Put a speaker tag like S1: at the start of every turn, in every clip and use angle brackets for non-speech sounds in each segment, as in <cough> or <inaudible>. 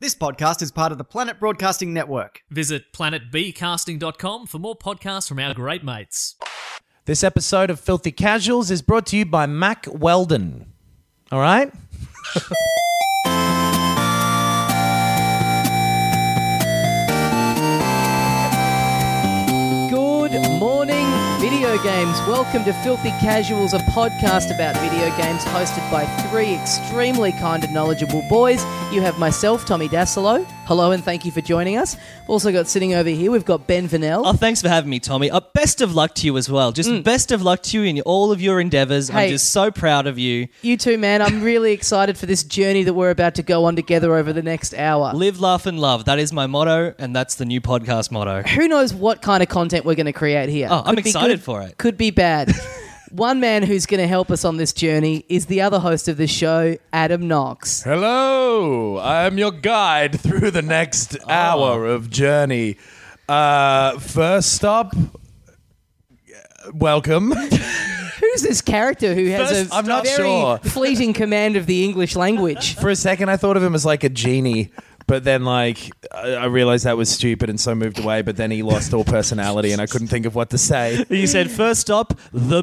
S1: This podcast is part of the Planet Broadcasting Network.
S2: Visit planetbcasting.com for more podcasts from our great mates.
S3: This episode of Filthy Casuals is brought to you by Mac Weldon. All right?
S4: Good morning, video games. Welcome to Filthy Casuals, a podcast about video games hosted by three extremely kind and knowledgeable boys. You have myself, Tommy Dasilo. Hello, and thank you for joining us. Also, got sitting over here, we've got Ben Vanel.
S5: Oh, thanks for having me, Tommy. Uh, best of luck to you as well. Just best of luck to you in all of your endeavors.
S4: Mm. Hey.
S5: I'm just so proud of you.
S4: You too, man. I'm really excited for this journey that we're about to go on together over the next hour.
S5: Live, laugh, and love. That is my motto, and that's the new podcast motto.
S4: Who knows what kind of content we're going to create here?
S5: Oh, I'm
S4: Could be
S5: excited
S4: good,
S5: for it.
S4: Could be
S5: <laughs>
S4: bad. One man who's going to help us on this journey is the other host of the show, Adam Knox.
S6: Hello, I'm your guide through the next hour of journey. Uh, first stop, welcome.
S4: Who's this character who has
S6: First-
S4: a
S6: I'm not
S4: very <laughs>
S6: sure.
S4: fleeting command of the English language?
S6: <laughs> For a second, I thought of him as like a genie, but then like I, I realized that was stupid, and so moved away. But then he lost all personality, and I couldn't think of what to say.
S5: You said first stop, the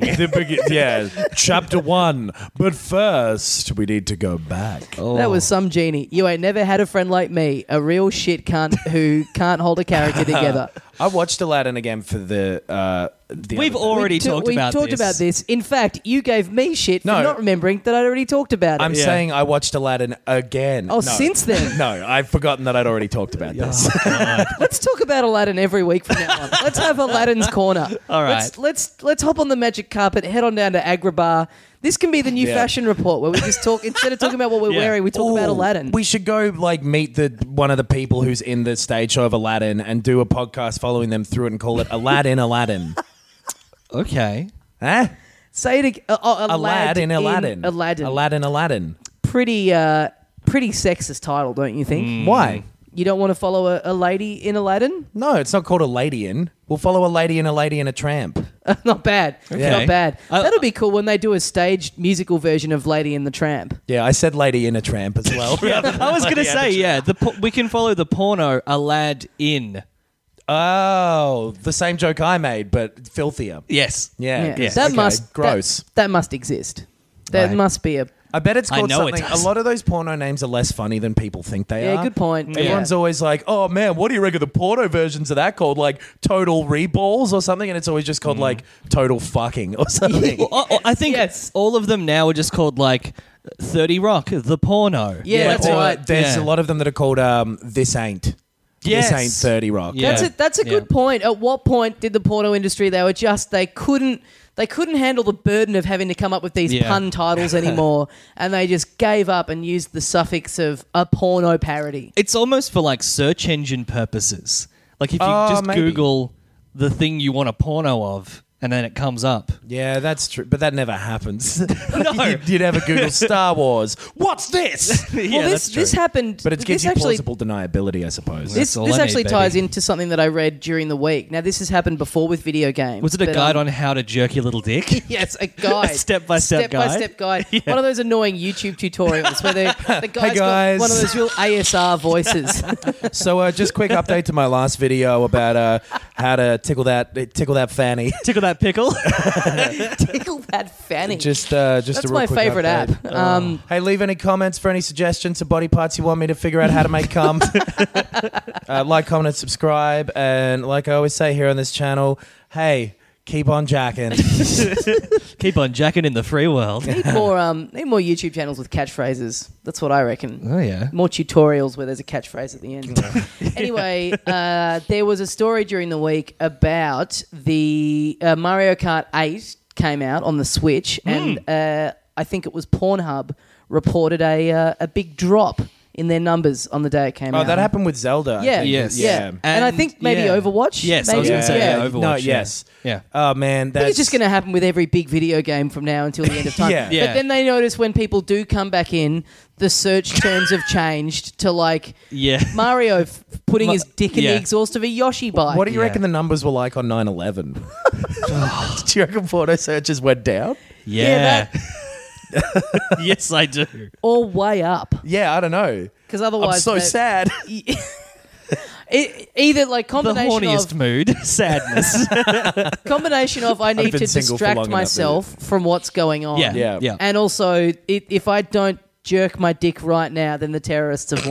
S4: <laughs>
S6: The <laughs> begin- yeah, chapter one. But first, we need to go back.
S4: That was some genie. You ain't never had a friend like me, a real shit cunt who can't hold a character together.
S6: <laughs> I watched Aladdin again for the. Uh, the
S5: We've
S6: other day.
S5: already
S4: Do-
S5: talked
S4: we
S5: about
S4: talked
S5: this.
S4: about this. In fact, you gave me shit for
S6: No.
S4: not remembering that I'd already talked about it.
S6: I'm saying I watched Aladdin again.
S4: Oh, since then?
S6: <laughs> no, I've forgotten that I'd already talked about this.
S4: Let's talk about Aladdin every week from now
S6: <laughs>
S4: on. Let's have Aladdin's corner. All
S5: right.
S4: Let's let's, let's hop on the magic carpet, head on down to Agrabah. This can be the new
S6: Yeah.
S4: fashion report where we just talk instead of talking about
S6: <laughs>
S4: what we're wearing, we <laughs> talk about
S6: Ooh,
S4: Aladdin.
S6: We should go like meet the one of the people who's in the stage show of Aladdin and do a podcast following them through it and call it
S4: <laughs>
S6: Aladdin Aladdin.
S5: okay.
S6: Huh?
S4: Say it again. Uh, oh,
S6: Aladdin Aladdin.
S4: Aladdin.
S6: Aladdin Aladdin.
S4: Pretty uh, pretty sexist title, don't you think?
S6: Why?
S4: You don't want to follow a, a lady in Aladdin? <laughs>
S6: No, it's not called a lady in. We'll follow a lady and a lady and a tramp.
S4: Not bad. Not bad.
S6: Uh,
S5: I-
S4: That'll be cool when they do a staged musical version of Lady and the Tramp.
S6: Yeah, I said lady in a tramp as
S4: <laughs>
S6: well.
S5: I was going to say, yeah, the po- we can follow the porno a lad in.
S6: Oh, the same joke I made, but filthier.
S5: Yes.
S6: Yeah,
S4: Yeah.
S6: good.
S4: That
S6: Okay,
S4: must
S6: gross.
S4: That, that must exist. That
S5: Right.
S4: must be a
S6: I bet it's
S5: I
S6: called
S5: know it
S6: something.
S5: does.
S6: a lot of those porno names are less funny than people think they
S4: Yeah,
S6: are.
S4: good point.
S6: Everyone's
S4: Yeah.
S6: always like, "Oh man, what do you reckon the porno versions of that called like total reballs or something?" And it's always just called
S5: Mm.
S6: like total fucking
S5: <laughs>
S6: or something.
S5: Well, I- Oh, I think
S4: Yes.
S5: all of them now are just called like 30 Rock, the porno.
S4: Yeah,
S6: Like,
S4: that's
S6: or
S4: right.
S6: There's
S5: Yeah.
S6: a lot of them that are called um, "This Ain't."
S5: Yes.
S6: This ain't Thirty Rock.
S5: Yeah.
S4: That's a that's a
S5: Yeah.
S4: good point. At what point did the porno industry they were just they couldn't they couldn't handle the burden of having to come up with these
S5: Yeah.
S4: pun
S5: <laughs>
S4: titles anymore, and they just gave up and used the suffix of a porno parody.
S5: it's almost for like search engine purposes. Like if you
S6: Oh,
S5: just
S6: maybe.
S5: Google the thing you want a porno of, and then it comes up.
S6: Yeah, that's true, but that never happens. <laughs> no, you, you never Google Star Wars. What's
S5: <laughs>
S6: this?
S5: yeah,
S4: well, this
S5: that's true.
S4: this happened,
S6: But it gives
S4: this
S6: you
S4: actually,
S6: plausible deniability, I suppose.
S4: This,
S5: That's all
S4: this
S5: I
S4: actually
S5: need,
S4: ties
S5: baby.
S4: into something that I read during the week. Now, this has happened before with video games.
S5: Was it a
S4: but,
S5: guide
S4: um,
S5: on how to jerk your little dick?
S4: Yes, a guide.
S5: A step-by-step
S4: Step-by-step guide. One of those annoying YouTube tutorials
S5: <laughs>
S4: where they, the guy's got
S6: guys.
S4: one of those real ASR voices. <laughs>
S6: So uh, just quick update to my last video about uh, how to tickle that tickle that fanny.
S5: <laughs> Tickle that pickle.
S4: Tickle that fanny.
S6: Just uh, just
S4: That's
S6: a real
S4: my
S6: quick
S4: favorite
S6: update. Oh.
S4: app. Um,
S6: Hey, leave any comments for any suggestions of body parts you want me to figure out how to
S4: <laughs>
S6: make cum. uh, like, comment, and subscribe. And like I always say here on this channel, hey, keep on jacking.
S5: <laughs> Keep on jacking in the free world.
S4: need more um, need more YouTube channels with catchphrases. That's what I reckon.
S5: Oh, yeah.
S4: More tutorials where there's a catchphrase at the end. <laughs> anyway, uh, there was a story during the week about the uh,
S5: Hmm.
S4: Mario Kart 8 came out on the Switch, and uh, I think it was Pornhub reported a uh, a big drop in their numbers on the day it came
S6: Oh,
S4: out.
S6: that happened with Zelda. I
S4: Yeah.
S6: think.
S5: Yes.
S4: Yeah.
S6: Yeah.
S4: And, I think maybe
S5: yeah.
S4: Overwatch.
S5: Yes, I
S4: Maybe?
S5: was going to say yeah.
S6: Yeah.
S5: Overwatch.
S6: No,
S5: yeah.
S6: yes.
S5: Yeah.
S6: Oh
S4: I
S6: man, that's
S4: think it's just going to happen with every big video game from now until the end of time.
S6: <laughs> Yeah.
S5: Yeah.
S4: But then they notice when people do come back in, the search terms have changed to like
S5: <laughs> Yeah.
S4: Mario f- putting his dick in
S5: yeah.
S4: the exhaust of a Yoshi bike.
S6: What do you reckon the numbers were like on 9/11? <laughs> do you reckon photo searches went down?
S5: Yeah. <laughs> yes, I do.
S4: or way up?
S6: Yeah, I don't know.
S4: Because
S6: I'm
S4: otherwise,
S6: so
S4: they-
S6: sad.
S4: <laughs> E- either like
S5: The
S4: combination
S5: horniest
S4: of
S5: mood, <laughs> sadness.
S4: <laughs> combination of I need
S6: been
S4: to
S6: single for long
S4: distract
S6: enough,
S4: myself from what's going on.
S5: yeah,
S6: <laughs> Yeah.
S5: yeah,
S4: And also, it, if I don't jerk my dick right now, then the terrorists have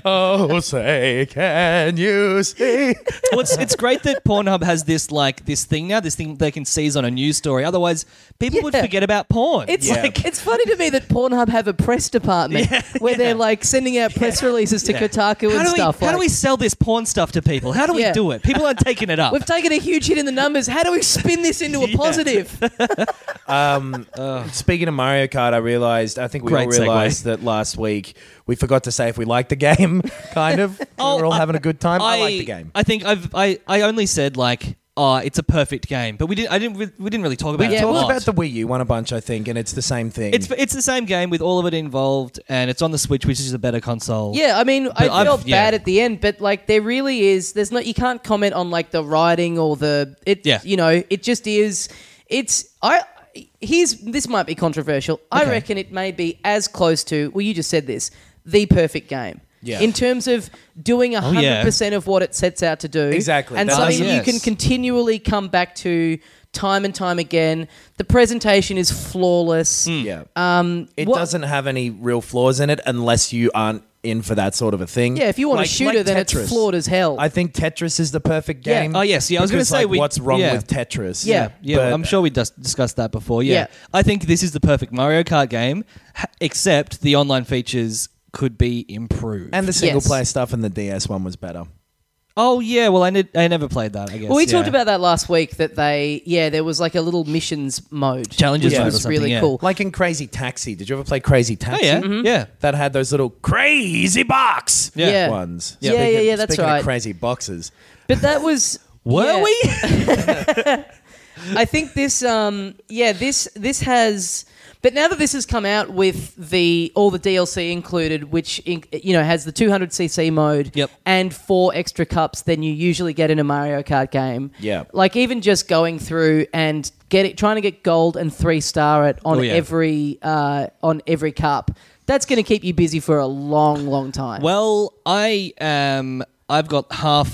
S6: <laughs>
S4: won.
S6: oh, say can you <laughs> see?
S5: Well, it's, it's great that Pornhub has this like this thing now, this thing they can seize on a news story. Otherwise, people would
S4: Yeah.
S5: forget about porn.
S4: It's it's funny to me that Pornhub have a press
S5: <laughs>
S4: department where they're like sending out press releases to Kotaku
S5: how
S4: and
S5: do we
S4: stuff.
S5: how
S4: like,
S5: do we sell this porn stuff to people? How do we
S4: Yeah.
S5: do it? People aren't taking it up.
S4: We've taken a huge hit in the numbers. How do we spin this into a
S5: <laughs> Yeah.
S4: positive?
S6: Oh. Speaking of Mario Kart, I realized I think we
S5: Great
S6: all realized that last week we forgot to say if we liked the game. <laughs> Kind of, we were all having a good time. <laughs> I, like the game.
S5: I think I've I, I only said like oh, it's a perfect game, but we didn't I didn't re- we didn't really talk about
S4: We
S5: it.
S4: talked
S5: a
S6: What
S5: lot.
S6: about the Wii U one a bunch? I think, and it's the same thing.
S5: it's it's the same game with all of it involved, and it's on the Switch, which is a better console.
S4: Yeah, I mean, I
S5: I've-
S4: felt
S5: yeah.
S4: bad at the end, but like, there really is. There's not. You can't comment on like the writing or the. It.
S5: Yeah.
S4: You know, it just is. It's. I. Here's. This might be controversial. I reckon it may be as close to. Well, you just said this. The perfect game.
S6: Yeah.
S4: In terms of doing hundred
S5: Oh, yeah.
S4: percent of what it sets out to do.
S6: Exactly.
S4: And
S6: That's-
S4: something
S6: yes.
S4: you can continually come back to. Time and time again, the presentation is flawless.
S5: Hmm.
S6: yeah. Um, it
S4: what-
S6: doesn't have any real flaws in it unless you aren't in for that sort of a thing.
S4: Yeah, if you want
S6: Like-
S4: a shooter,
S6: like
S4: then
S6: Tetris.
S4: it's flawed as hell.
S6: I think Tetris is the perfect
S4: Yeah.
S6: game.
S5: Oh, yes. Yeah, I was
S6: because,
S5: gonna say
S6: like,
S5: we-
S6: what's wrong
S5: yeah.
S6: with Tetris?
S4: Yeah.
S5: Yeah,
S6: But-
S5: I'm sure we dis- discussed that before. Yeah.
S4: Yeah.
S5: I think this is the perfect Mario Kart game, ha- except the online features could be improved.
S6: And the single
S4: Yes.
S6: player stuff and the DS one was better.
S5: oh yeah, well I, ne- I never played that. I guess
S4: Well, we
S5: yeah.
S4: talked about that last week. That they, yeah, there was like a little missions mode,
S5: Challenges
S4: which
S5: mode or
S4: was
S5: something,
S4: really
S5: yeah.
S4: cool.
S6: Like in Crazy Taxi. Did you ever play Crazy
S5: Oh
S6: Taxi?
S5: yeah,
S4: Mm-hmm.
S5: yeah.
S6: That had those little crazy box
S5: Yeah.
S4: Yeah.
S6: ones.
S4: Yeah, yeah,
S6: Speaking-
S4: yeah, that's
S6: speaking
S4: right.
S6: Of crazy boxes.
S4: But that was
S5: Were
S4: yeah.
S5: we?
S4: I think this, um, yeah, this this has. But now that this has come out with the all the DLC included, which in, you know has the 200cc mode
S5: Yep.
S4: and four extra cups than you usually get in a Mario Kart game.
S6: Yeah.
S4: like even just going through and get it, trying to get gold and three star it on
S5: Oh, yeah.
S4: every uh, on every cup. That's going to keep you busy for a long, long time.
S5: Well, I um, I've got half.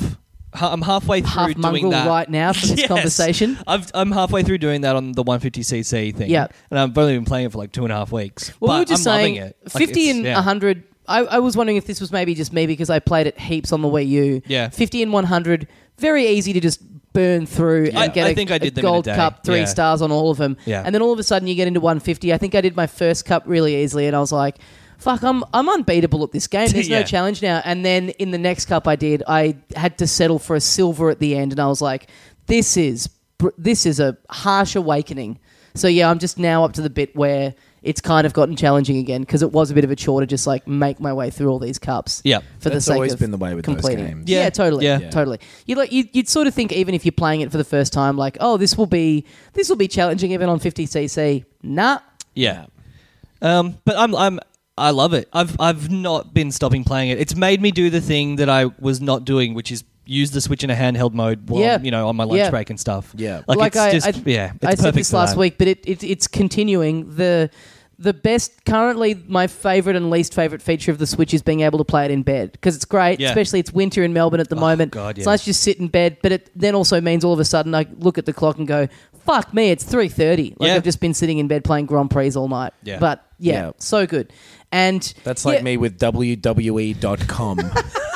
S5: ha- I'm halfway through
S4: half
S5: doing
S4: mongrel
S5: that
S4: right now for this
S5: <laughs> Yes.
S4: conversation.
S5: I've, I'm halfway through doing that on the 150cc thing.
S4: Yep.
S5: and I've only been playing it for like two and a half weeks.
S4: Well, we
S5: but
S4: were just
S5: I'm
S4: saying
S5: loving it. Like,
S4: 50
S5: it's-
S4: and
S5: yeah.
S4: 100. I, I was wondering if this was maybe just me because I played it heaps on the Wii U.
S5: Yeah.
S4: 50 and 100, very easy to just burn through
S5: I-
S4: and get
S5: I
S4: a-
S5: think I
S4: a
S5: did them in a
S4: gold
S5: day.
S4: cup, three
S5: Yeah.
S4: stars on all of them.
S5: Yeah.
S4: And then all of a sudden you get into 150. I think I did my first cup really easily and I was like, fuck, I'm, I'm unbeatable at this
S5: <laughs>
S4: game. There's
S5: Yeah.
S4: no challenge now. And then in the next cup I did, I had to settle for a silver at the end and I was like, this is br- this is a harsh awakening. So yeah, I'm just now up to the bit where it's kind of gotten challenging again because it was a bit of a chore to just like make my way through all these cups.
S5: Yeah.
S4: for the
S6: That's
S4: sake
S6: always
S4: of
S6: been the way with those
S4: completing. it.
S6: games.
S4: Yeah,
S5: Yeah.
S4: totally,
S5: Yeah.
S4: totally. You like you, you'd sort of think even if you're playing it for the first time, like oh, this will be this will be challenging even on 50cc. Nah,
S5: Yeah. Um, but I'm I'm I love it. I've I've not been stopping playing it. It's made me do the thing that I was not doing, which is use the Switch in a handheld mode while
S4: Yeah.
S5: I'm, you know, on my lunch
S4: Yeah.
S5: break and stuff.
S6: Yeah.
S5: Like,
S4: like
S5: it's
S4: I,
S5: just
S4: I,
S5: yeah. It's
S4: I
S5: perfect
S4: said this
S5: for
S4: last
S5: that.
S4: week, but it, it it's continuing the the best currently my favorite and least favorite feature of the Switch is being able to play it in bed because it's great,
S5: Yeah. Oh,
S4: especially it's winter in Melbourne at the moment.
S5: God,
S4: It's
S5: yeah.
S4: nice to just sit in bed, but it then also means all of a sudden I look at the clock and go, "Fuck me, it's three thirty. Like
S5: Yeah.
S4: I've just been sitting in bed playing Grand Prix all night.
S5: Yeah.
S4: But yeah,
S6: Yeah.
S4: so good. And
S6: That's like
S4: yeah,
S6: me with
S4: <laughs>
S6: WWE.com.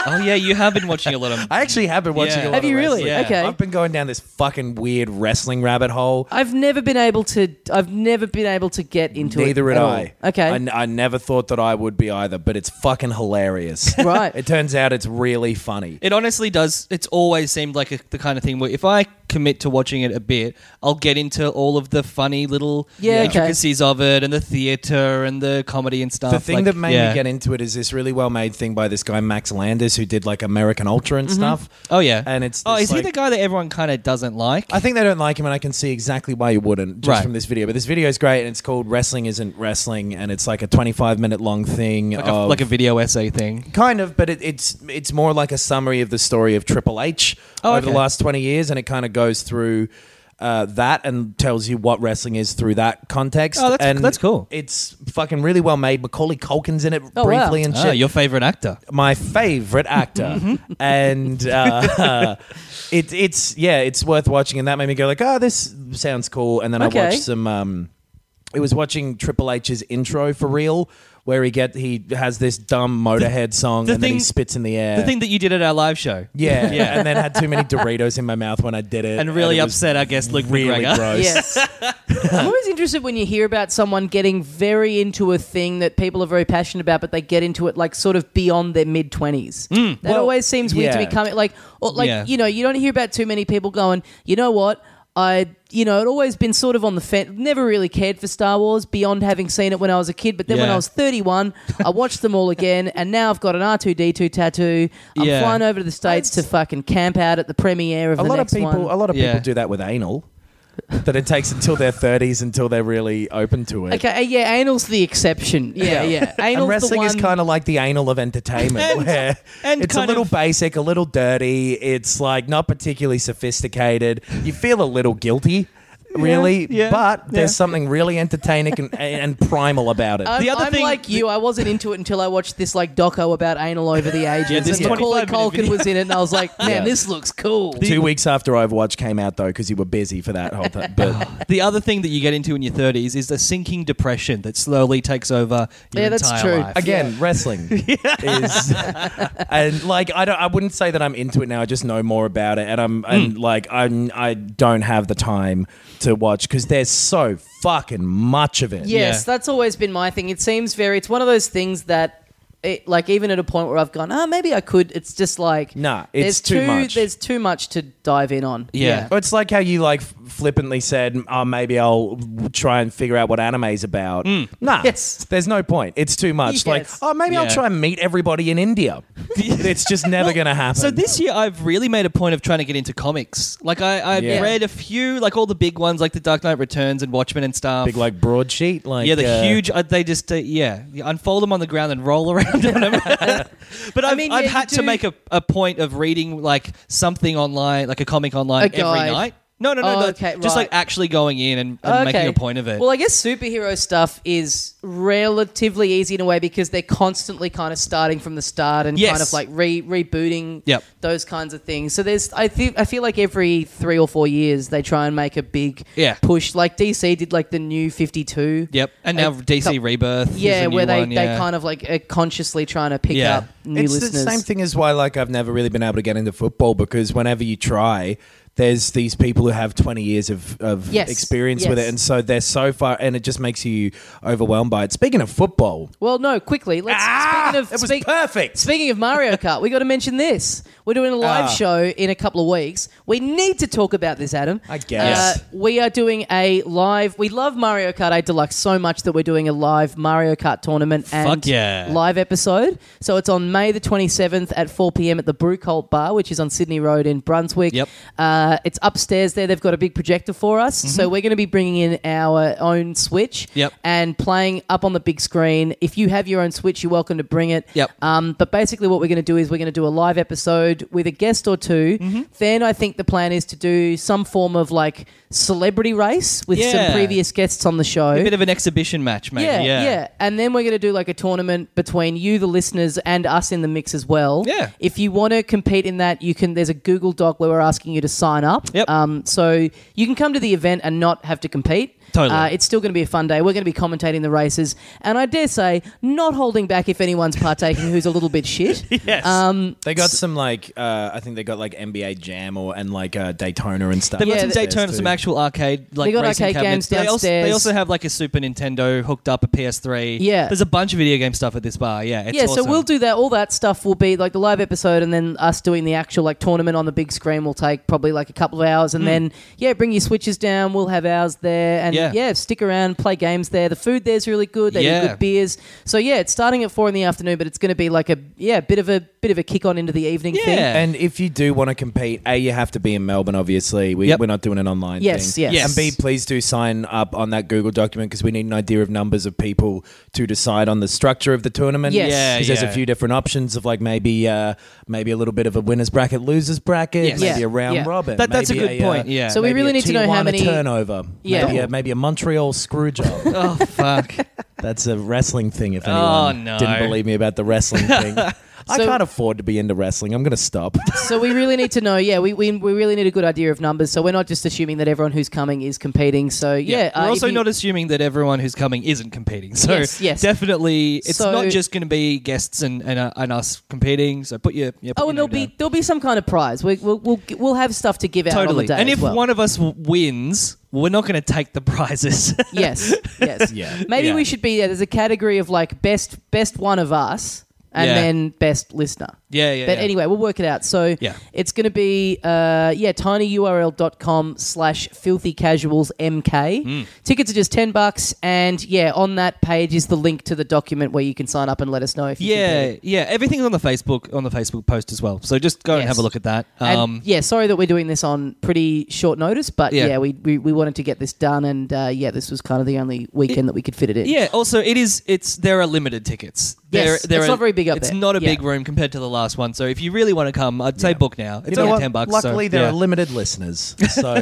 S5: Oh yeah, you have been watching a lot of
S6: <laughs> I actually have been watching
S5: Yeah.
S6: a lot
S4: Have
S6: of
S4: you really?
S6: wrestling.
S5: Yeah.
S4: Okay.
S6: I've been going down this fucking weird wrestling rabbit hole.
S4: I've never been able to. I've never been able to get into
S6: Neither
S4: it.
S6: had
S4: at all.
S6: I.
S4: Okay.
S6: I, n- I never thought that I would be either, but it's
S5: <laughs>
S6: fucking hilarious.
S4: Right.
S6: It turns out it's really funny.
S5: It honestly does. It's always seemed like a, the kind of thing where if I commit to watching it a bit, I'll get into all of the funny little
S4: Yeah, okay.
S5: intricacies of it and the theater and the comedy and stuff.
S6: The thing
S5: Like,
S6: that made
S5: yeah.
S6: me get into it is this really well made thing by this guy Max Landis who did like American Ultra and stuff.
S5: Oh yeah,
S6: and it's
S5: oh,
S6: this,
S5: is he
S6: like-
S5: the guy that everyone kind of doesn't like?
S6: I think they don't like him, and I can see exactly why you wouldn't just
S5: Right.
S6: from this video. But this video is great, and it's called "Wrestling Isn't Wrestling," and it's like a 25 minute long thing,
S5: like, a,
S6: of-
S5: like a video essay thing.
S6: kind of, but it, it's it's more like a summary of the story of Triple H
S5: Oh,
S6: over
S5: okay.
S6: the last 20 years, and it kind of goes through. Uh, that and tells you what wrestling is through that context.
S5: Oh, that's-
S6: and
S5: that's cool.
S6: It's fucking really well made. Macaulay Culkin's in it
S4: Oh, wow.
S6: briefly and shit
S5: Ah, your favorite actor.
S6: my favorite actor,
S5: Mm-hmm.
S6: and uh, <laughs> it, it's yeah, it's worth watching. And that made me go like, oh, this sounds cool. And then
S4: Okay.
S6: I watched some. Um, it was watching Triple H's intro for real, where he get he has this dumb Motorhead song,
S5: the
S6: and then he
S5: thing-
S6: spits in the air.
S5: The thing that you did at our live show. <laughs>
S6: yeah, yeah, and then had too many Doritos in my mouth when I did it,
S5: And really
S6: it was
S5: upset, I guess, Luke
S6: Really
S5: McGregor.
S6: gross.
S4: Yes.
S6: <laughs>
S4: I'm always interested when you hear about someone getting very into a thing that people are very passionate about, but they get into it like sort of beyond their mid 20s. that
S6: Hmm. Well,
S4: always seems weird to
S6: yeah.
S4: be coming. Like, or like
S5: Yeah.
S4: you know, you don't hear about too many people going, you know what? I, you know, it always been sort of on the fence. Never really cared for Star Wars beyond having seen it when I was a kid. But then when
S5: Yeah.
S4: I was 31, I watched them all again, and now I've got an R2D2 tattoo. I'm
S5: Yeah.
S4: flying over to the states to fucking camp out at the premiere of
S6: A
S4: the
S6: lot of
S4: next
S6: people,
S4: one.
S6: a lot of
S5: Yeah.
S6: people do that with anal. That it takes until their 30s until they're really open to it.
S4: Okay, uh, yeah, anal's the exception. Yeah, yeah. Anal's
S6: and wrestling
S4: the one.
S6: is kind of like the anal of entertainment, where
S5: and
S6: it's a
S5: kind
S6: little
S5: of-
S6: basic, a little dirty. It's like not particularly sophisticated. You feel a little guilty, really,
S5: yeah,
S6: but
S5: yeah.
S6: there's something really entertaining and, and primal about it.
S4: I'm,
S5: The other
S4: I'm
S5: thing-
S4: like you. I wasn't into it until I watched this like doco about anal over
S6: <laughs>
S4: the ages.
S5: this
S4: and Macaulay
S5: 25 minute
S4: Culkin was in it, and I was like, man, this looks cool.
S6: Two weeks after Overwatch came out, though, because you were busy for that whole
S5: <laughs>
S6: thing.
S5: <laughs>
S6: But
S5: The other thing that you get into in your 30s is the sinking depression that slowly takes over your
S4: Yeah, that's
S5: entire
S4: true.
S5: life.
S6: again, wrestling
S5: <laughs>
S6: is, and like I don't, I wouldn't say that I'm into it now. I just know more about it, and I'm,
S5: Hmm.
S6: and like I'm, I don't have the time to watch because there's so fucking much of it.
S4: Yes,
S5: Yeah.
S4: that's always been my thing. It seems very. It's one of those things that, it, like, even at a point where I've gone, ah, maybe I could. It's just like,
S6: Nah,
S4: there's
S6: it's too much.
S4: There's too much to dive in on.
S5: Yeah.
S6: Well, It's like how you like flippantly said, "Oh, maybe I'll try and figure out what anime's about."
S5: Hmm.
S6: Nah,
S4: Yes.
S6: there's no point. It's too much. Like,
S4: Yes.
S6: oh, maybe I'll
S5: Yeah.
S6: try and meet everybody
S5: <laughs>
S6: in India. it's just never gonna happen.
S5: So this year, I've really made a point of trying to get into comics. Like I, I've
S6: Yeah.
S5: read a few, like all the big ones, like The Dark Knight Returns and Watchmen and stuff.
S6: big like broadsheet, like
S5: yeah, the
S6: uh,
S5: huge. Uh, they just uh, yeah, you unfold them on the ground and roll <laughs> around on
S6: <laughs>
S5: them. but I've, I
S4: mean,
S5: have
S4: yeah,
S5: had
S4: you
S5: to
S4: do-
S5: make a, a point of reading like something online, like a comic online
S4: A
S5: every
S4: guide.
S5: night. No, no, no,
S4: Oh,
S5: no.
S4: okay,
S5: just like
S4: right.
S5: actually going in and, and making a point of it.
S4: Well, I guess superhero stuff is relatively easy in a way because they're constantly kind of starting from the start and
S5: Yes.
S4: kind of like re- rebooting
S5: Yep.
S4: those kinds of things. So there's, I think, I feel like every three or four years they try and make a big
S5: Yeah.
S4: push. Like DC did, like the new Fifty Two.
S5: yep. And now DC Rebirth.
S4: Yeah, where they, they kind
S5: of.
S4: of like are consciously trying to pick
S5: Yeah.
S4: up new
S6: it's
S4: listeners.
S6: the same thing as why like I've never really been able to get into football because whenever you try, there's these people who have 20 years of, of
S4: Yes,
S6: experience with
S4: yes.
S6: it, and so they're so far, and it just makes you overwhelmed by it. Speaking of football,
S4: Well, no, quickly. Let's
S6: Ah,
S4: speaking of
S6: it was
S4: speak-
S6: perfect.
S4: Speaking of Mario Kart, we got to mention this. We're doing a live
S6: Ah.
S4: show in a couple of weeks. We need to talk about this, Adam. Uh,
S6: I guess.
S4: we are doing a live. We love Mario Kart 8 Deluxe so much that we're doing a live Mario Kart tournament and
S5: Fuck yeah.
S4: live episode. So it's on May the 27th at 4 p.m. at the Brew Cult Bar, which is on Sydney Road in Brunswick.
S5: Yep.
S4: Uh, it's upstairs there. They've got a big projector for us. So we're going to be bringing in our own Switch
S5: Yep.
S4: and playing up on the big screen. If you have your own Switch, you're welcome to bring it.
S5: Yep.
S4: Um, but basically, what we're going to do is we're going to do a live episode with a guest or 2
S5: Mm-hmm.
S4: Then I think the plan is to do some form of like celebrity race with
S5: Yeah.
S4: some previous guests on the show.
S5: A bit of an exhibition match, maybe.
S4: yeah,
S5: Yeah,
S4: yeah, And then we're going to do like a tournament between you, the listeners, and us in the mix as well.
S5: Yeah.
S4: If you want to compete in that, you can. There's a Google Doc where we're asking you to sign up.
S5: Yep.
S4: Um, so you can come to the event and not have to compete.
S5: Totally.
S4: Uh, it's still going to be a fun day. We're going to be commentating the races, and I dare say, not holding back if anyone's partaking who's a little bit shit.
S5: <laughs>
S4: Um,
S5: yes.
S6: They got some like uh, I think they got like NBA Jam or and like uh, Daytona and stuff.
S5: They've got
S4: Yeah,
S5: some
S4: they-
S5: Daytona, some actual arcade like
S4: They got
S5: racing
S4: arcade games
S5: cabinets. They also, they
S4: downstairs.
S5: also have like a Super Nintendo hooked up a PS3.
S4: Yeah.
S5: there's a bunch of video game stuff at this bar. Yeah, it's
S4: yeah,
S5: awesome.
S4: so we'll do that. All that stuff will be like the live episode, and then us doing the actual like tournament on the big screen will take probably like a couple of hours,
S5: Hmm.
S4: and then yeah, bring your switches down. We'll have ours there, and yeah,
S5: Yeah.
S4: stick around, play games there. The food there's really good. They do
S5: Yeah.
S4: good beers. So yeah, it's starting at four in the afternoon, but it's going to be like a yeah, bit of a bit of a kick on into the evening
S5: Yeah.
S4: thing.
S6: And if you do want to compete, A, you have to be in Melbourne, obviously. We,
S5: Yep.
S6: We're not doing an online
S4: Yes,
S6: thing.
S4: yes. Yes.
S6: And B, please do sign up on that Google document because we need an idea of numbers of people to decide on the structure of the tournament.
S4: Yes. Yeah,
S6: Because there's
S5: yeah.
S6: a few different options of like maybe uh, maybe a little bit of a winner's bracket, loser's bracket,
S5: Yes.
S6: maybe
S4: Yeah.
S6: a round
S4: Yeah.
S6: robin.
S5: That- that's a
S6: maybe
S5: good point, yeah.
S4: So we
S6: maybe
S4: really
S6: a
S4: need to know how
S6: Tijuana
S4: many-
S6: turnover.
S4: Yeah.
S6: Maybe a, maybe a Montreal
S4: <laughs>
S6: screw job. <laughs>
S5: oh fuck.
S6: that's a wrestling thing. If anyone
S5: Oh, no.
S6: didn't believe me about the wrestling
S4: <laughs>
S6: thing, I
S4: So-
S6: can't afford to be into wrestling. I'm going to stop. <laughs>
S4: so we really need to know. Yeah, we, we, we really need a good idea of numbers. So we're not just assuming that everyone who's coming is competing. So yeah, uh,
S5: we're also
S4: if you-
S5: not assuming that everyone who's coming isn't competing. So
S4: Yes, yes.
S5: definitely, it's
S4: So-
S5: not just going to be guests and and, uh, and us competing. So put your, yeah,
S4: Oh,
S5: put your
S4: and there'll
S5: name down.
S4: be there'll be some kind of prize. We, we'll, we'll we'll have stuff to give out on the
S5: totally.
S4: day.
S5: And
S4: as
S5: if
S4: well.
S5: one of us w- wins, we're not going to take the prizes. <laughs>
S4: yes, yes,
S6: Yeah.
S4: Maybe
S6: Yeah.
S4: we should be yeah, there's a category of like best best one of us, and
S5: Yeah.
S4: then best listener.
S5: Yeah, yeah,
S4: But
S5: yeah.
S4: anyway, we'll work it out. So
S5: Yeah.
S4: it's going to be uh, yeah tinyurl.com slash filthy casuals mk.
S5: Hmm.
S4: Tickets are just ten bucks, and yeah, on that page is the link to the document where you can sign up and let us know if you
S5: yeah,
S4: competed.
S5: yeah. Everything's on the Facebook on the Facebook post as well. So just go and
S4: Yes.
S5: have a look at that.
S4: And,
S5: Um,
S4: yeah, sorry that we're doing this on pretty short notice, but yeah,
S5: Yeah.
S4: we, we we wanted to get this done, and uh, yeah, this was kind of the only weekend that we could fit it in.
S5: Yeah. Also, it is. It's there are limited tickets.
S4: Yes,
S5: There, there
S4: it's
S5: are-
S4: not very big up
S5: It's
S4: there.
S5: not a
S4: Yeah.
S5: big room compared to the last one. So if you really want to come, I'd say book now. It's
S6: You know
S5: only
S6: what?
S5: ten bucks. so-
S6: Luckily, there
S5: yeah.
S6: are limited listeners,
S5: <laughs>
S6: so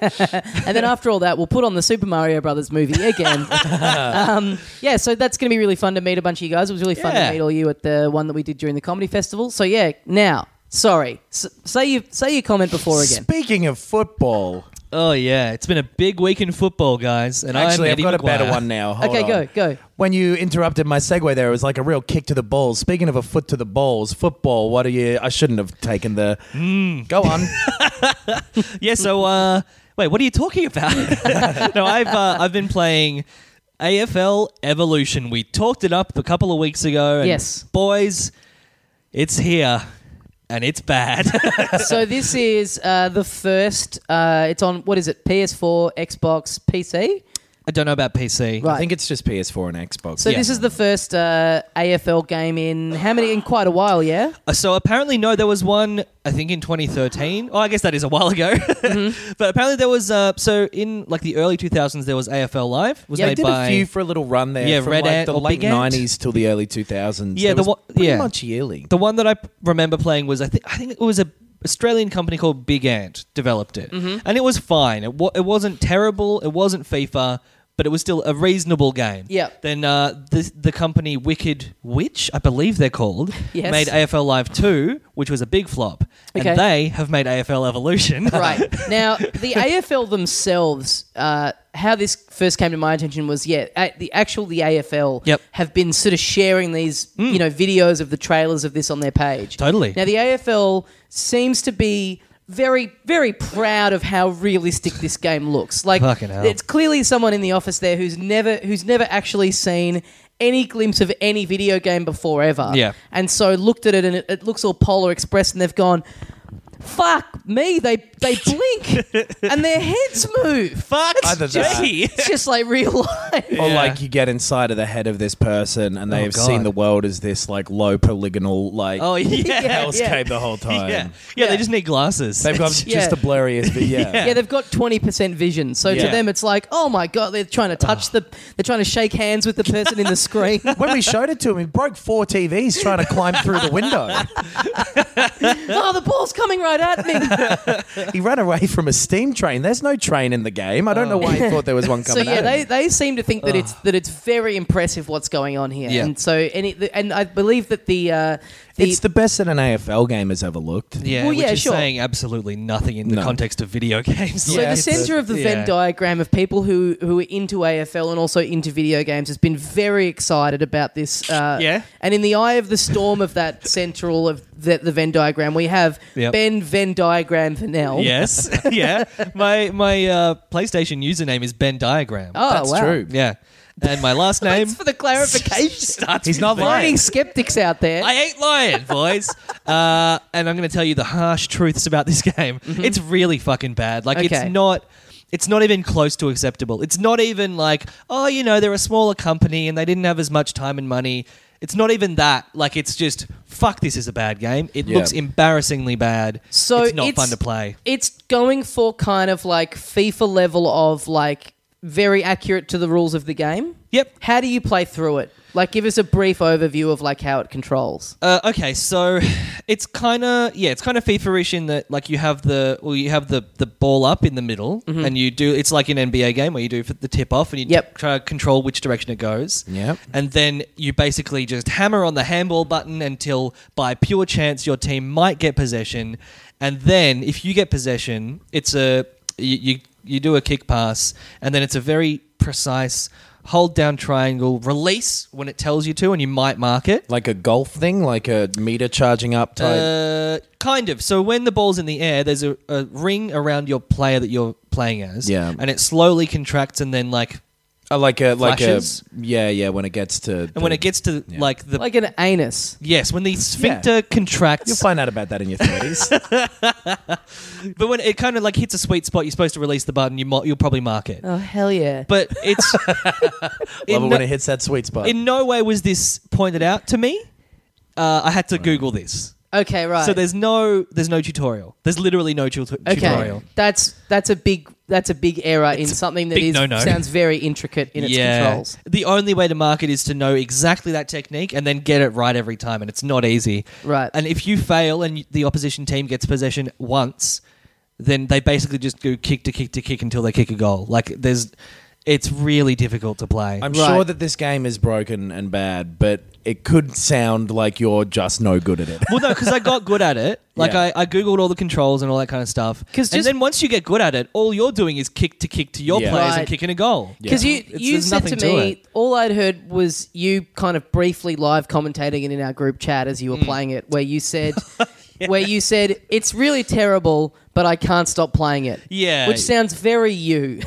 S4: and then after all that, we'll put on the Super Mario Brothers movie
S6: <laughs>
S4: again. um, yeah, so that's going to be really fun to meet a bunch of you guys. It was really fun
S5: Yeah.
S4: to meet all you at the one that we did during the comedy festival. So yeah, now sorry, S- say you say your comment before again.
S6: speaking of football,
S5: oh yeah, it's been a big week in football, guys. And
S6: actually,
S5: I'm
S6: I've
S5: Eddie
S6: got a better
S5: Maguire.
S6: one now. Hold
S4: Okay,
S6: on.
S4: go, go.
S6: When you interrupted my segue there, it was like a real kick to the balls. Speaking of a foot to the balls, football. What are you? I shouldn't have taken the.
S5: Hmm. <laughs>
S6: Go on.
S5: Yeah. So uh, wait, what are you talking about? <laughs> no, I've uh, I've been playing. AFL Evolution. We talked it up a couple of weeks ago. And
S4: Yes.
S5: Boys, it's here and it's bad. <laughs>
S4: so this is uh, the first. Uh, it's on what is it? PS4, Xbox, PC.
S5: I don't know about PC.
S4: Right.
S6: I think it's just PS4 and Xbox.
S4: So this is the first uh, AFL game in how many in quite a while, yeah.
S5: Uh, So apparently, no, there was one. I think in 2013. Oh, I guess that is a while ago. <laughs>
S4: Mm-hmm.
S5: but apparently, there was. Uh, so in like the early 2000s, there was AFL Live. Was
S6: yeah, they
S5: made
S6: did
S5: by
S6: a few for a little run there.
S5: Yeah,
S6: from
S5: Red
S6: like
S5: Ant
S6: the
S5: or
S6: late
S5: Big Ant.
S6: '90s till the early 2000s.
S5: Yeah,
S6: There
S5: the
S6: was
S5: one-
S6: pretty
S5: yeah.
S6: much yearly.
S5: the one that I p- remember playing was I think I think it was a Australian company called Big Ant developed it,
S4: Mm-hmm.
S5: and it was fine. It wa- it wasn't terrible. It wasn't FIFA. But it was still a reasonable game.
S4: Yeah.
S5: Then uh, the the company Wicked Witch, I believe they're called,
S4: <laughs> Yes.
S5: made AFL Live Two, which was a big flop,
S4: Okay.
S5: and they have made AFL <laughs> Evolution.
S4: Right now, the
S5: <laughs>
S4: AFL themselves, uh, how this first came to my attention was yeah, a- the actual the AFL
S5: Yep. Mm.
S4: have been sort of sharing these you know videos of the trailers of this on their page.
S5: Totally.
S4: Now the AFL seems to be. Very, very proud of how realistic this game looks. Like,
S5: Fucking hell.
S4: it's clearly someone in the office there who's never, who's never actually seen any glimpse of any video game before ever.
S5: Yeah.
S4: and so looked at it, and it, it looks all Polar Express, and they've gone, fuck me, they they blink and their heads move.
S5: Fuck
S6: Either that-
S5: gee.
S4: It's just like real life.
S6: Or like you get inside of the head of this person, and they have
S5: Oh, God.
S6: seen the world as this like low polygonal like
S4: <laughs>
S5: Oh <laughs> yeah.
S6: hellscape the whole
S5: <laughs> yeah.
S6: time.
S5: yeah. they just need glasses.
S6: They've got just
S4: Yeah.
S6: the blurriest, but yeah.
S5: <laughs>
S4: Yeah, they've got twenty percent vision. So to
S5: Yeah.
S4: them, it's like, oh my god, they're trying to touch the, they're trying to shake hands with the person in the screen.
S6: <laughs> When we showed it to him, he broke four TVs
S5: <laughs>
S6: trying to climb through the window.
S4: oh, the ball's coming right at me.
S6: He ran away from a steam train. There's no train in the game. I don't know
S5: Oh.
S6: why he thought there
S5: <laughs>
S6: was one
S4: So
S6: coming.
S4: yeah,
S6: at
S4: they,
S6: him.
S4: they seem to think that it's that it's very impressive what's going on here,
S5: Yeah.
S4: and so and it, and I believe that the, uh, the
S6: it's the best that an AFL game has ever looked.
S5: <laughs> Yeah,
S4: Well,
S5: which
S4: yeah,
S5: is
S4: sure.
S5: saying absolutely nothing in the
S6: No.
S5: context of video <laughs> games.
S4: So
S5: Like,
S4: the
S5: it's a-
S4: center of the Venn
S5: yeah.
S4: diagram of people who, who are into AFL and also into video games has been very excited about this. Uh,
S5: Yeah.
S4: And in the eye of the storm of that central of the, the Venn diagram, we have
S5: Yep.
S4: Ben Venn diagram Vanel.
S5: Yes, <laughs> yeah. My my uh, PlayStation username is Ben Diagram.
S4: Oh,
S6: That's
S4: wow.
S6: true.
S5: Yeah, and my last name.
S4: Thanks for the clarification.
S5: <laughs> starts
S6: He's
S5: with
S6: not
S5: Ben.
S6: lying.
S4: Learning skeptics out there.
S5: I ain't lying, boys. uh, and I'm going to tell you the harsh truths about this game. It's really fucking bad. Like
S4: Okay.
S5: it's not. It's not even close to acceptable. It's not even like, oh, you know, they're a smaller company and they didn't have as much time and money. It's not even that. Like, it's just fuck. This is a bad game. It
S6: Yeah.
S5: looks embarrassingly bad.
S4: so
S5: it's not fun to play.
S4: It's going for kind of like FIFA level of like very accurate to the rules of the game.
S5: Yep.
S4: How do you play through it? Like, give us a brief overview of like how it controls.
S5: Uh, okay, so it's kind of yeah, it's kind of FIFA-ish in that like you have the well you have the the ball up in the middle and you do it's like an NBA game where you do for the tip off and you
S4: Yep.
S5: try to control which direction it goes.
S6: Yep.
S5: And then you basically just hammer on the handball button until by pure chance your team might get possession and then if you get possession, it's a you you, you do a kick pass and then it's a very precise hold down triangle release when it tells you to and you might mark it.
S6: Like a golf thing, like a meter charging up type.
S5: Uh, kind of. So when the ball's in the air, there's a, a ring around your player that you're playing as.
S6: Yeah.
S5: And it slowly contracts and then like
S6: Uh, like a like
S5: flashes.
S6: a yeah yeah. When it gets to
S5: and when it gets to like the
S4: Like an anus.
S5: yes, when the sphincter contracts
S6: you'll find out about that in
S5: <laughs>
S6: your thirties.
S5: but when it kind of like hits a sweet spot, you're supposed to release the button, you mo- you'll probably mark it.
S4: Oh hell yeah!
S5: But
S4: <laughs>
S5: it's in,
S6: Love it
S5: no,
S6: when it hits that sweet spot.
S5: in no way was this pointed out to me. Uh, I had to Google this.
S4: okay, right.
S5: So there's no there's no tutorial. There's literally no tu-
S4: okay.
S5: tutorial.
S4: That's that's a big that's a big error in something that
S5: big
S4: is
S5: no-no.
S4: sounds very intricate in its controls.
S5: The only way to market is to know exactly that technique and then get it right every time, and it's not easy.
S4: Right.
S5: And if you fail and y- the opposition team gets possession once, then they basically just go kick to kick to kick until they kick a goal. Like there's, it's really difficult to play.
S6: I'm
S4: Right.
S6: sure that this game is broken and bad, but it could sound like you're just no good at it.
S5: well, no, because I got good at it. Like
S6: <laughs> Yeah.
S5: I, I googled all the controls and all that kind of stuff.
S4: 'Cause
S5: and
S4: just-
S5: then once you get good at it, all you're doing is kick to kick to your
S6: Yeah.
S5: players
S4: Right.
S5: and kicking a goal.
S4: Because you
S5: It's-
S4: you
S5: there's
S4: said to
S5: nothing to
S4: me
S5: it.
S4: all I'd heard was you kind of briefly live commentating it in our group chat as you
S5: Mm.
S4: were playing it, where you
S5: <laughs>
S4: said. Where you said it's really terrible, but I can't stop playing it.
S5: Yeah.
S4: which sounds very you.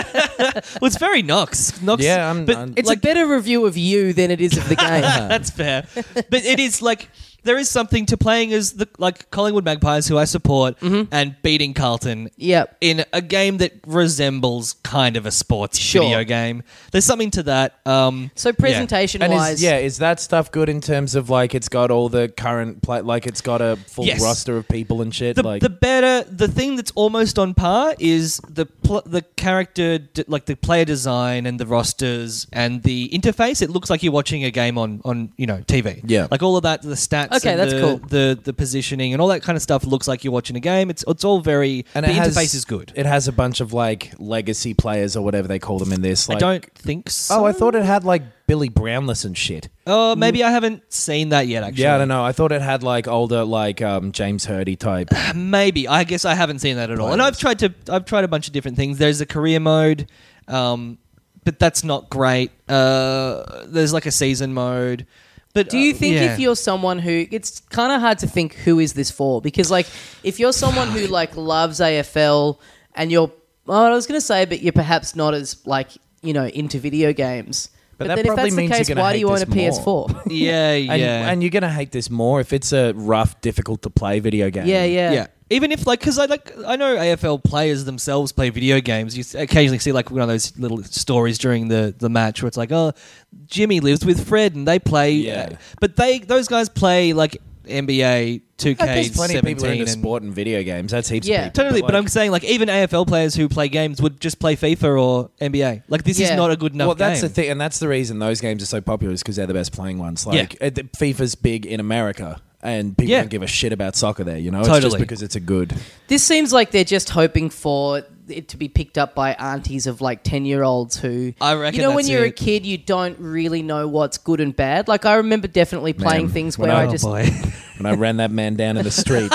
S5: Well, it's very Knox. Knox.
S6: Yeah, I'm-
S5: but
S6: I'm-
S4: <laughs> It's
S5: like,
S4: a better review of you than it is of the
S5: <laughs>
S4: game.
S5: That's fair. But it is like there is something to playing as the like Collingwood Magpies, who I support,
S4: Mm-hmm.
S5: and beating Carlton.
S4: Yep.
S5: In a game that resembles kind of a sports
S4: Sure.
S5: video game. There's something to that. Um,
S4: So presentation
S6: And
S4: wise,
S6: is, yeah, is that stuff good in terms of like it's got all the current play, like it's got a full
S5: Yes.
S6: roster of people and shit?
S5: The,
S6: like
S5: the better the thing that's almost on par is the pl- the character d- like the player design and the rosters and the interface it looks like you're watching a game on on you know TV
S6: Yeah.
S5: like all of that the stats
S4: Okay,
S5: and
S4: that's
S5: the,
S4: cool.
S5: the the positioning and all that kind of stuff looks like you're watching a game it's it's all very the interface is good
S6: It has a bunch of like legacy players or whatever they call them in this. Like,
S5: I don't think so
S6: Oh, I thought it had like Billy Brownless and shit.
S5: oh maybe I haven't seen that yet actually
S6: Yeah, I don't know. I thought it had like older, like um, James
S5: <laughs>
S6: Hurdy type.
S5: Maybe I guess I haven't seen that at all, and I've tried to I've tried a bunch of different things. There's a career mode, um, but that's not great. Uh, there's like a season mode, but
S4: Do you think
S5: uh, yeah.
S4: if you're someone who it's kind of hard to think who is this for because like if you're someone who like loves AFL and you're well, I was going to say but you're perhaps not as like you know into video games. But,
S6: that
S4: then if
S6: probably
S4: that's the
S6: means you're
S4: case,
S6: gonna
S4: why do
S6: hate
S4: you own
S6: this
S4: a PS4?
S5: <laughs> yeah yeah
S6: And, and you're gonna hate this more if it's a rough, difficult to play video
S4: <laughs>
S6: game.
S4: yeah, yeah,
S5: yeah. Even if like, because I like, I know AFL players themselves play video games. You s- occasionally see like one of those little stories during the the match where it's like, oh, Jimmy lives with Fred and they play. uh,
S6: Yeah.
S5: but they those guys play like NBA two K.
S6: There's plenty of people into
S5: and,
S6: sport and video games. That's heaps.
S4: Yeah.
S6: of people.
S5: Totally, but,
S6: like-
S5: I'm saying like even AFL players who play games would just play FIFA or NBA. Like this
S4: Yeah.
S5: is not a good enough.
S6: well, that's
S5: game.
S6: the thing, and that's the reason those games are so popular is because they're the best playing ones.
S5: Yeah.
S6: Like uh, the- FIFA's big in America, and people
S5: Yeah.
S6: don't give a shit about soccer there. You know, it's just
S5: Totally.
S6: because it's a good.
S4: This seems like they're just hoping for it to be picked up by aunties of like 10 year olds who.
S5: I reckon
S4: You know, when
S5: that's
S4: you're a
S5: it.
S4: kid, you don't really know what's good and bad. Like, I remember definitely playing
S6: Man,
S4: things
S6: when
S4: where
S6: I-
S4: I
S6: oh
S4: just.
S5: boy.
S6: <laughs> When I ran that man down in
S5: <laughs>
S6: the street,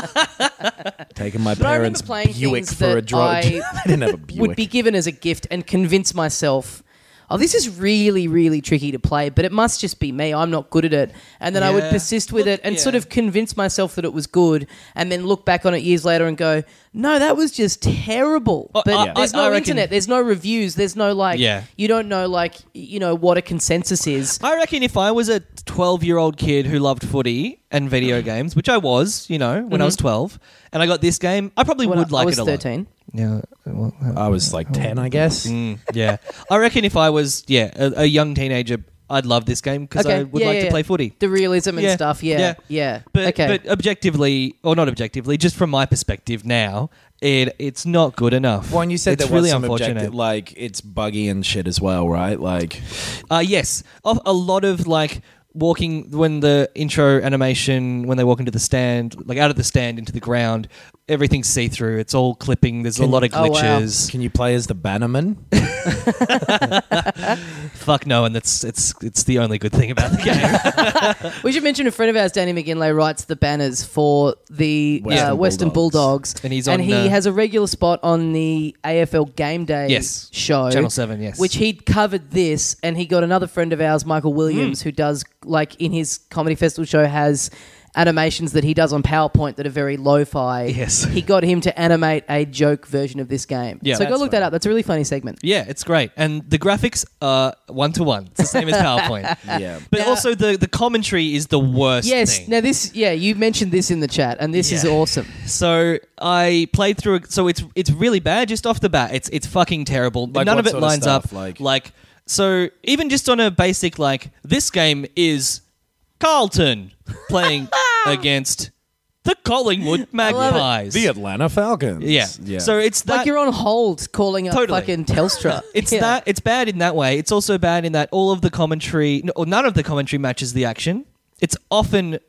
S6: taking my
S4: But I remember
S6: parents'
S4: playing
S6: Buick
S4: things
S6: for a
S4: that
S6: drive.
S4: I
S6: <laughs> I, didn't have a Buick.
S4: would be given as a gift and convince myself, oh, this is really, really tricky to play, but it must just be me. I'm not good at it. And then I would
S5: Yeah.
S4: persist with
S5: Look,
S4: it and
S5: yeah.
S4: sort of convince myself that it was good and then look back on it years later and go, no, that was just terrible.
S5: Well,
S4: but
S5: I-
S4: there's
S5: I-
S4: no
S5: I reckon-
S4: internet, there's no reviews, there's no like,
S5: Yeah.
S4: you don't know like, you know, what a consensus is.
S5: I reckon if I was a 12 year old kid who loved footy and video games, which I was, you know, when I was 12, and I got this game, I probably
S4: When
S5: would
S4: Mm-hmm. I-
S5: like
S4: I was
S5: it a
S4: 13.
S5: lot. Yeah. well,
S6: I was
S5: Oh,
S6: like ten, I guess.
S5: Um, yeah. I reckon if I was, yeah, a, a young teenager, I'd love this game because I would
S4: yeah,
S5: like
S4: yeah,
S5: to
S4: yeah.
S5: play footy.
S4: The realism and
S5: Yeah,
S4: stuff, yeah. Yeah.
S5: yeah. But,
S4: okay.
S5: but objectively, or not objectively, just from my perspective now, it it's not good enough.
S6: Well, and you said
S5: it's
S6: there was some objective, like it's buggy and shit as well, right? Like,
S5: Uh, yes, a, a lot of like walking when the intro animation when they walk into the stand, like out of the stand into the ground, everything's see through. It's all clipping. There's a lot of
S4: Oh, wow.
S5: glitches.
S6: can you play as
S5: <laughs>
S6: the bannerman?
S5: Fuck no, and that's it's it's the only good thing about
S4: <laughs>
S5: the game.
S4: We should mention a friend of ours, Danny McGinley, writes the banners for the Western,
S6: Western
S4: uh, Western Bulldogs.
S6: Bulldogs.
S5: And he's on,
S4: he
S5: uh,
S4: has a regular spot on the AFL Game Day
S5: Yes.
S4: show.
S5: Channel 7, yes.
S4: Which he'd covered this, and he got another friend of ours, Michael
S5: Hmm.
S4: Williams, who does, like, in his comedy festival show, has animations that he does on PowerPoint that are very lo fi.
S5: Yes.
S4: He got him to animate a joke version of this game.
S5: Yeah,
S4: so go
S5: that's
S4: look that
S5: funny.
S4: up. That's a really funny segment.
S5: yeah, it's great, and the graphics are one to one. It's
S4: <laughs>
S5: the same as PowerPoint.
S6: Yeah.
S5: but also the the commentary is the worst.
S4: Yes.
S5: thing.
S4: Now, this, yeah, you mentioned this in the chat, and this is
S5: Yeah.
S4: awesome.
S5: So I played through. a- So it's it's really bad just off the bat. It's it's fucking terrible.
S6: Like
S5: None
S6: what
S5: of it
S6: sort of
S5: lines
S6: stuff?
S5: up.
S6: Like-
S5: so, even just on a basic like this game is
S6: <laughs>
S5: Carlton playing against the Collingwood Magpies.
S6: the Atlanta Falcons.
S5: yeah.
S6: yeah.
S5: So it's that.
S4: like you're on hold calling up
S5: Totally.
S4: fucking Telstra.
S5: <laughs> it's
S4: Yeah.
S5: that it's bad in that way. It's also bad in that all of the commentary n- or none of the commentary matches the action. It's often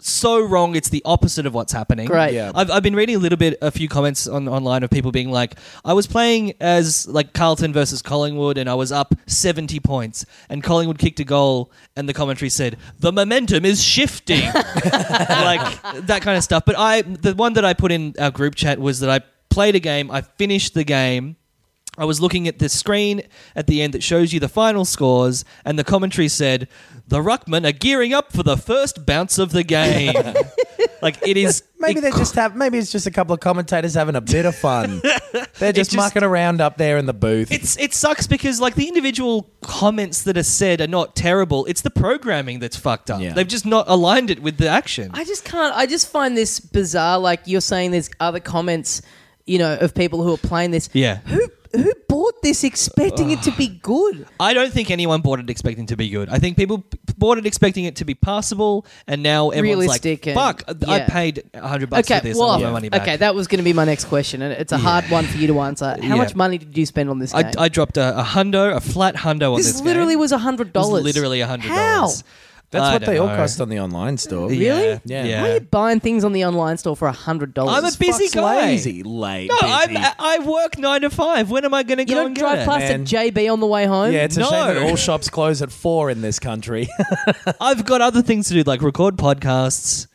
S5: so wrong. It's the opposite of what's happening.
S4: Great. Yeah.
S5: I've, I've been reading a little bit, a few comments on online of people being like, I was playing as like Carlton versus Collingwood, and I was up seventy points, and Collingwood kicked a goal, and the commentary said the momentum is shifting, <laughs> like that kind of stuff. But I, the one that I put in our group chat was that I played a game, I finished the game. I was looking at the screen at the end that shows you the final scores, and the commentary said, "The ruckman are gearing up for the first bounce of the
S6: <laughs>
S5: game." like it is
S6: Maybe
S5: it
S6: they just have. Maybe it's just a couple of commentators having a bit
S5: <laughs>
S6: of fun. They're just,
S5: just-
S6: mucking around up there in the booth.
S5: It's it sucks because like the individual comments that are said are not terrible. It's the programming that's fucked up.
S6: Yeah.
S5: They've just not aligned it with the action.
S4: I just can't. I just find this bizarre. Like you're saying, there's other comments, you know, of people who are playing this.
S5: Yeah.
S4: Who who bought this expecting it to
S5: <sighs>
S4: be good?
S5: I don't think anyone bought it expecting to be good. I think people p- bought it expecting it to be passable, and now everyone's
S4: Realistic and-
S5: like, "Fuck, I
S4: yeah.
S5: paid hundred bucks
S4: Okay,
S5: for this. I
S4: well,
S5: want my money back."
S4: okay, that was going to be my next question, and it's a hard one for you to answer. How
S5: Yeah.
S4: much money did you spend on this game?
S5: I, I dropped a, a hundo, a flat hundo on
S4: this,
S5: this.
S4: literally
S5: game.
S4: was a hundred dollars.
S5: It was literally a hundred
S4: How?
S5: dollars.
S6: That's
S5: I
S6: what
S5: don't
S6: they all
S5: know.
S6: cost on the online store.
S4: Really?
S5: Yeah.
S6: Yeah.
S4: Why are you buying things on the online store for a hundred dollars?
S5: I'm a busy
S6: Fuck's
S5: guy.
S6: lazy, late.
S5: No,
S6: busy.
S5: I'm, I work nine to five. When am I going to
S4: You
S5: go
S4: don't
S5: and
S4: drive
S5: get
S4: past
S6: man.
S4: a JB on the way home.
S6: yeah, it's a
S5: No.
S6: shame that all shops close at four in this country.
S5: it? I've got other things to do, like record podcasts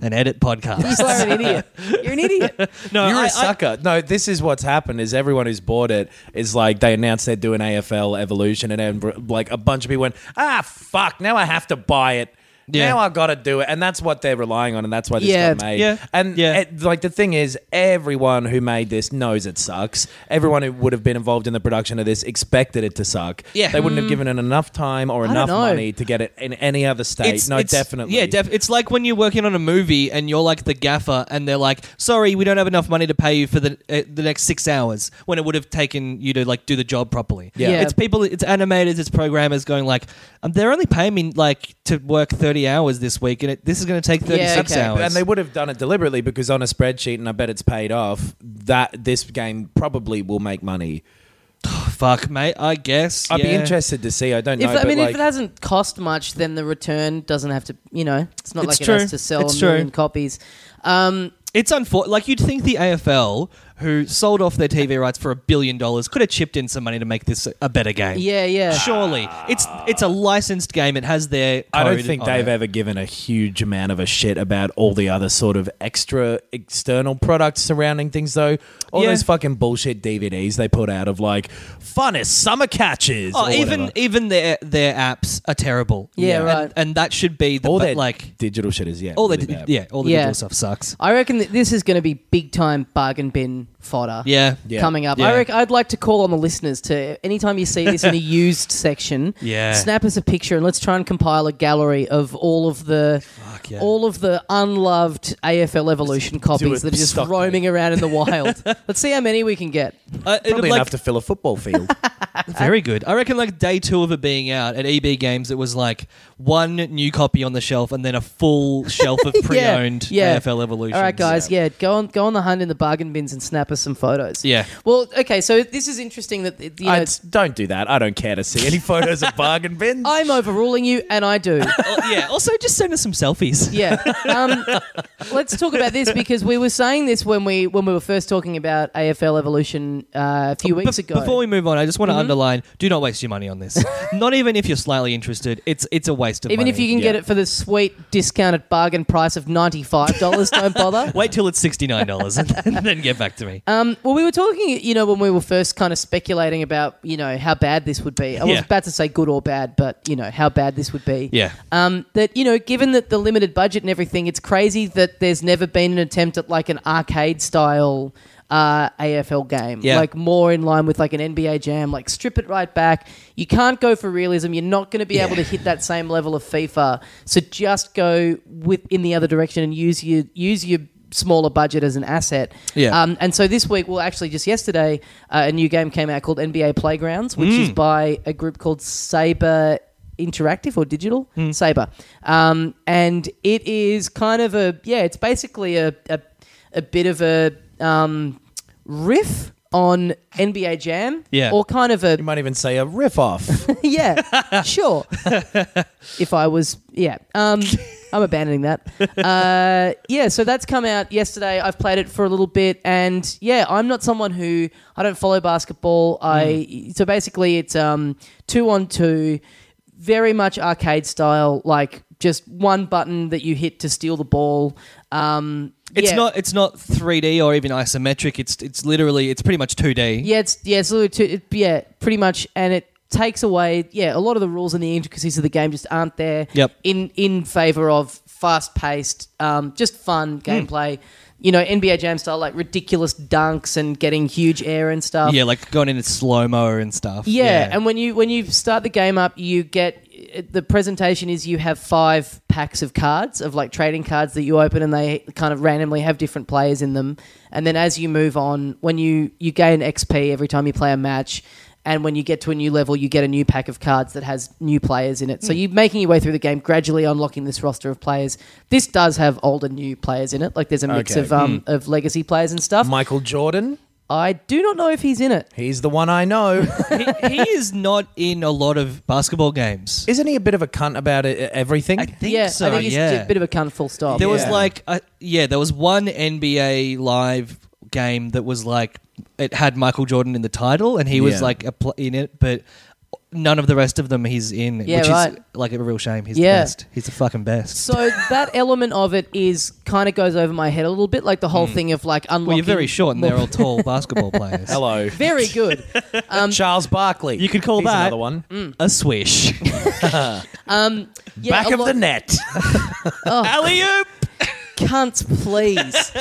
S5: and
S4: <laughs>
S5: edit podcasts.
S4: you
S5: <laughs>
S4: are an idiot. You're an idiot.
S5: no,
S6: You're
S5: I-
S6: a
S5: I-
S6: sucker. no, this is what's happened. Is everyone who's bought it is like they announced they're doing AFL Evolution, and then like a bunch of people went, ah, fuck, now I have to buy it.
S5: Yeah.
S6: Now I got to do it, and that's what they're relying on, and that's why this
S4: Yeah.
S6: got made.
S5: Yeah.
S6: And
S5: Yeah.
S6: It, like the thing is, everyone who made this knows it sucks. Everyone who would have been involved in the production of this expected it to suck.
S5: Yeah. Hmm.
S6: They wouldn't have given it enough time or
S4: don't
S6: enough
S4: know.
S6: money to get it in any other state. no, definitely.
S5: Yeah, def- it's like when you're working on a movie and you're like the gaffer, and they're like, "Sorry, we don't have enough money to pay you for the uh, the next six hours," when it would have taken you to like do the job properly.
S4: Yeah.
S5: it's people, it's animators, it's programmers going like, um, "They're only paying me like to work thirty hours this week, and it, this is going to take thirty six
S4: okay.
S5: hours."
S6: And they would have done it deliberately because on a spreadsheet, and I bet it's paid off. That this game probably will make money
S5: fuck, mate. I guess.
S7: I'd be
S5: yeah.
S7: interested to see. I don't know.
S4: If, I
S7: but
S4: mean,
S7: like,
S4: if it hasn't cost much, then the return doesn't have to. You know, it's not
S5: It's
S4: like
S5: true.
S4: it has to sell
S5: It's
S4: a million
S5: true.
S4: copies. Um,
S5: It's unfortunate. Like you'd think the AFL, who sold off their TV rights for a billion dollars, could have chipped in some money to make this a better game.
S4: yeah, yeah.
S5: Surely, it's it's a licensed game. It has their.
S7: I don't
S5: code
S7: think
S5: on
S7: they've
S5: it.
S7: ever given a huge amount of a shit about all the other sort of extra external products surrounding things, though. All
S5: Yeah.
S7: those fucking bullshit DVDs they put out of like funnest summer catches.
S5: Oh,
S7: or
S5: even
S7: whatever.
S5: even their their apps are terrible.
S4: Yeah,
S5: and,
S4: right.
S5: And that should be the
S7: all
S5: but,
S7: their
S5: like
S7: like digital shit is yeah.
S5: all the
S7: really bad.
S5: yeah all the
S4: Yeah.
S5: digital stuff sucks.
S4: I reckon that this is going to be big time bargain bin fodder.
S5: Yeah.
S7: Yeah.
S4: Coming up,
S5: Yeah.
S4: I reckon I'd like to call on the listeners to anytime you see
S5: <laughs>
S4: this in a used section,
S5: Yeah.
S4: snap us a picture and let's try and compile a gallery of all of the
S5: yeah.
S4: all of the unloved AFL Evolution copies
S7: a
S4: that are just
S7: stock
S4: roaming around in the
S5: <laughs>
S4: wild. let's see how many we can get.
S5: Uh, it'd
S7: Probably
S5: like-
S7: enough to fill a football
S5: <laughs>
S7: field.
S5: Very good. I reckon like day two of it being out at EB Games, it was like one new copy on the shelf and then a full shelf
S4: <laughs>
S5: of pre-owned AFL Evolution.
S4: All right, guys. Yeah, go on, go on the hunt in the bargain bins and snap us some photos.
S5: Yeah.
S4: Well, okay. So this is interesting that you know,
S7: I don't do that. I don't care to see any photos of bargain
S5: <laughs>
S7: bins.
S4: I'm overruling you, and I do.
S5: Oh, yeah. Also, just send us
S4: <laughs>
S5: some selfies.
S4: Yeah. Um, let's talk about this because we were saying this when we when we were first talking about AFL Evolution uh, a few weeks
S5: Be-
S4: ago. Mm-hmm.
S5: Before we move on, I just want to underline: do not waste your money on this. <laughs> Not even if you're slightly interested. It's it's a waste of
S4: even
S5: money.
S4: if you can get
S7: Yeah.
S4: it for the sweet discounted bargain price of ninety five dollars, don't
S5: <laughs>
S4: bother.
S5: wait till it's sixty nine dollars and then then get back
S4: <laughs>
S5: to me.
S4: Um, well, we were talking, you know, when we were first kind of speculating about, you know, how bad this would be. I was
S5: Yeah.
S4: about to say good or bad, but you know how bad this would be.
S5: yeah.
S4: um, that you know, given that the limited budget and everything, it's crazy that there's never been an attempt at like an arcade style uh, AFL game,
S5: Yeah.
S4: like more in line with like an NBA Jam. Like strip it right back. You can't go for realism. You're not going to be able to hit that same level of FIFA. So just go with in the other direction and use your use your smaller budget as an asset.
S5: Yeah.
S4: Um, and so this week, well, actually, just yesterday, uh, a new game came out called NBA Playgrounds, which is by a group called Saber Interactive or Digital Saber, um, and it is kind of a yeah, it's basically a a, a bit of a um, riff on NBA Jam,
S5: Yeah.
S4: or kind of a
S7: You might even say a riff off.
S4: <laughs>
S5: <laughs>
S4: yeah, sure. if I was, yeah, um, I'm abandoning that. Uh, yeah, so that's come out yesterday. I've played it for a little bit, and yeah, I'm not someone who I don't follow basketball.
S5: Mm.
S4: I so basically it's um, two on two, very much arcade style, like just one button that you hit to steal the ball. Um,
S5: It's
S4: yeah.
S5: not it's not three D or even isometric. It's it's literally it's pretty much two D.
S4: Yeah, it's yeah, it's a little too, it, yeah, pretty much, and it takes away yeah a lot of the rules and the intricacies of the game just aren't there.
S5: Yep.
S4: In in favor of fast paced, um, just fun gameplay. You know, NBA Jam style, like ridiculous dunks and getting huge air and stuff.
S5: Yeah, like going in in slow mo and stuff.
S4: Yeah, and when you when you start the game up, you get the presentation is you have five packs of cards of like trading cards that you open, and they kind of randomly have different players in them. And then as you move on, when you you gain XP every time you play a match. And when you get to a new level, you get a new pack of cards that has new players in it.
S5: Hmm.
S4: So you're making your way through the game, gradually unlocking this roster of players. This does have old and new players in it. Like there's a mix
S7: Okay.
S4: of um,
S5: Hmm.
S4: of legacy players and stuff.
S7: Michael Jordan.
S4: I do not know if he's in it.
S7: He's the one I
S5: <laughs>
S7: know.
S5: he, he is not in a lot of basketball games.
S7: Isn't he a bit of a cunt about it, everything?
S5: I think
S4: yeah,
S5: so.
S4: I think he's
S5: yeah,
S4: a bit of a cunt. Full stop.
S5: there was
S7: Yeah.
S5: like a, yeah, there was one NBA live game that was like it had Michael Jordan in the title and he was
S7: Yeah.
S5: like a pl- in it, but none of the rest of them he's in,
S4: Yeah,
S5: which is
S4: right.
S5: like a real shame. He's
S4: Yeah.
S5: the best. He's the fucking best.
S4: So that element of it is kind of goes over my head a little bit, like the whole thing of like unlocking.
S5: Hmm. Well, you're very short and
S4: more-
S5: they're all tall basketball players. <laughs>
S7: Hello.
S4: <laughs> Very good.
S7: Charles Barkley.
S5: um, You could call
S7: He's
S5: that Mm,
S7: another one.
S5: A <laughs> swish.
S4: Yeah,
S7: Back
S4: a
S7: of
S4: lot-
S7: the
S5: <laughs>
S7: net.
S5: Alley oop!
S4: <laughs> cunts,
S5: <laughs>
S4: please.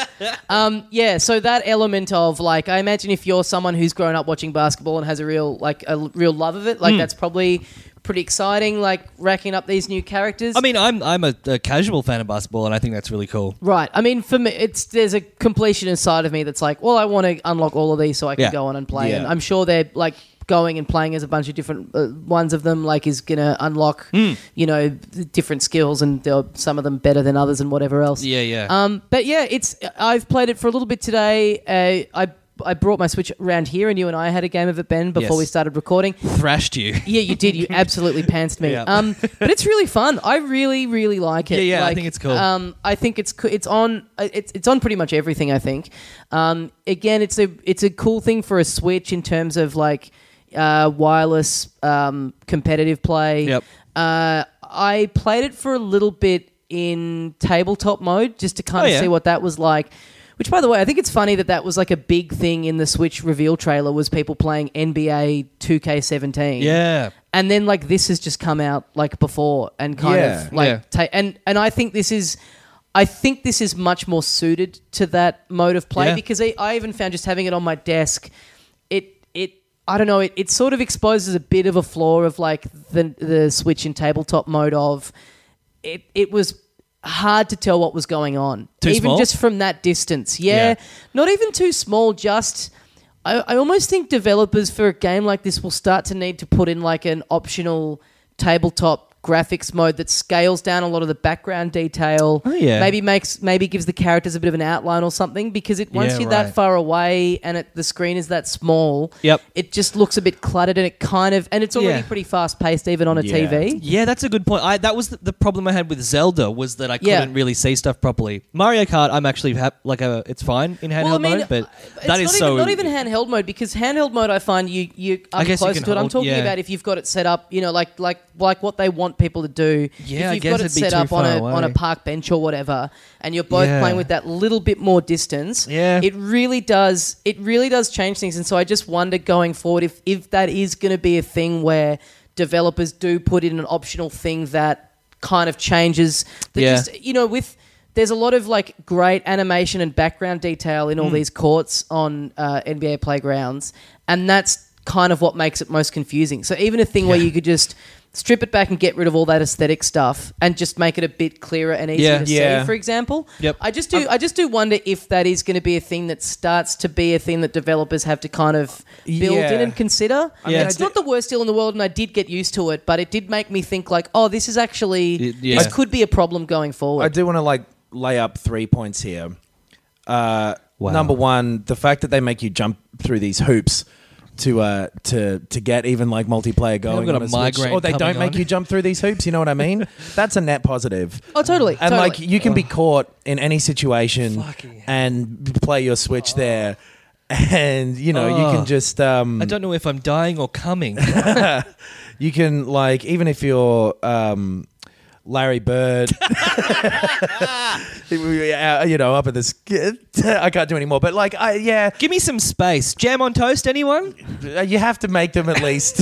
S4: um, yeah, so that element of like, I imagine if you're someone who's grown up watching basketball and has a real like a l- real love of it,
S5: Hmm.
S4: like that's probably pretty exciting. Like racking up these new characters.
S5: I mean, I'm I'm a, a casual fan of basketball, and I think that's really cool.
S4: Right. I mean, for me, it's there's a completionist side of me that's like, well, I want to unlock all of these so I can
S5: Yeah.
S4: go on and play. And
S7: Yeah.
S4: I'm sure they're like going and playing as a bunch of different uh, ones of them. Like is gonna unlock,
S5: Hmm.
S4: you know, th- different skills and they're- some of them better than others and whatever else.
S5: Yeah, yeah.
S4: Um, but yeah, it's I've played it for a little bit today. Uh, I I brought my Switch around here, and you and I had a game of it, Ben, before
S5: Yes.
S4: we started recording.
S5: thrashed you.
S4: Yeah, you did. You absolutely pantsed me.
S5: Yeah.
S4: Um, but it's really fun. I really, really like it.
S5: Yeah, yeah, I
S4: Like,
S5: think it's cool.
S4: Um, I think it's co- it's on uh, it's it's on pretty much everything. I think. Um, again, it's a it's a cool thing for a Switch in terms of like uh, wireless um, competitive play.
S5: Yep.
S4: Uh, I played it for a little bit in tabletop mode just to kind
S5: Oh,
S4: of
S5: yeah.
S4: see what that was like. Which, by the way, I think it's funny that that was like a big thing in the Switch reveal trailer was people playing NBA 2K17
S5: <laughs> Yeah.
S4: and then like this has just come out like before and kind
S6: Yeah.
S4: of like
S5: Yeah.
S4: ta- and and I think this is I think this is much more suited to that mode of play
S5: Yeah.
S4: because I, I even found just having it on my desk it it I don't know it, it sort of exposes a bit of a flaw of like the the switch in tabletop mode of it it was hard to tell what was going on
S5: Too
S4: even
S5: small?
S4: just from that distance yeah,
S5: Yeah.
S4: not even too small just I, I almost think developers for a game like this will start to need to put in like an optional tabletop graphics mode that scales down a lot of the background detail
S5: Oh, yeah.
S4: maybe makes maybe gives the characters a bit of an outline or something because it once
S5: Yeah,
S4: you're
S5: right.
S4: that far away and it, the screen is that small
S5: Yep.
S4: it just looks a bit cluttered and it kind of and it's already
S5: Yeah.
S4: pretty fast paced even on a
S6: Yeah.
S4: tv
S5: Yeah, that's a good point. I that was the, the problem I had with Zelda was that I
S4: Yeah.
S5: couldn't really see stuff properly. Mario Kart, I'm actually hap like a, it's fine in handheld
S4: well, I mean, uh,
S5: mode, but
S4: it's
S5: that
S4: not
S5: is
S4: even,
S5: so
S4: not even handheld mode because handheld mode I find you you
S5: I
S4: up
S5: guess you
S4: close
S5: can
S4: to it. I'm
S5: hold-
S4: talking
S5: yeah.
S4: about if you've got it set up, you know, like like like what they want people to do.
S5: Yeah,
S4: if
S5: I
S4: you've
S5: guess
S4: got it
S5: it'd be
S4: set
S5: too
S4: up on
S5: far
S4: a on a
S5: away.
S4: park bench or whatever, and you're both
S5: Yeah.
S4: playing with that little bit more distance.
S5: Yeah.
S4: it really does. It really does change things, and so I just wonder going forward if if that is going to be a thing where developers do put in an optional thing that kind of changes that
S5: Yeah.
S4: just you know, with there's a lot of like great animation and background detail in all
S5: Mm.
S4: these courts on uh, NBA playgrounds, and that's kind of what makes it most confusing. So even a thing where you could just strip it back and get rid of all that aesthetic stuff and just make it a bit clearer and easier
S5: Yeah.
S4: to
S6: Yeah.
S4: see, for example.
S5: Yep. Um,
S4: I just do i just do wonder if that is going to be a thing that starts to be a thing that developers have to kind of build
S6: Yeah.
S4: in and consider.
S5: mean, I
S4: it's
S5: do-
S4: not the worst deal in the world and I did get used to it, but it did make me think like, oh, this is actually
S5: It- yeah.
S4: this could be a problem going forward.
S6: I do want to like lay up three points here. Uh, Number one, the fact that they make you jump through these hoops to uh, to to get even like multiplayer going.
S5: got
S6: on
S5: a
S6: Switch,
S5: migraine
S6: or they
S5: coming
S6: don't make
S5: on.
S6: you jump through these hoops. You know what I
S5: <laughs>
S6: mean? That's a net positive.
S4: Oh, totally,
S6: And
S4: totally.
S6: like you can be caught in any situation and play your Switch there, and you know you can just. Um,
S5: Oh. I don't know if I'm dying or coming. <laughs>
S6: you can like even if you're um, Larry
S4: <laughs>
S6: Bird, <laughs> Uh, you know, up at this. <laughs> I can't do any more. But like, I yeah, uh,
S5: Give me some space. Jam on toast, anyone?
S6: you have to make them at
S4: <laughs>
S6: least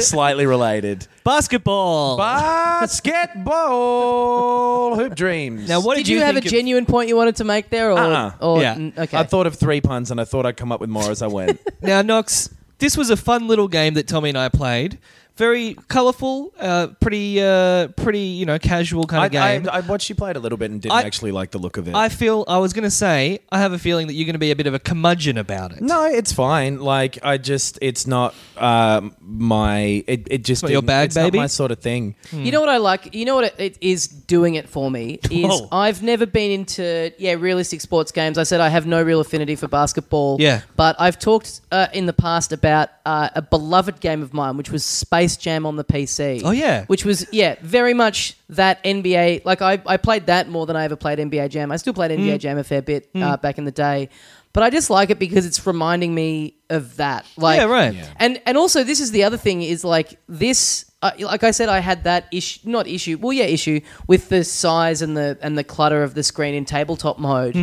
S6: slightly related.
S5: Basketball.
S6: Basketball hoop dreams.
S5: now, what
S4: did you, have a Oh,
S5: think of-
S4: genuine point you wanted to make there, or,
S6: Uh-uh.
S4: or
S5: Yeah.
S4: n- okay?
S6: I thought of three puns, and I thought I'd come up with more as I
S4: <laughs>
S6: went.
S5: Now, Knox, this was a fun little game that Tommy and I played. Very colourful, uh, pretty, uh, pretty, you know, casual kind
S6: I,
S5: of game.
S6: I, I watched you play it a little bit and didn't
S5: I-
S6: actually like the look of it.
S5: I feel I was going to say I have a feeling that you're going to be a bit of a curmudgeon about it.
S6: No, it's fine. Like I just, it's not um my. It, it just
S5: not your
S6: didn't-
S5: bag,
S6: it's
S5: baby?
S6: Not my sort of thing.
S4: You know what I like? You know what it, it is doing it for
S5: <laughs>
S4: me is
S5: Whoa.
S4: I've never been into yeah realistic sports games. I said I have no real affinity for basketball.
S5: Yeah.
S4: but I've talked uh, in the past about uh, a beloved game of mine, which was Space Jam on the PC.
S5: Oh, yeah.
S4: which was yeah very much that NBA. Like I, I played that more than I ever played NBA Jam. I still played NBA
S5: Mm.
S4: Jam a fair bit uh, back in the day. But I just like it because it's reminding me of that. Like,
S5: Yeah, right. Yeah.
S4: and and also this is the other thing is like this uh, like I said I had that issue not issue well yeah issue with the size and the and the clutter of the screen in tabletop mode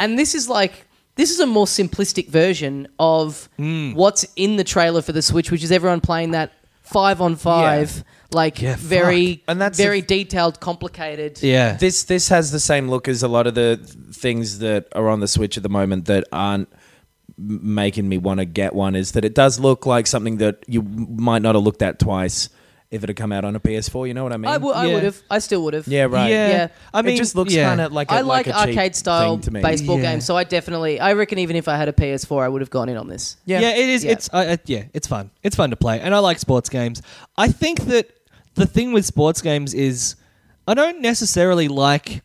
S4: and this is like this is a more simplistic version of what's in the trailer for the Switch which is everyone playing that 5 on 5 like very
S6: And that's
S4: very
S6: the-
S4: detailed complicated
S5: Yeah.
S6: This this has the same look as a lot of the things that are on the Switch at the moment that aren't m- making me want to get one. Is that it does look like something that you might not have looked at twice if it had come out on a PS4. You know what I mean?
S4: I, w- I
S5: Yeah.
S4: would have I still would have
S6: yeah, right.
S5: Yeah.
S4: Yeah.
S5: I mean,
S6: it just looks
S5: yeah.
S6: kind of like a,
S4: I like,
S6: a cheap
S4: arcade style
S6: thing to me.
S4: baseball
S5: Yeah.
S4: games, so I definitely, I reckon even if I had a PS4, I would have gone in on this.
S5: Yeah, it is.
S4: Yeah.
S5: It's I I- yeah, it's fun. It's fun to play, and I like sports games. I think that the thing with sports games is I don't necessarily like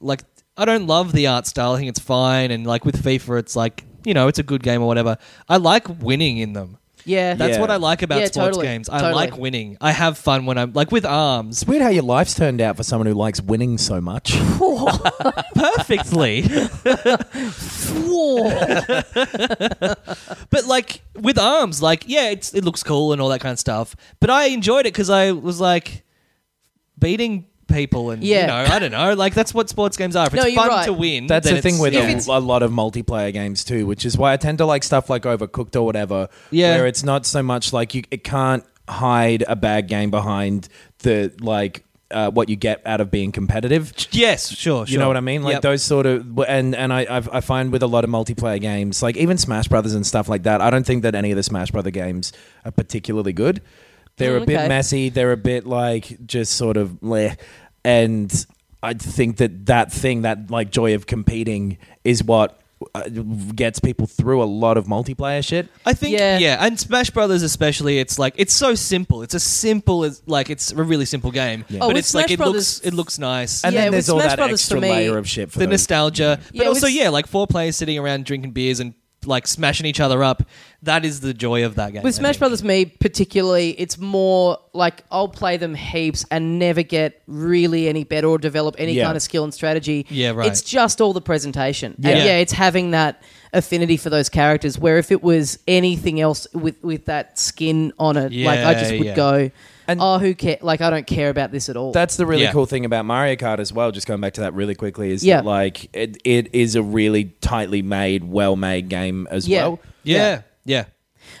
S5: like I don't love the art style. I think it's fine, and like with FIFA, it's like you know, it's a good game or whatever. I like winning in them.
S4: Yeah.
S5: That's
S6: Yeah.
S5: what I like about
S4: Yeah,
S5: sports
S4: totally.
S5: games. I
S4: Totally.
S5: like winning. I have fun when I'm like with arms <laughs>
S6: It's weird how your life's turned out for someone who likes winning so much.
S5: perfectly.
S4: Whoa.
S5: But like with arms, like yeah, it's, it looks cool and all that kind of stuff. But I enjoyed it because I was like beating people and
S4: Yeah.
S5: you know I don't know like that's what sports games are. If it's
S4: No, you're
S5: fun
S4: right.
S5: to win,
S6: That's
S5: then
S6: the thing
S5: it's-
S6: with
S5: yeah.
S6: a, a lot of multiplayer games too, which is why I tend to like stuff like Overcooked or whatever,
S5: Yeah.
S6: where it's not so much like you it can't hide a bad game behind the like uh, what you get out of being competitive.
S5: yes, Oh, sure,
S6: You know what I mean? Like those sort of and and I I've, I find with a lot of multiplayer games, like even Smash Brothers and stuff like that, I don't think that any of the Smash Brother games are particularly good. They're
S4: Mm,
S6: a bit
S4: okay.
S6: messy. They're a bit like just sort of bleh. and I think that that thing that like joy of competing is what uh, gets people through a lot of multiplayer shit.
S5: I think
S4: Yeah.
S5: yeah. and Smash Brothers especially. It's like it's so simple. It's as simple as like it's a really simple game,
S4: Oh,
S5: but
S4: with
S5: it's like
S4: Smash
S5: it
S4: Brothers-
S5: looks it looks nice.
S6: And
S4: Yeah,
S6: then
S4: with
S6: there's all
S4: Smash
S6: that
S4: Brothers for
S6: extra
S4: me,
S6: layer of shit for
S5: the
S6: them.
S5: nostalgia, but
S4: Yeah,
S5: also
S4: with-
S5: yeah, like four players sitting around drinking beers and like smashing each other up. That is the joy of that game.
S4: <laughs> With
S5: I
S4: Smash
S5: think.
S4: Brothers, me particularly, it's more like I'll play them heaps and never get really any better or develop any
S6: Yeah.
S4: kind of skill and strategy.
S5: Yeah, right.
S4: It's just all the presentation. Yeah.
S5: Yeah.
S4: yeah, it's having that affinity for those characters. Where if it was anything else with with that skin on it, like I just
S5: Yeah,
S4: would
S5: yeah.
S4: go,
S6: And-
S4: oh, who care? Like I don't care about this at all.
S6: That's the really
S5: Yeah.
S6: cool thing about Mario Kart as well. Just going back to that really quickly is
S4: Yeah.
S6: that like it, it is a really tightly made, well made game as
S4: Yeah. Um,
S6: well.
S5: yeah, yeah.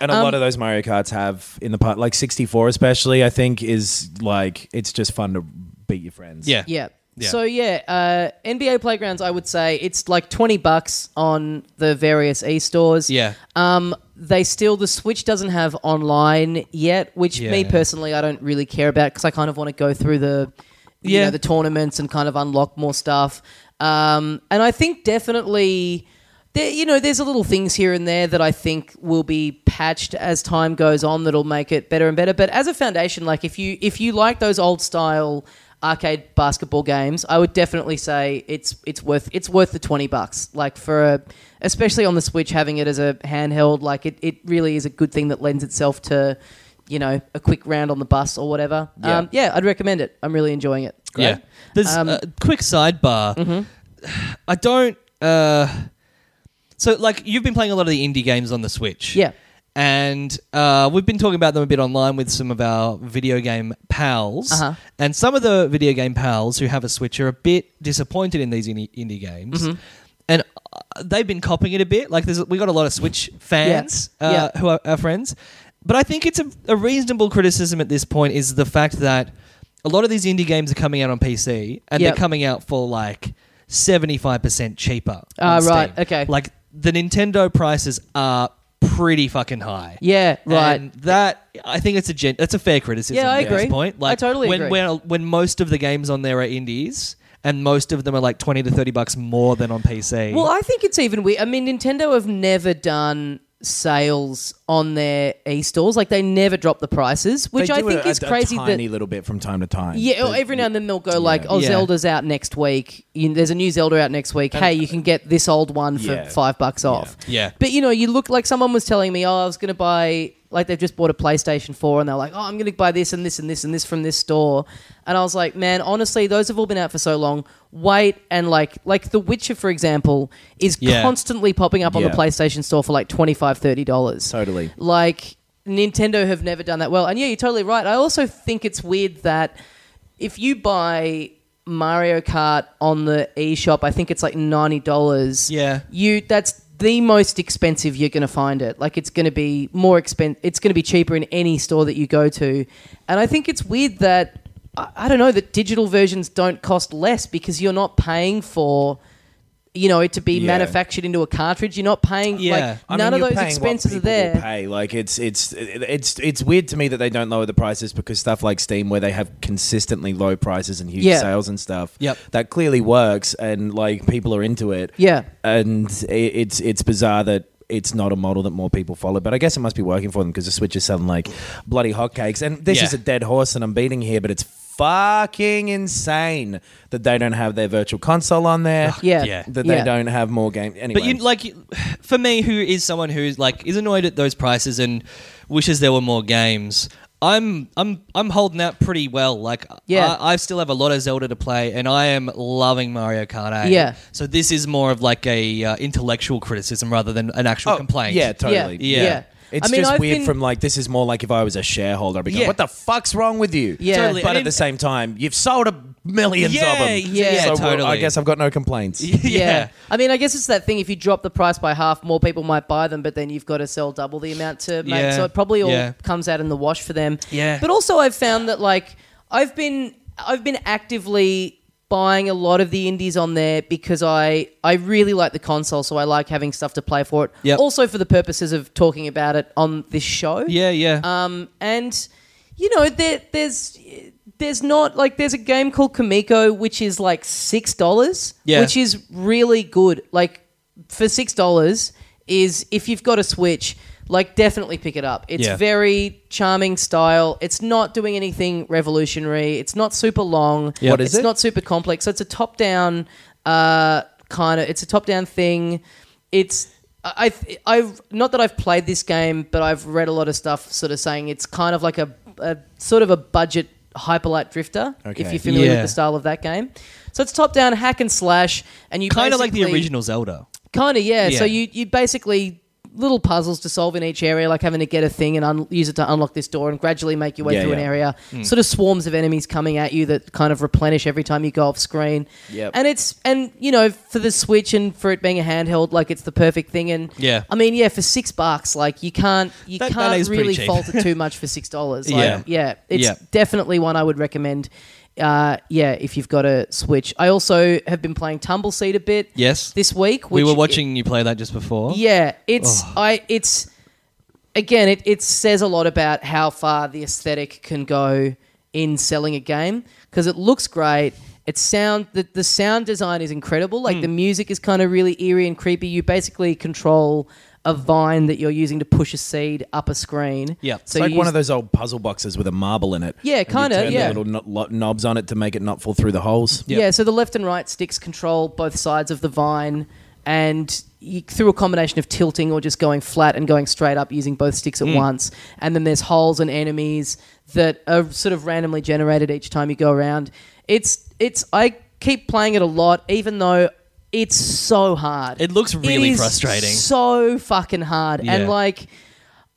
S6: And a lot of those Mario Karts have in the part, like 64 especially, I think is like it's just fun to beat your
S5: <laughs>
S6: friends.
S5: Yeah.
S4: Yeah.
S5: Yeah.
S4: So yeah, uh, NBA Playgrounds. I would say it's like twenty bucks on the various e stores.
S5: Yeah.
S4: Um, they still the Switch doesn't have online yet, which me
S5: Yeah.
S4: personally I don't really care about because I kind of want to go through the you
S5: Yeah.
S4: know, the tournaments and kind of unlock more stuff. Um, and I think definitely there you know there's a little things here and there that I think will be patched as time goes on that'll make it better and better. But as a foundation, like if you if you like those old style arcade basketball games, I would definitely say it's it's worth it's worth the twenty bucks. Like for a, especially on the Switch, having it as a handheld, like it, it really is a good thing that lends itself to, you know, a quick round on the bus or whatever. Yeah, um, yeah I'd recommend it. I'm really enjoying it.
S5: Yeah. There's
S4: um,
S5: a quick sidebar.
S4: Mm-hmm.
S5: I don't. Uh, so, like, you've been playing a lot of the indie games on the Switch.
S4: Yeah.
S5: And uh, we've been talking about them a bit online with some of our video game pals.
S4: Uh-huh.
S5: And some of the video game pals who have a Switch are a bit disappointed in these indie, indie games.
S4: Mm-hmm.
S5: And uh, they've been copying it a bit. Like, there's, we got a lot of Switch fans
S4: Yeah.
S5: Uh,
S4: Yeah.
S5: who are our friends. But I think it's a, a reasonable criticism at this point is the fact that a lot of these indie games are coming out on PC and
S4: Yep.
S5: they're coming out for like 75% cheaper.
S4: Ah,
S5: on
S4: right,
S5: Steam.
S4: okay.
S5: Like the Nintendo prices are pretty fucking high.
S4: Yeah, right.
S5: And that I think it's a gen- that's a fair criticism
S4: Yeah, I
S5: at this
S4: agree.
S5: point.
S4: I totally
S5: when,
S4: agree.
S5: when when most of the games on there are indies and most of them are like 20 to 30 bucks more than on PC.
S4: Well, I think it's even weird. I mean, Nintendo have never done sales on their e stores. Like they never drop the prices,
S6: They
S4: which I
S6: do
S4: think
S6: a,
S4: is
S6: a,
S4: crazy.
S6: A tiny
S4: that
S6: little bit from time to time.
S4: yeah, or
S6: But-
S4: every now and then they'll go like, "Oh,
S5: Yeah.
S4: Zelda's out next week. You- There's a new Zelda out next week. hey, you can get this old one for
S6: Yeah.
S4: five bucks off."
S5: Yeah.
S4: But you know, you look like someone was telling me, "Oh, I was going to buy." Like they've just bought a PlayStation 4 and they're like, "Oh, I'm going to buy this and this and this and this from this store," and I was like, "Man, honestly, those have all been out for so long. Wait and like, like The Witcher, for example, is
S5: Yeah.
S4: constantly popping up on the
S6: Yeah.
S4: PlayStation Store for like 25 30 dollars.
S6: Totally.
S4: Like Nintendo have never done that well. And yeah, you're totally right. I also think it's weird that if you buy Mario Kart on the eShop, I think it's like ninety dollars.
S5: Yeah.
S4: You that's the most expensive you're going to find it. Like it's going to be more expensive. It's going to be cheaper in any store that you go to, and I think it's weird that I, I don't know that digital versions don't cost less because you're not paying for, you know, it to be manufactured into a cartridge. You're not paying.
S5: Yeah.
S4: like,
S6: I mean,
S4: none
S6: you're
S4: of those
S6: paying what
S4: expenses are
S6: people will
S4: there.
S6: Pay like it's it's it's it's weird to me that they don't lower the prices because stuff like Steam, where they have consistently low prices and huge
S4: Yeah.
S6: sales and stuff,
S5: Yep.
S6: that clearly works and like people are into it.
S4: Yeah.
S6: and i it's it's bizarre that. It's not a model that more people follow, but I guess it must be working for them because the Switch is selling like bloody hotcakes. And this
S5: Yeah.
S6: is a dead horse, and I'm beating here, but it's
S7: fucking insane that they don't have their virtual console on there.
S4: Yeah.
S5: Yeah.
S7: That they
S4: Yeah.
S7: don't have more games. Anyway.
S5: But you like, <sighs> for me, who is someone who is like is annoyed at those prices and wishes there were more games. I'm I'm I'm holding out pretty well. Like,
S4: Yeah.
S5: I, I still have a lot of Zelda to play, and I am loving Mario Kart 8.
S4: Yeah.
S5: So this is more of like a uh, intellectual criticism rather than an actual
S7: Oh,
S5: complaint.
S7: Yeah, totally.
S4: Yeah.
S5: Yeah.
S4: yeah.
S7: It's
S4: I mean,
S7: just
S4: I've
S7: weird
S4: been-
S7: from like this is more like if I was a shareholder, I'd be going,
S5: Yeah.
S7: "What the fuck's wrong with you?"
S4: Yeah. Totally.
S7: But
S5: And
S7: at
S5: in-
S7: the same time, you've sold a millions of
S5: Yeah,
S7: them.
S5: yeah,
S7: so well,
S5: totally.
S7: I guess I've got no
S5: <laughs>
S7: complaints.
S4: Yeah. I mean, I guess it's that thing if you drop the price by half, more people might buy them, but then you've got to sell double the amount to make.
S5: Yeah.
S4: So it probably all
S5: Yeah.
S4: comes out in the wash for them.
S5: Yeah.
S4: But also I've found that like I've been I've been actively buying a lot of the indies on there because I I really like the console, so I like having stuff to play for it.
S5: Yep.
S4: Also for the purposes of talking about it on this show.
S5: Yeah, yeah.
S4: Um, and you know, there, there's there's not like there's a game called Kamiko which is like six dollars,
S5: Yeah.
S4: which is really good. Like for six dollars is if you've got a Switch, like definitely pick it up. It's
S5: Yeah.
S4: very charming style. It's not doing anything revolutionary. It's not super long.
S5: Yeah. What is
S4: it's
S5: it?
S4: not super complex. So it's a top down uh, kind of. It's a top down thing. It's I I have not that I've played this game, but I've read a lot of stuff sort of saying it's kind of like a, a sort of a budget hyperlight drifter. If
S7: Okay.
S4: you're familiar with
S5: Yeah.
S4: the style of that game, so it's top down hack and slash, and you
S5: kind of like the
S4: basically-
S5: original Zelda.
S4: Kind of, yeah.
S5: Yeah.
S4: So you you basically little puzzles to solve in each area, like having to get a thing and un- use it to unlock this door, and gradually make your way
S7: Yeah,
S4: through an
S7: yeah.
S4: area.
S5: Hmm.
S4: Sort of swarms of enemies coming at you that kind of replenish every time you go off screen.
S7: Yep.
S4: And it's and you know for the Switch and for it being a handheld, like it's the perfect thing. And
S5: Yeah.
S4: I mean, yeah, for six bucks, like you can't you
S5: That- that
S4: can't
S5: is pretty
S4: really
S5: cheap.
S4: fault it
S5: <laughs>
S4: too much for six dollars. Like,
S5: Yeah.
S4: yeah, it's
S5: Yeah.
S4: definitely one I would recommend. Uh, yeah, if you've got a Switch, I also have been playing Tumbleseed a bit.
S5: Yes.
S4: this week
S5: we
S4: which
S5: were
S4: i-
S5: watching you play that just before.
S4: yeah, it's I it's again it it says a lot about how far the aesthetic can go in selling a game because it looks great. It sound the, the sound design is incredible. Like the music is kind of really eerie and creepy. You basically control a vine that you're using to push a seed up a screen.
S5: Yeah.
S7: It's like
S4: you
S7: one
S4: use-
S7: of those old puzzle boxes with a marble in it.
S4: Yeah,
S7: And you
S4: kinda,
S7: turn the
S4: yeah.
S7: little no- lo- knobs on it to make it not fall through the holes.
S4: Yeah, so the left and right sticks control both sides of the vine, and you, through a combination of tilting or just going flat and going straight up using both sticks at
S5: Mm.
S4: once. And then there's holes and enemies that are sort of randomly generated each time you go around. It's it's I keep playing it a lot, even though it's so hard.
S5: It looks really
S4: is
S5: frustrating.
S4: So fucking hard, and
S5: Yeah.
S4: like.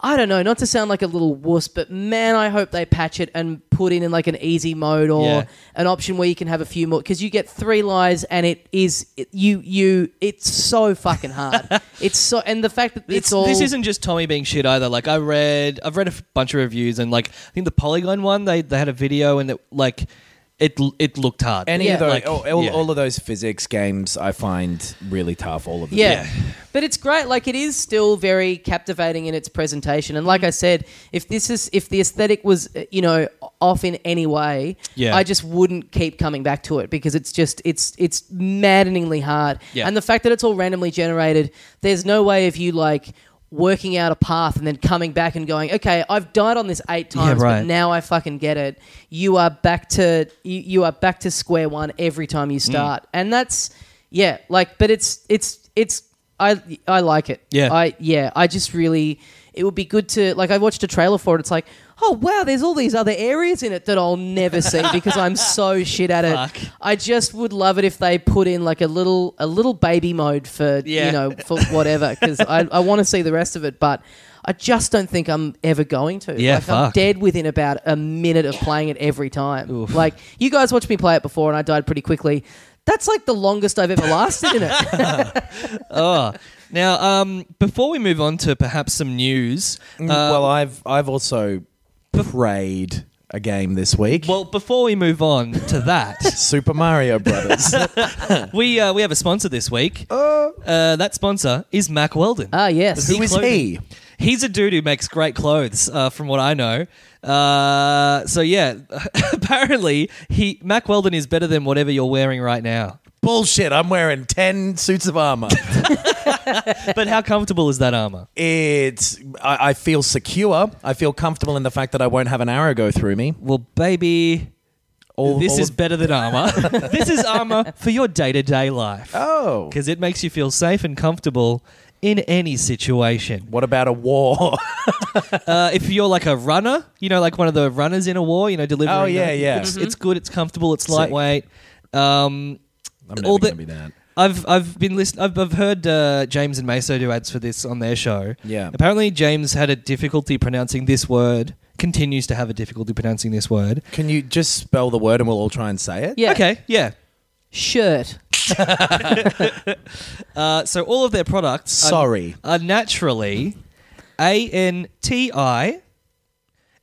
S4: I don't know, not to sound like a little wuss, but man, I hope they patch it and put in, in like an easy mode or
S5: Yeah.
S4: an option where you can have a few more because you get three lives and it is it, you you it's so fucking
S5: <laughs>
S4: hard. it's so and the fact that it's,
S5: it's,
S4: all
S5: this isn't just Tommy being shit either. Like I read, I've read a f- bunch of reviews, and like I think the Polygon one, they they had a video, and it like it l- it looked hard.
S7: Any
S4: Yeah.
S7: of those,
S5: Like,
S7: all, all,
S5: yeah.
S7: all of those physics games, I find really tough. All of them.
S4: Yeah. But it's great. Like it is still very captivating in its presentation. And like I said, if this is if the aesthetic was uh, you know off in any way,
S5: Yeah.
S4: I just wouldn't keep coming back to it because it's just it's it's maddeningly hard.
S5: Yeah.
S4: And the fact that it's all randomly generated, there's no way of you like working out a path and then coming back and going, okay, I've died on this eight times, but
S5: right.
S4: now I fucking get it. You are back to you, you are back to square one every time you
S5: Mm.
S4: start, and that's yeah, like, but it's it's it's I I like it.
S5: Yeah.
S4: I yeah, I just really it would be good to like I watched a trailer for it. It's like. Oh wow! There's all these other areas in it that I'll never
S5: <laughs>
S4: see because I'm so shit at it.
S5: Fuck.
S4: I just would love it if they put in like a little a little baby mode for you
S5: Yeah.
S4: know for whatever because I, I want to see the rest of it, but I just don't think I'm ever going to.
S5: Yeah,
S4: like, I'm
S5: fuck.
S4: dead within about a minute of playing it every time. Like you guys watched me play it before, and I died pretty quickly. That's like the longest I've ever lasted in
S5: <laughs>
S4: it.
S5: now, um, before we move on to perhaps some news,
S7: Mm,
S4: Um,
S7: well, I've I've also prayed a game this week.
S5: well, before we move on to
S4: <laughs>
S5: that,
S7: Super Mario Brothers.
S5: we uh, we have a sponsor this week. Uh, that sponsor is Mac Weldon.
S4: Ah, yes.
S5: The
S7: Who is
S5: clothing-
S7: he?
S5: He's a dude who makes great clothes, uh, from what I know. Uh, so yeah, <laughs> apparently he Mac Weldon is better than whatever you're wearing right now.
S7: Bullshit! I'm wearing ten suits of
S5: <laughs>
S7: armor.
S5: But how comfortable is that armor?
S7: it's I, I feel secure. I feel comfortable in the fact that I won't have an arrow go through me.
S5: Well, baby,
S6: All,
S5: This
S6: all
S5: is
S6: of-
S5: better than armor. <laughs> this is armor for your day to day life. <laughs>
S6: oh.
S5: Because it makes you feel safe and comfortable in any situation.
S6: What about a war? <laughs>
S5: Uh, if you're like a runner, you know, like one of the runners in a war, you know, delivering.
S6: Oh, yeah,
S5: the-
S6: yeah.
S5: It's, it's good. It's comfortable. It's lightweight. Um,
S7: I'm never
S5: all
S7: gonna
S5: the-
S7: be that.
S5: I've I've been listen- I've, I've heard uh, James and Meso do ads for this on their show.
S7: Yeah.
S5: Apparently, James had a difficulty pronouncing this word. Continues to have a difficulty pronouncing this word.
S6: Can you just spell the word and we'll all try and say it?
S4: Yeah.
S5: Okay. Yeah.
S4: Shirt.
S5: Uh, so all of their products. are-
S6: Sorry.
S5: Are, naturally A N T I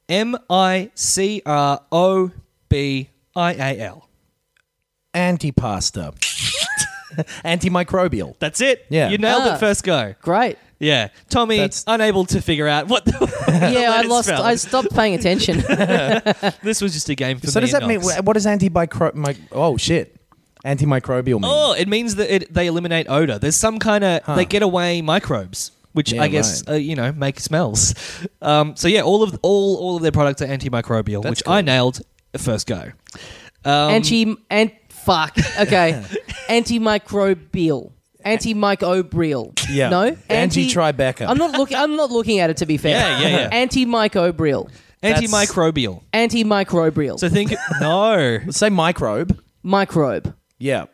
S5: M I C R O B I A L. <laughs>
S6: Antipasta. Antimicrobial.
S5: That's it.
S6: Yeah.
S5: You nailed
S4: Ah.
S5: it first go. <laughs>
S4: Great.
S5: Yeah. Tommy
S6: That's-
S5: unable to figure out what. The <laughs>
S4: Yeah, I
S5: it's
S4: lost.
S5: spelled.
S4: I stopped paying
S5: <laughs>
S4: attention.
S5: Um, this was just a game for
S6: So
S5: me
S6: does
S5: and
S6: that mean
S5: Knox.
S6: wh- what does antimicro? mi- oh shit, antimicrobial mean?
S5: Oh, it means that it, they eliminate odor. There's some kind of they get away microbes, which
S6: Yeah,
S5: I guess
S6: right.
S5: uh, you know make smells. Um, so yeah, all of all all of their products are antimicrobial, which I nailed the first go.
S4: Anti and fuck.
S5: <laughs>
S4: Okay. Antimicrobial. Antimicrobial.
S6: Yeah.
S4: No.
S6: Anti-Tribeca.
S4: I'm not looking. I'm not looking at it to be fair.
S5: Yeah, yeah, yeah.
S4: <laughs> Antimicrobial.
S5: Antimicrobial.
S4: Antimicrobial.
S5: So think no.
S6: Say microbe.
S4: microbe.
S6: Yeah,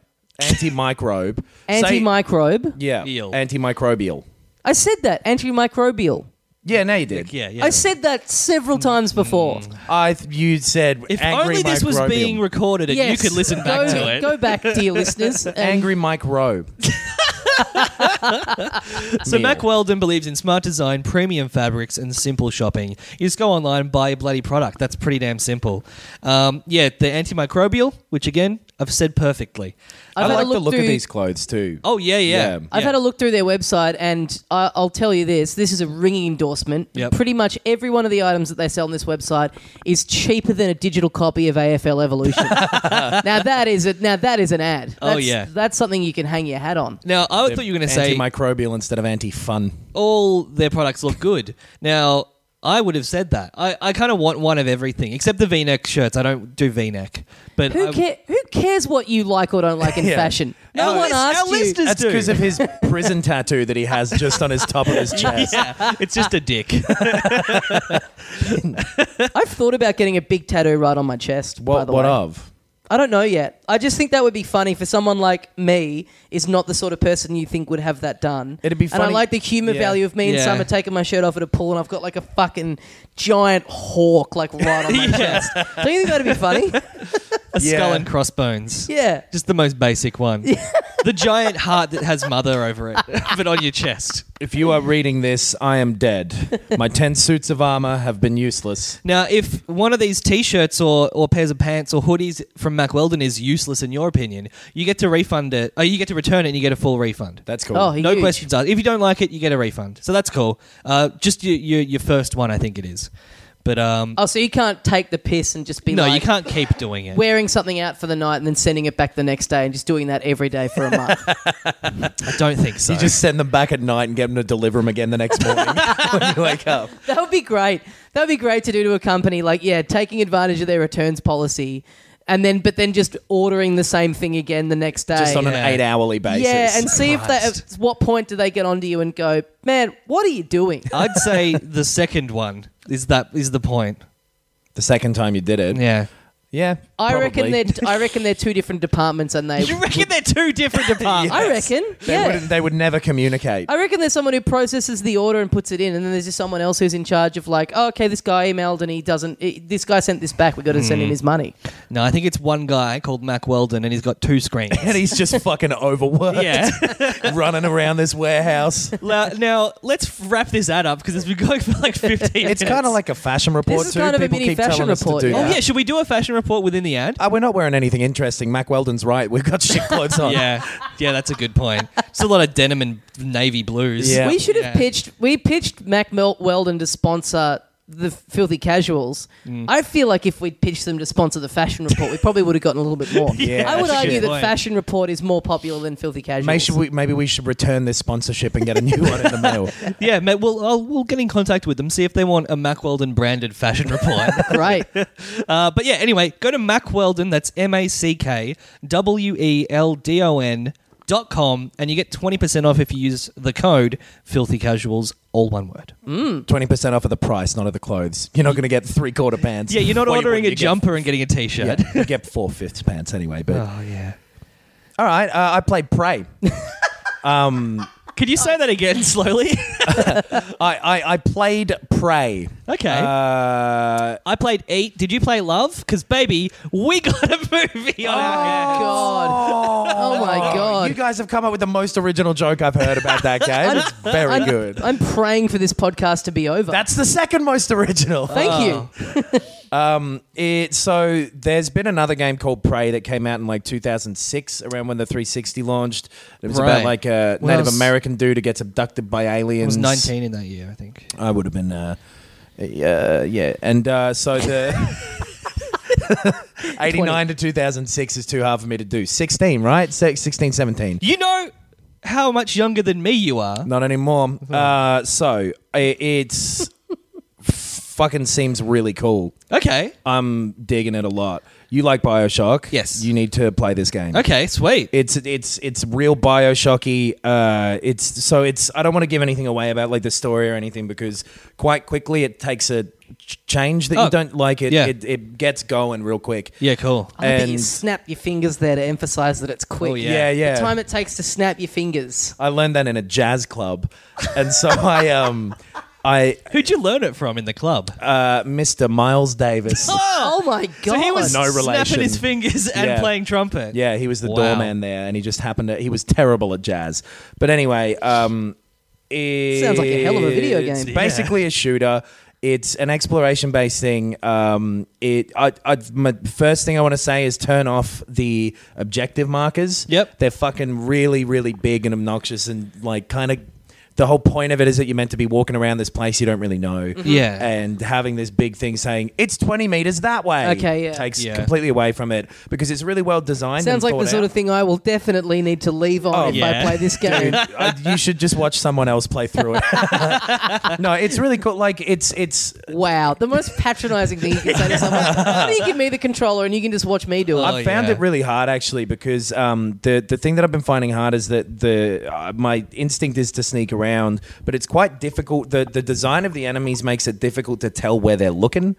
S6: antimicrobe. Say-
S4: Antimicrobe.
S6: Yeah,
S5: Bial.
S6: antimicrobial.
S4: I said that. Antimicrobial.
S6: Yeah, now you
S5: <laughs>
S6: did.
S5: Yeah, Mm-hmm. yeah.
S4: I said that several times before.
S6: I th- you said
S5: if
S6: angry
S5: only this was
S6: microbial.
S5: being recorded and
S4: Yes.
S5: you could listen back
S4: go,
S5: to it.
S4: Go back,
S5: <laughs>
S4: dear listeners. and-
S6: angry microbe.
S5: So Mac Weldon believes in smart design, premium fabrics, and simple shopping. You just go online and buy a bloody product. That's pretty damn simple. Um, yeah, the antimicrobial, which again I've said perfectly. Uh,
S4: I've
S6: I
S4: had a
S6: like the look of
S4: through-
S6: these clothes too.
S5: Oh yeah, yeah.
S6: Yeah.
S4: I've had a look through their website, and I, I'll tell you this: this is a ringing endorsement.
S5: Yep.
S4: Pretty much every one of the items that they sell on this website is cheaper than a digital copy of AFL
S5: <laughs>
S4: Evolution. now that is a, Now that is an ad. That's,
S5: Oh, yeah.
S4: that's something you can hang your hat on.
S5: Now I thought you were going to say
S6: antimicrobial instead of anti-fun.
S5: all their products look good. Now I would have said that. I, I kind of want one of everything except the V-neck shirts. I don't do V-neck, but
S4: Who,
S5: I,
S4: care, who cares what you like or don't
S5: <laughs>
S4: like in fashion? No
S5: Our
S4: one
S5: list-
S4: asked
S5: Oh, our
S4: you.
S5: listeners
S6: That's
S5: do.
S6: because
S5: <laughs>
S6: of his prison tattoo that he has just on his top of his
S5: <laughs>
S6: chest.
S5: yeah, it's just a dick.
S4: <laughs> I've thought about getting a big tattoo right on my chest. by
S6: What
S4: the
S6: what
S4: way.
S6: of?
S4: I don't know yet. I just think that would be funny for someone like me is not the sort of person you think would have that done.
S6: It'd be
S4: And I
S6: funny-
S4: like the humor
S6: Yeah.
S4: value of me in
S5: Yeah.
S4: summer taking my shirt off at a pool and I've got like a fucking giant hawk like right on my chest. Don't you think that'd be funny?
S5: a
S6: Yeah.
S5: skull and crossbones.
S4: Yeah.
S5: Just the most basic one. the giant heart that has mother over it, but on your chest.
S6: If you are reading this, I am
S5: <laughs>
S6: dead. My ten suits of armor have been useless.
S5: Now, if one of these T-shirts or, or pairs of pants or hoodies from Mac Weldon is useless in your opinion, you get to refund it. Uh, you get to return it and you get a full refund.
S6: That's cool.
S4: Oh,
S5: no
S4: huge.
S5: questions asked. If you don't like it, you get a refund. So that's cool. Uh, just your, your your first one, I think it is. But um,
S4: Oh, so you can't take the piss and just be
S5: no,
S4: like
S5: you can't keep doing it.
S4: wearing something out for the night and then sending it back the next day and just doing that every day for a month.
S5: I don't think so.
S6: You just send them back at night and get them to deliver them again the next morning <laughs> when you
S4: <laughs>
S6: wake up.
S4: That would be great. That would be great to do to a company. Like, yeah, taking advantage of their returns policy, and then but then just ordering the same thing again the next day.
S6: Just on
S5: Yeah.
S6: an eight hourly basis.
S4: yeah, and see if they at what point do they get onto you and go, man, what are you doing?
S6: Uh,
S5: I'd say the second one is that is the point.
S6: the second time you did it.
S5: Yeah.
S6: Yeah.
S4: I reckon
S6: probably.
S4: they're I reckon they're two different departments, and they.
S5: You reckon they're two different <laughs> departments?
S6: <laughs>
S4: I reckon,
S6: They,
S4: yeah.
S6: wouldn't, they would never communicate.
S4: I reckon there's someone who processes the order and puts it in, and then there's just someone else who's in charge of like, oh, okay, this guy emailed and he doesn't. i this guy sent this back. We got to send
S6: Hmm.
S4: him his money.
S5: No, I think it's one guy called Mac Weldon, <laughs> and he's got two screens.
S6: <laughs> and he's just fucking overworked.
S5: yeah.
S6: <laughs> running around
S4: <laughs>
S6: this warehouse.
S5: now, now, let's wrap this ad up because it's been going for like <laughs> 15
S6: It's kind of like a fashion report
S4: is
S6: too.
S4: kind of a
S6: People
S4: mini
S6: keep
S4: fashion
S6: telling
S4: report,
S6: us to do
S4: yeah.
S5: Oh,
S6: that.
S5: yeah. Should we do a fashion report within the <laughs> ad?
S6: Uh, we're not wearing anything interesting. Mac Weldon's right. We've got shit clothes
S4: <laughs>
S6: on.
S5: yeah. Yeah, that's a good point. It's a lot of denim and navy blues.
S6: Yeah.
S4: We should have
S5: Yeah.
S4: pitched. We pitched Mac Mel- Weldon to sponsor the filthy casuals,
S5: Mm.
S4: I feel like if we'd pitched them to sponsor the Fashion Report, we probably would have gotten a little bit
S6: <laughs>
S4: more.
S7: Yeah,
S4: I would
S7: that's a
S4: argue
S7: good
S4: that
S5: point.
S4: Fashion Report is more popular than filthy casuals. <laughs>
S6: Maybe we, maybe we should return this sponsorship and get a new one in the mail.
S5: Yeah, mate, we'll, I'll, we'll get in contact with them, see if they want a Mac Weldon branded fashion <laughs> report.
S6: <laughs>
S4: Right.
S5: uh, but yeah, anyway, go to Mac Weldon, that's M A C K W E L D O N dot com, and you get 20% off if you use the code filthy casuals, all one word.
S6: Twenty percent off of the price, not of the clothes. You're not going to get three quarter pants.
S5: Yeah, you're not
S6: Well, you-
S5: ordering
S6: you
S5: a
S6: get-
S5: jumper and getting a t shirt.
S6: Yeah, you get four fifths pants anyway. But
S5: Oh, yeah.
S6: all right, uh, I played Prey.
S5: <laughs> <laughs> Could you say that again <laughs> slowly?
S6: I, I, I played Prey.
S5: okay.
S6: Uh,
S5: I played Eat. Did you play Love? Because, baby, we got a <laughs> movie on our hands.
S4: God.
S6: <laughs>
S4: Oh my God.
S6: You guys have come up with the most original joke I've heard
S4: <laughs>
S6: about that game. It's very
S4: I'm,
S6: good.
S4: I'm praying for this podcast to be over.
S6: That's the second most original. Uh,
S4: Thank you.
S6: It, so there's been another game called Prey that came out in like 2006, around when the 360 launched. It was
S5: Right.
S6: about like a
S5: Well,
S6: Native
S5: it's-
S6: American dude who gets abducted by
S5: I was
S6: aliens.
S5: 19 in that year, I think.
S6: I would have been. Uh, yeah, yeah, and uh, so <laughs> the. 89 to 2006 is too hard for me to do. 16, right? Six- 16, 17.
S5: You know how much younger than me you are.
S6: Not <laughs> anymore. Uh, so it, it's fucking seems really cool.
S5: Okay.
S6: I'm digging it a lot. You like Bioshock?
S5: Yes.
S6: You need to play this game.
S5: Okay, sweet.
S6: It's it's it's real Bioshocky. Uh, it's so it's I don't want to give anything away about like the story or anything because quite quickly it takes a ch- change that
S5: Oh.
S6: you don't like. It,
S5: Yeah.
S6: it it gets going real quick.
S5: yeah, cool.
S4: I bet you
S6: And-
S4: snap your fingers there to emphasize that it's quick.
S5: Oh, yeah.
S6: Yeah, yeah.
S4: The time it takes to snap your fingers.
S6: I learned that in a jazz club, and so I um I
S5: Who'd you learn it from in the club?
S6: uh, Mr. Miles Davis.
S4: Oh, my God.
S5: so he was
S6: No
S5: snapping
S6: relation.
S5: his fingers and
S6: Yeah.
S5: playing trumpet.
S6: Yeah, he was the
S5: Wow.
S6: doorman there, and he just happened to. He was terrible at jazz, but anyway, um, it
S4: Sounds like a hell of a video
S6: it's
S4: game.
S6: Basically, a shooter. It's an exploration-based thing. Um, it. I, I. My first thing I want to say is turn off the objective markers.
S5: Yep.
S6: they're fucking really, really big and obnoxious, and like kind of. The whole point of it is that you're meant to be walking around this place you don't really know.
S5: Yeah.
S6: And having this big thing saying, it's 20 meters that way.
S4: Okay, yeah.
S6: Takes
S5: Yeah.
S6: completely away from it because it's really well designed.
S4: Sounds
S6: and
S4: like the
S6: thought
S4: sort
S6: out. Oh,
S4: of thing I will definitely need to leave on if I
S5: yeah.
S4: play
S6: <laughs>
S4: this game.
S6: Uh, you should just watch someone else play through it. <laughs> no, it's really cool. Like it's it's.
S4: wow. The most patronizing thing you can say to someone. How do you give me the controller and you can just watch me do it?
S5: Oh,
S6: I found
S5: yeah.
S6: it really hard actually because um, the the thing that I've been finding hard is that the uh, my instinct is to sneak around, but it's quite difficult. The the design of the enemies makes it difficult to tell where they're looking.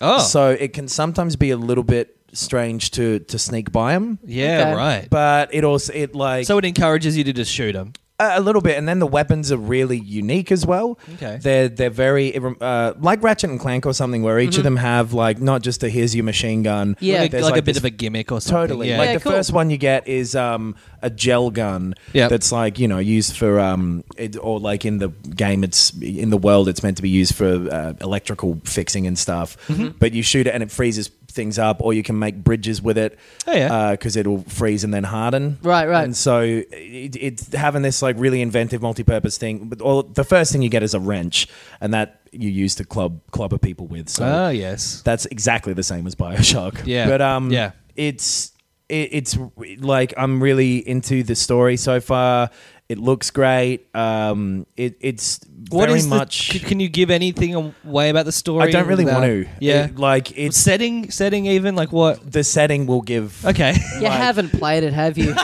S5: Oh.
S6: so it can sometimes be a little bit strange to to sneak by them.
S5: Yeah,
S4: Okay.
S5: right.
S6: But it also it like
S5: so it encourages you to just shoot him.
S6: Uh, a little bit, and then the weapons are really unique as well.
S5: Okay.
S6: they're they're very it rem- uh, like Ratchet and Clank or something, where each of them have like not just a here's your machine gun.
S4: Yeah.
S5: Mm-hmm. Like, a-
S6: there's
S5: like a bit
S6: this-
S5: of a gimmick or something.
S6: Totally.
S5: Yeah.
S6: Like
S4: Yeah,
S6: the
S4: cool.
S6: first one you get is um, a gel gun
S5: Yep.
S6: that's like, you know, used for, um, it, or like in the game, it's in the world, it's meant to be used for uh, electrical fixing and stuff.
S5: Mm-hmm.
S6: But you shoot it and it freezes things up, or you can make bridges with it.
S5: Oh, yeah.
S6: Because it'll freeze and then harden.
S4: Right, right.
S6: And so it, it's having this like really inventive multi purpose thing. But all, the first thing you get is a wrench, and that you use to club clobber people with. So
S5: Oh, yes.
S6: that's exactly the same as Bioshock.
S5: <laughs> Yeah.
S6: But um,
S5: Yeah.
S6: it's it, it's like I'm really into the story so far. It looks great. Um, it it's
S5: What is the-
S6: very much.
S5: c- can you give anything away about the story?
S6: I don't really
S5: without-
S6: want to.
S5: Yeah.
S6: It- like it's
S5: setting, setting even like what?
S6: the setting will give. <laughs>
S5: Okay.
S4: You haven't played it, have you?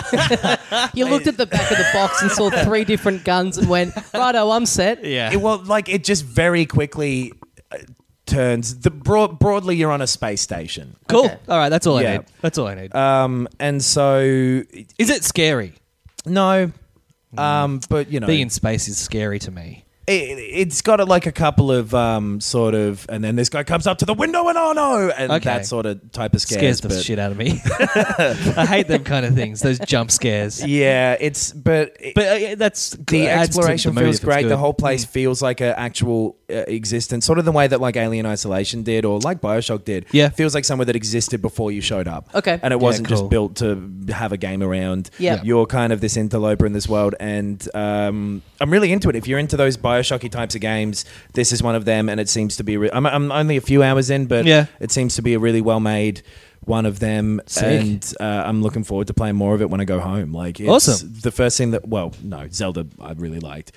S4: you looked at the back of the box and saw three different guns and went, righto, I'm set.
S5: yeah.
S6: It will like it just very quickly uh, turns the broad, broadly you're on a space station.
S5: cool. All right. That's all I
S6: Yeah.
S5: need. That's all I need.
S6: Um, and so
S5: Is it scary?
S6: no. Um, but you know,
S5: Mm. Being in space is scary to me.
S6: it, it's got a, like a couple of um, sort of, and then this guy comes up to the window and oh no, and
S5: Okay.
S6: that sort of type of scares.
S5: scares the
S6: but-
S5: shit out of
S6: <laughs>
S5: me. <laughs> I hate them kind of things. Those jump scares.
S6: Yeah, it's but it-
S5: But uh, that's
S6: the
S5: adds to
S6: exploration
S5: the movie
S6: feels
S5: if it's
S6: great. The
S5: good. Mm.
S6: whole place feels like an actual uh, existence, sort of the way that like Alien Isolation did or like Bioshock did.
S5: Yeah.
S6: feels like somewhere that existed before you showed up.
S4: Okay.
S6: and it
S5: Yeah,
S6: wasn't
S5: cool.
S6: just built to have a game around.
S4: Yeah.
S6: you're kind of this interloper in this world, and um, I'm really into it. If you're into those Bioshocky types of games. This is one of them, and it seems to be. Re- I'm, I'm only a few hours in, but
S5: Yeah.
S6: it seems to be a really well made one of them, and uh, I'm looking forward to playing more of it when I go home. Like, it's
S5: Awesome.
S6: The first thing that, well, no, Zelda, I really liked.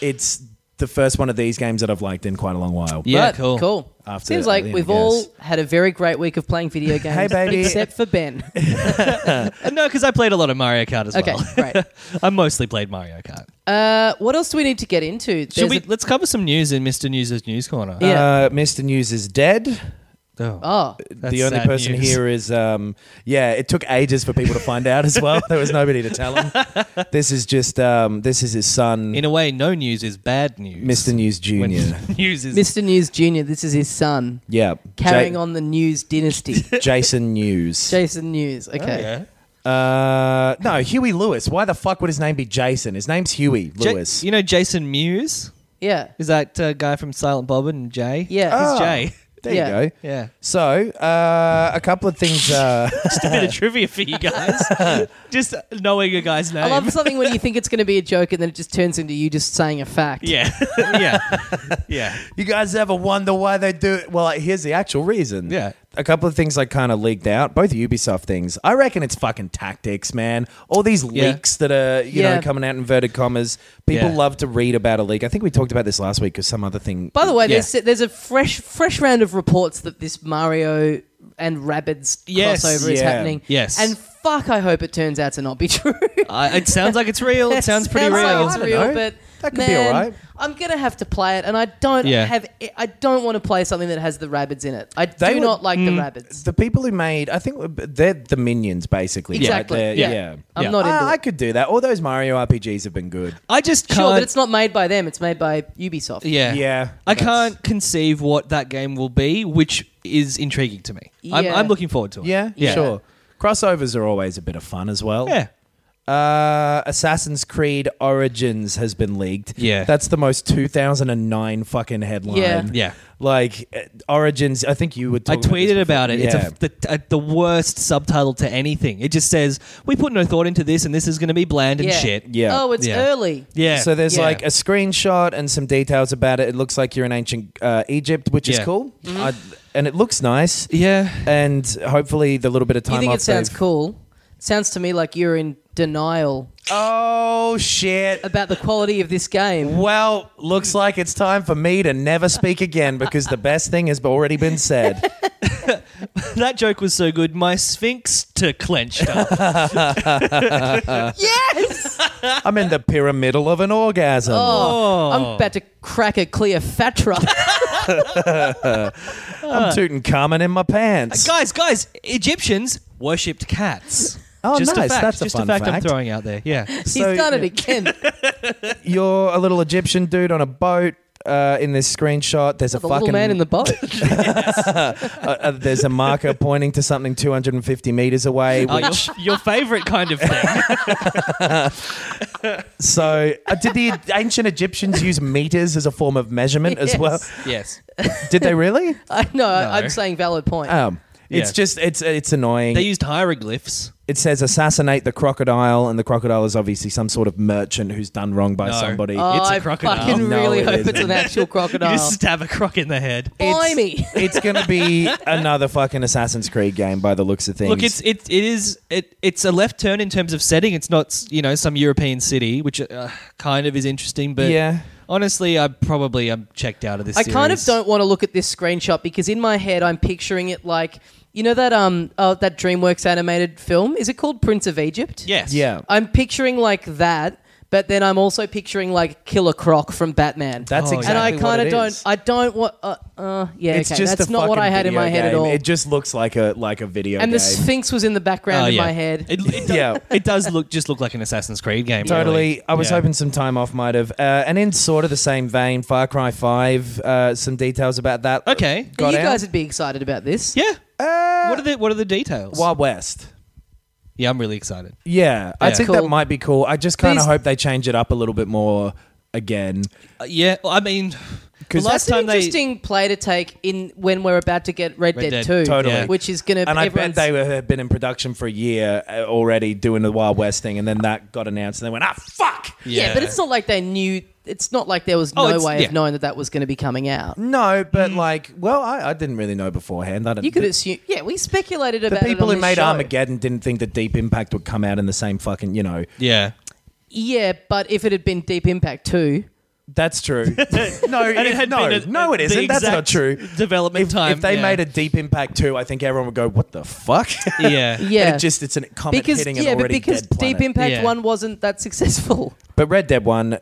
S6: it's the first one of these games that I've liked in quite a long while.
S5: Yeah,
S4: But,
S5: cool.
S4: Cool.
S6: After
S4: Seems
S6: that,
S4: like
S6: I
S4: we've
S6: guess.
S4: all had a very great week of playing
S6: <laughs>
S4: video games,
S6: baby.
S4: except for Ben.
S5: Uh, No, because I played a lot of Mario Kart as
S4: Okay,
S5: well.
S4: great.
S5: <laughs> I mostly played Mario Kart.
S4: Uh, what else do we need to get into?
S5: Should
S4: There's
S5: we?
S4: a-
S5: let's cover some news in Mr. News's News Corner.
S4: Yeah.
S6: Uh, Mr. News is dead.
S5: Oh.
S4: oh,
S5: That's
S6: the only
S5: sad
S6: person
S5: news.
S6: here is, um, yeah, it took ages for people to find out as well. <laughs> There was nobody to
S5: <laughs>
S6: tell him. This is just, um, this is his son,
S5: In a way, no news is bad news.
S6: Mr. News
S5: When <laughs>
S6: Jr.
S5: news is
S4: Mr. News Jr., this is his son
S6: yeah.
S4: carrying
S6: Ja-
S4: on the news
S6: <laughs>
S4: dynasty.
S6: Jason News.
S4: Jason News.
S6: Oh,
S4: Okay.
S6: uh, no, Huey Lewis. Why the fuck would his name be Jason? His name's Huey
S5: Ja-
S6: Lewis.
S5: you know Jason Mewes?
S4: Yeah.
S5: Is that uh, guy from Silent Bob and Jay?
S4: Yeah. Oh.
S5: He's Jay.
S6: Ah, there
S4: yeah.
S6: you go.
S5: Yeah.
S6: So, uh, a couple of things. Uh, <laughs>
S5: Just a bit of trivia for you guys. <laughs> just knowing a guy's name.
S4: I love something when you think it's going to be a joke and then it just turns into you just saying a fact.
S5: yeah. <laughs> yeah. Yeah.
S6: You guys ever wonder why they do it? Well, like, here's the actual reason.
S5: Yeah.
S6: A couple of things like kind of leaked out, both Ubisoft things. I reckon it's fucking tactics, man. All these
S5: Yeah.
S6: leaks that are, you
S4: Yeah.
S6: know, coming out in inverted commas. People
S5: Yeah.
S6: love to read about a leak. I think we talked about this last week because some other thing.
S4: By the way,
S5: Yeah.
S4: there's there's a fresh fresh round of reports that this Mario and Rabbids
S5: Yes.
S4: crossover is
S6: Yeah.
S4: happening.
S5: Yes.
S4: And fuck, I hope it turns out to not be <laughs> true.
S5: I, it sounds like it's real. It
S4: <laughs>
S5: sounds pretty
S4: like
S5: real.
S4: it's
S6: I don't
S4: real,
S6: know.
S4: but
S6: That could be
S4: man,
S6: alright.
S4: I'm gonna have to play it, and I don't
S5: Yeah.
S4: have. I don't want to play something that has the rabbits in it. I
S6: They
S4: do
S6: would-
S4: not like
S5: Mm.
S4: the rabbits.
S6: the people who made, I think they're the minions, basically. right?
S4: Exactly.
S6: They're-
S4: Yeah.
S6: Yeah. Ah,
S4: I'm
S5: Yeah.
S4: not into
S6: I, I
S4: it.
S6: could do that. All those Mario RPGs have been good.
S5: I just can't.
S4: Sure, but it's not made by them. It's made by Ubisoft.
S5: Yeah.
S6: Yeah,
S5: I
S6: that's-
S5: can't conceive what that game will be, which is intriguing to me. I'm,
S4: Yeah.
S5: I'm looking forward to it.
S6: Yeah,
S4: Yeah.
S6: sure. Crossovers are always a bit of fun as well.
S5: Yeah.
S6: Uh, Assassin's Creed Origins has been leaked.
S5: Yeah.
S6: That's the most 2009 fucking headline.
S4: Yeah.
S5: Yeah.
S6: Like, uh, Origins, I think you were
S5: I
S6: talking
S5: tweeted about, it.
S6: this before.
S5: It's a, the, uh, the worst subtitle to anything. It just says, we put no thought into this and this is going to be bland and
S4: Yeah.
S5: shit.
S6: Yeah.
S4: Oh, it's
S5: Yeah.
S4: early.
S5: Yeah.
S6: So there's
S4: Yeah.
S6: like a screenshot and some details about it. It looks like you're in ancient uh, Egypt, which is
S5: Yeah.
S6: cool.
S4: Mm-hmm.
S6: I, and it looks nice.
S5: Yeah.
S6: And hopefully the little bit of time
S4: You think
S6: off
S4: it sounds
S6: they've-
S4: cool? Sounds to me like you're in denial
S6: Oh, shit.
S4: about the quality of this game.
S6: Well, looks like it's time for me to never speak again because the best thing has already been said.
S5: <laughs> that joke was so good, my sphinx to clenched up.
S6: <laughs>
S4: Yes.
S6: I'm in the pyramidal of an orgasm.
S4: Oh. I'm about to crack a Cleopatra.
S6: I'm tooting Carmen in my pants.
S5: guys, guys, Egyptians worshipped cats.
S6: Oh,
S5: just a
S6: nice.
S5: fact.
S6: That's a
S5: just
S6: fun
S5: a fact, I'm
S6: fact.
S5: throwing out there.
S6: <laughs>
S4: <laughs>
S5: Yeah.
S4: He's done it again.
S6: You're a little Egyptian dude on a boat. Uh, in this screenshot, there's a
S4: The
S6: fucking
S4: little man in the
S6: <laughs>
S4: boat. <laughs>
S6: uh, uh, there's a marker pointing to something 250 meters away.
S5: Oh,
S6: which-
S5: your, your favorite kind of
S6: <laughs>
S5: thing.
S6: so, uh, did the ancient Egyptians use meters as a form of measurement as
S4: <laughs>
S6: well?
S5: yes.
S6: Did they really?
S4: I know. I'm saying valid point.
S6: Um, it's
S5: Yeah.
S6: just it's it's annoying.
S5: They used hieroglyphs.
S6: it says assassinate the crocodile, and the crocodile is obviously some sort of merchant who's done wrong by
S5: No.
S6: somebody.
S4: Oh,
S5: It's a
S4: I
S5: crocodile.
S4: fucking
S6: No,
S4: really
S6: it
S4: hope it's
S6: isn't.
S4: an
S6: <laughs>
S4: actual
S5: You
S4: crocodile.
S5: just stab a croc in the head.
S4: Blimey.
S6: it's gonna be <laughs> another fucking Assassin's Creed game by the looks of things.
S5: Look, it's it it is it it's a left turn in terms of setting. It's not you know some European city, which uh, kind of is interesting. But
S6: Yeah.
S5: honestly, I probably I'm checked out of this.
S4: I kind of
S5: series.
S4: don't want to look at this screenshot because in my head I'm picturing it like you know that um oh, that DreamWorks animated film is it called Prince of Egypt?
S5: Yes.
S6: yeah.
S4: I'm picturing like that, but then I'm also picturing like Killer Croc from Batman.
S6: That's
S5: Oh, yeah.
S4: and I
S6: exactly
S4: kind
S6: what
S4: of
S6: it
S4: don't.
S6: is.
S4: I don't want. Uh, uh, yeah,
S6: It's
S4: okay.
S6: just
S4: That's
S6: a
S4: not what
S6: fucking
S4: I had in my
S6: video
S4: head at
S6: game.
S4: all.
S6: It just looks like a like a video
S4: and
S6: game.
S4: the Sphinx was in the background
S5: Oh,
S4: in
S5: yeah.
S4: my head.
S5: It, it, does-
S6: Yeah.
S5: it does look just look like an Assassin's Creed game.
S6: Totally.
S5: really.
S6: I was
S5: Yeah.
S6: hoping some time off might have. Uh, and in sort of the same vein, Far Cry 5, uh, some details about that.
S5: Okay.
S6: Got
S4: you
S6: out.
S4: guys would be excited about this.
S5: Yeah.
S6: Uh,
S5: what are the what are the details?
S6: Wild West.
S5: yeah, I'm really excited.
S6: Yeah. I
S5: Yeah.
S6: think
S4: Cool.
S6: that might be cool. I just kind
S4: These-
S6: of hope they change it up a little bit more again.
S5: Uh, yeah, well, I mean, the
S6: 'Cause
S5: last
S4: That's an
S5: time they
S4: interesting play to take in when we're about to get Red,
S5: Red
S4: Dead,
S5: Dead,
S4: 2,
S6: totally. Yeah.
S4: which is going to.
S6: And I bet they were, had been in production for a year uh, already doing the Wild West thing, and then that got announced, and they went, ah, fuck!
S4: Yeah, but it's not like they knew it's not like there was
S5: Oh,
S4: no
S5: it's-
S4: way
S5: yeah.
S4: of knowing that that was going to be coming out.
S6: No, but like, well, I, I didn't really know beforehand. I didn't,
S4: You could
S6: Mm. the-
S4: assume. Yeah, we speculated
S6: the
S4: about it
S6: people
S4: on
S6: who
S4: this
S6: made
S4: show.
S6: Armageddon didn't think that Deep Impact would come out in the same fucking, you know.
S5: Yeah.
S4: Yeah, but if it had been Deep Impact too,
S6: That's true. <laughs> no,
S5: it
S6: it-
S5: had
S6: no,
S5: been a-
S6: no, it
S5: the
S6: isn't. That's not
S5: exact
S6: true.
S5: development
S6: if,
S5: time,
S6: If they
S5: yeah.
S6: made a Deep Impact too, I think everyone would go, "What the fuck?" <laughs>
S5: Yeah.
S4: Yeah.
S6: it just it's a comet
S4: because
S6: hitting an
S4: yeah, but
S6: already
S4: because
S6: dead planet.
S4: Deep Impact
S5: Yeah.
S4: one wasn't that
S6: <laughs>
S4: successful.
S6: But Red Dead One,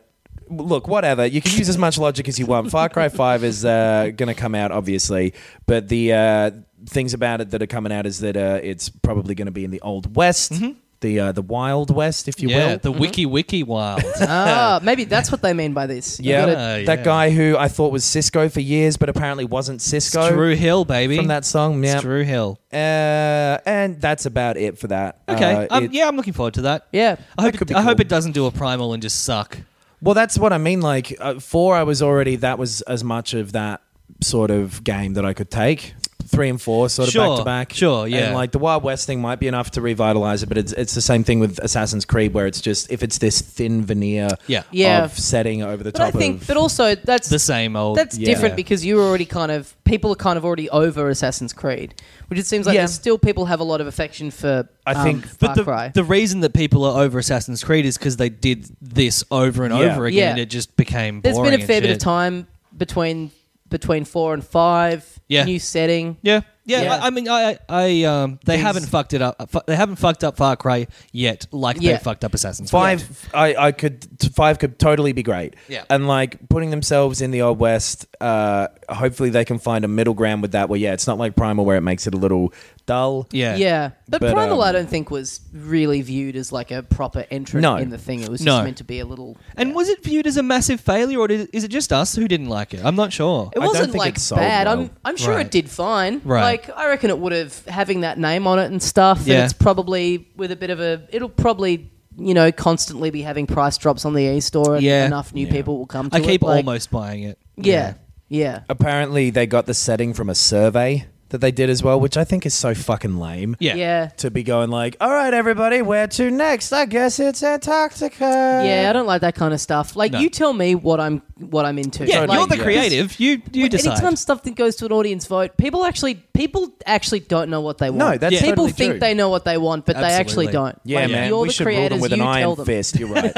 S6: look, whatever. You can use as much logic as you want.
S5: <laughs>
S6: Far Cry Five is uh, going to come out, obviously, but the uh, things about it that are coming out is that uh, it's probably going to be in the Old West, the uh, the Wild West, if you
S5: Mm-hmm. yeah.
S6: will.
S5: The wiki wiki
S6: <laughs>
S5: wild.
S4: Ah, maybe that's what they mean by this. You
S6: yeah,
S4: gotta-
S5: yeah.
S6: that guy who I thought was Cisco for years, but apparently wasn't Cisco
S5: Drew Hill, baby.
S6: from that song. Yeah,
S5: It's Drew Hill.
S6: Uh, and that's about it for that.
S5: Okay.
S6: Uh,
S5: um,
S6: it-
S5: yeah, I'm looking forward to that.
S4: yeah.
S5: I hope, it,
S6: could be
S5: I hope
S6: cool.
S5: it doesn't do a primal and just suck.
S6: Well, that's what I mean. Like uh, four, I was already that was as much of that sort of game that I could take. Three and four, sort of
S5: Sure,
S6: back to back.
S5: sure, yeah.
S6: And like the Wild West thing might be enough to revitalize it, but it's it's the same thing with Assassin's Creed, where it's just if it's this thin veneer,
S5: Yeah.
S4: Yeah.
S6: of setting over the
S4: But I
S6: top
S4: think,
S6: of.
S4: but also that's
S5: The same old.
S4: That's
S6: Yeah.
S4: different because you were already kind of people are kind of already over Assassin's Creed, which it seems like
S6: Yeah.
S4: there's still people have a lot of affection for.
S6: I
S4: um,
S6: think-
S4: Far
S5: But the,
S4: Cry.
S5: the reason that people are over Assassin's Creed is because they did this over and
S6: Yeah.
S5: over again.
S4: Yeah.
S5: It just became
S4: There's
S5: boring.
S4: been a
S5: and
S4: fair bit of
S5: shit.
S4: time between between four and five.
S5: Yeah.
S4: New setting.
S5: Yeah, yeah.
S4: Yeah.
S5: I, I mean, I, I, um, they
S4: Things-
S5: haven't fucked it up. uh, fu- They haven't fucked up Far Cry yet, like
S4: Yeah.
S5: they fucked up Assassin's Creed.
S6: Five, I, I could t- five could totally be great.
S5: Yeah.
S6: and like putting themselves in the old west. Uh, hopefully they can find a middle ground with that. Where yeah, it's not like Primal where it makes it a little dull.
S5: Yeah,
S4: Yeah. But,
S6: But,
S4: Primal,
S6: um,
S4: I don't think was really viewed as like a proper entrant
S6: No.
S4: in the thing. It was
S5: No.
S4: just meant to be a little.
S5: And was it viewed as a massive failure, or did, is it just us who didn't like it? I'm not sure.
S4: It
S6: I don't
S4: wasn't
S6: think
S4: like
S6: it sold
S4: bad.
S6: well.
S4: I'm I'm sure
S5: Right.
S4: it did fine.
S5: Right.
S4: Like I reckon it would have having that name on it and stuff.
S5: Yeah.
S4: And it's probably with a bit of a. It'll probably you know constantly be having price drops on the e-store and
S5: Yeah.
S4: enough new people will come. to
S5: I
S4: it,
S5: keep
S4: like-
S5: almost buying it.
S4: Yeah. Yeah.
S6: apparently they got the setting from a survey that they did as well, which I think is so fucking lame.
S5: yeah,
S4: Yeah. Yeah.
S6: To be going like, all right, everybody, where to next? I guess it's Antarctica.
S4: I don't like that kind of stuff. Like
S5: No.
S4: you tell me what I'm what I'm into.
S5: Yeah,
S4: like,
S5: you're the
S6: yeah.
S5: creative. You you decide.
S4: Anytime stuff that goes to an audience vote, people actually people actually don't know what they want.
S6: No, that's Yeah.
S4: people
S6: totally
S4: think
S6: true.
S4: they know what they want, but they actually
S5: Absolutely.
S4: don't.
S6: Yeah,
S4: Like,
S6: man.
S4: You're
S6: we
S4: the
S6: should rule
S4: creators.
S6: them with an
S4: you tell
S6: iron
S4: them.
S6: fist.
S4: <laughs>
S6: You're right.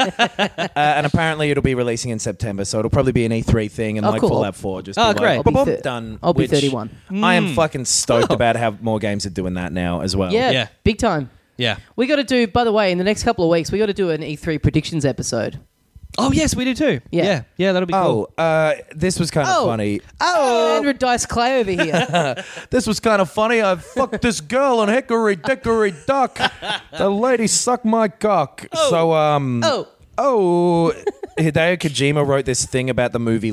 S6: uh, and apparently, it'll be releasing in September, so it'll probably be an E3 thing and
S4: Oh,
S6: like
S4: cool.
S6: Fallout 4. Just
S5: Oh,
S6: be
S5: great. Hmm. Oh. I'll
S6: Like,
S4: be
S6: boom,
S4: thir-
S6: done.
S4: I'll be
S6: which
S4: 31.
S6: I am fucking stoked about how more games are doing that now as well.
S4: Yeah,
S5: Yeah.
S4: big time.
S5: yeah.
S4: We got to do. By the way, in the next couple of weeks, we got to do an E3 predictions episode.
S5: Oh yes, we do too.
S4: Yeah.
S5: yeah, yeah that'll be
S6: Oh,
S5: cool.
S6: uh, this was kind of
S4: Oh.
S6: funny.
S4: Oh, Andrew Dice Clay over
S6: <laughs>
S4: here.
S6: This was kind of funny.
S5: <laughs>
S6: I fucked this girl on Hickory Dickory Duck. The lady sucked my cock. So, um.
S4: oh,
S6: Oh. Hideo Kojima wrote this thing about the movie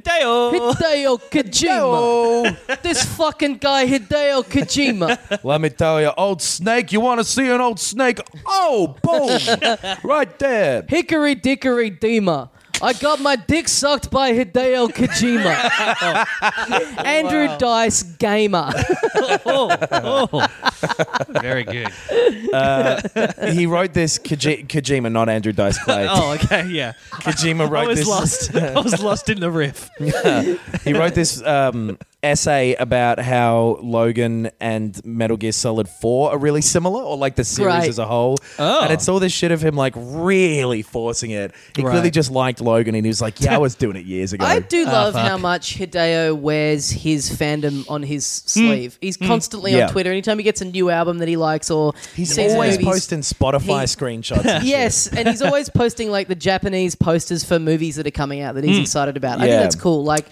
S5: <laughs> Hideo.
S4: Hideo Kojima.
S6: Oh,
S4: this fucking guy, Hideo Kojima.
S6: let me tell you, old snake, you want to see an old snake? Oh, boom.
S5: <laughs>
S6: right there.
S4: Hickory Dickory Dima. I got my dick sucked by Hideo Kojima.
S6: <laughs>
S4: Oh. Andrew Dice Gamer.
S5: oh, oh. <laughs> Very good.
S6: He wrote this, Koji- Kojima, not Andrew Dice Clay.
S5: Oh, okay, yeah.
S6: Kojima
S5: I
S6: wrote
S5: was
S6: this. <laughs>
S5: lost. I was lost in the riff.
S6: he wrote this um, essay about how Logan and Metal Gear Solid 4 are really similar, or like the series
S4: Right.
S6: as a whole.
S5: Oh.
S6: And it's all this shit of him like really forcing it. He clearly
S5: Right.
S6: just liked Logan and he was like, yeah, I was doing it years
S4: <laughs>
S6: ago.
S4: I do love how much Hideo wears his fandom on his sleeve. He's constantly
S6: Yeah.
S4: on Twitter. Anytime he gets a new album that he likes or
S6: He's
S4: sees
S6: always
S4: movies.
S6: posting Spotify
S4: He-
S6: screenshots.
S4: <laughs>
S6: and shit.
S4: Yes, and he's always posting like the Japanese posters for movies that are coming out that
S5: Hmm.
S4: he's excited about. I
S6: Yeah.
S4: think that's cool. Like,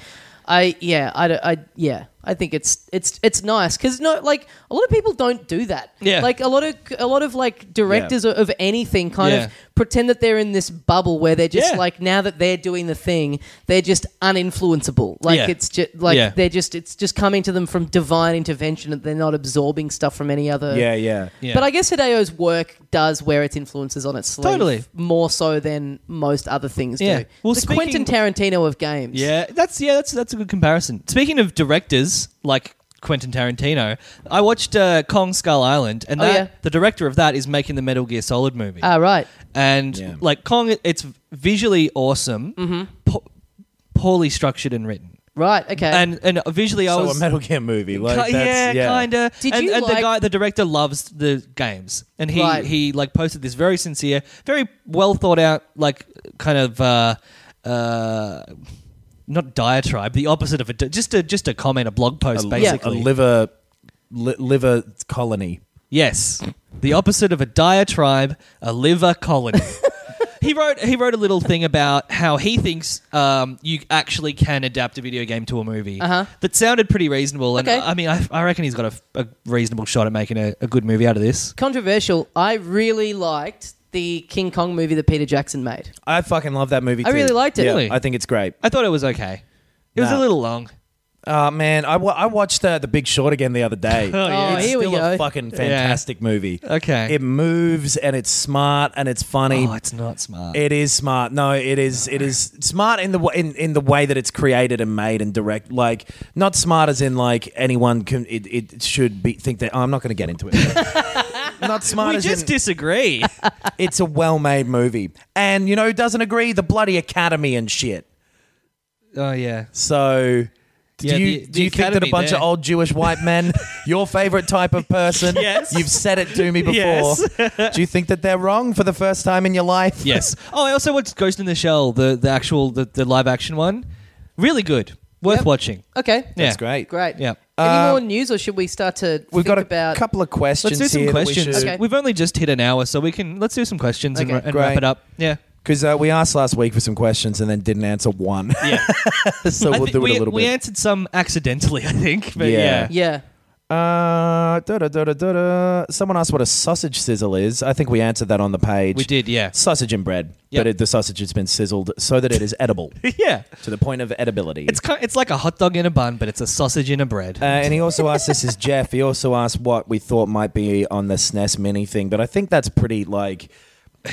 S4: I yeah, I, don't- I yeah, I think it's it's it's nice because no, like a lot of people don't do that.
S5: Yeah.
S4: like a lot of a lot of like directors of of anything kind
S5: Yeah.
S4: of pretend that they're in this bubble where they're just
S5: Yeah.
S4: like now that they're doing the thing, they're just uninfluenceable. Like
S5: Yeah.
S4: it's just like
S5: Yeah.
S4: they're just it's just coming to them from divine intervention and they're not absorbing stuff from any other
S6: Yeah, yeah.
S5: Yeah.
S4: but I guess Hideo's work does wear its influences on its sleeve.
S5: Totally.
S4: More so than most other things
S5: Yeah.
S4: do.
S5: Well,
S4: the
S5: speaking-
S4: Quentin Tarantino of games.
S5: Yeah, that's yeah, that's that's a good comparison. Speaking of directors like Quentin Tarantino, I watched uh, Kong Skull Island, and
S4: Oh,
S5: that,
S4: yeah.
S5: the director of that is making the Uh, Metal Gear Solid movie.
S4: Ah, right.
S5: and like Kong, it's visually awesome, poorly structured and written.
S4: Right. Okay.
S5: And and visually, I
S6: So a
S5: was
S6: Metal Gear movie, like
S5: Ki- yeah,
S6: that's, yeah,
S5: kind of.
S4: Did
S5: and,
S4: you
S5: and
S4: like-
S5: the guy, the director, loves the games, and he
S4: Right.
S5: he like posted this very sincere, very well thought out, like kind of. Uh, uh, not diatribe, the opposite of a di- just a just a comment, a blog post,
S6: A
S5: basically.
S6: liver, li- liver colony.
S5: Yes, the opposite of a diatribe, a liver colony. he wrote he wrote a little thing about how he thinks um, you actually can adapt a video game to a movie that sounded pretty reasonable. And
S4: Okay.
S5: I mean, I, I reckon he's got a, a reasonable shot at making a, a good movie out of this.
S4: Controversial. I really liked the King Kong movie that Peter Jackson made.
S6: I fucking love that movie.
S4: I
S6: too.
S4: really liked it.
S6: Yeah,
S5: Really?
S6: I think it's great.
S5: I thought it was okay. It was
S6: Nah.
S5: a little long.
S6: Oh man, I wa- I watched uh, The Big Short again the other day.
S5: <laughs> Oh,
S4: yeah.
S6: it's
S4: here we
S6: still
S4: go.
S6: a fucking fantastic movie.
S5: Okay.
S6: it moves and it's smart and it's funny.
S5: Oh, it's not smart.
S6: It is smart. No, it is. It is smart in the wa- in, in the way that it's created and made and direct. Like not smart as in like anyone can. It, it should be think that. oh, I'm not going to get into it. <laughs> not smart.
S5: we
S6: as
S5: just
S6: in, <laughs>
S5: disagree.
S6: it's a well made movie, and you know who doesn't agree the bloody Academy and shit.
S5: oh yeah.
S6: So. Do
S5: Yeah,
S6: you,
S5: the-
S6: do
S5: the
S6: you think that a
S5: Academy
S6: bunch
S5: there.
S6: of old Jewish white
S5: <laughs>
S6: men, your favorite type of person,
S5: Yes.
S6: you've said it to me before,
S5: Yes.
S6: do you think that they're wrong for the first time in your life?
S5: Yes. Oh, I also watched Ghost in the Shell, the the actual the, the live action one. Really good. Worth
S4: Yep.
S5: watching.
S4: Okay.
S5: <laughs> Yeah.
S6: That's great.
S4: Great.
S5: Yeah. Uh,
S4: Any more news, or should we start to
S6: We've
S4: think
S6: got a
S4: about
S6: couple of questions.
S5: Let's do some
S6: here that we
S5: questions.
S6: should-
S4: Okay.
S5: We've only just hit an hour, so we can let's do some questions and,
S4: Okay.
S5: ra- and wrap
S6: Great.
S5: it up. Yeah.
S6: Because uh, we asked last week for some questions and then didn't answer one.
S5: Yeah.
S6: <laughs> so we'll do it
S5: we,
S6: a little
S5: we
S6: bit.
S5: answered some accidentally, <laughs> I think. But yeah.
S6: Yeah.
S4: Yeah.
S6: uh, da-da, da-da, da-da. Someone asked what a sausage sizzle is. I think we answered that on the page.
S5: We did, yeah. <laughs>
S6: Sausage and bread.
S5: Yep.
S6: But it, the sausage has been sizzled so that it is edible
S5: yeah.
S6: to the point of edibility.
S5: It's kind, it's like a hot dog in a bun, but it's a sausage in a bread.
S6: uh, and he also asked, this is Jeff. He also asked what we thought might be on the SNES Mini thing. But I think that's pretty like.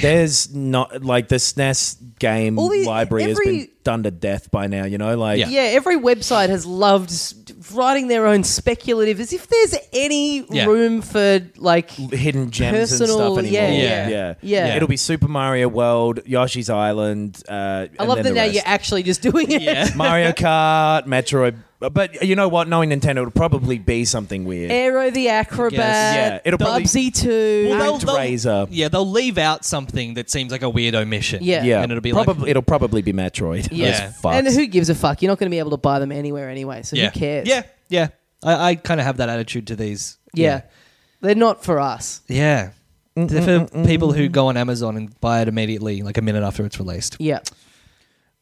S6: There's not like the SNES game
S4: All the-
S6: library has
S4: every-
S6: been done to death by now, you know? Like,
S5: Yeah.
S4: Yeah, every website has loved s- writing their own speculative. As if there's any
S5: Yeah.
S4: room for like,
S6: hidden gems
S4: Personal-
S6: and stuff
S4: yeah,
S6: anymore.
S5: yeah.
S6: yeah,
S4: Yeah.
S6: It'll be Super Mario World, Yoshi's Island. Uh,
S4: I love that now you're actually just doing it.
S5: yeah.
S6: Mario Kart, Metroid. But you know what? Knowing Nintendo, it'll probably be something weird.
S4: Aero the Acrobat,
S6: Yeah, it'll probably-
S4: Bubsy Two.
S5: Well,
S6: Act Razor.
S5: yeah, they'll leave out something that seems like a weird omission.
S4: Yeah.
S6: yeah,
S5: And it'll be
S6: probably
S5: like,
S6: it'll probably be Metroid.
S5: Yeah.
S6: Those fucks.
S4: and who gives a fuck? You're not going to be able to buy them anywhere anyway, so
S5: yeah.
S4: who cares?
S5: Yeah. Yeah. I, I kind of have that attitude to these.
S4: yeah, They're not for us.
S5: Yeah.
S6: Mm,
S5: They're for people who go on Amazon and buy it immediately, like a minute after it's released.
S4: Yeah,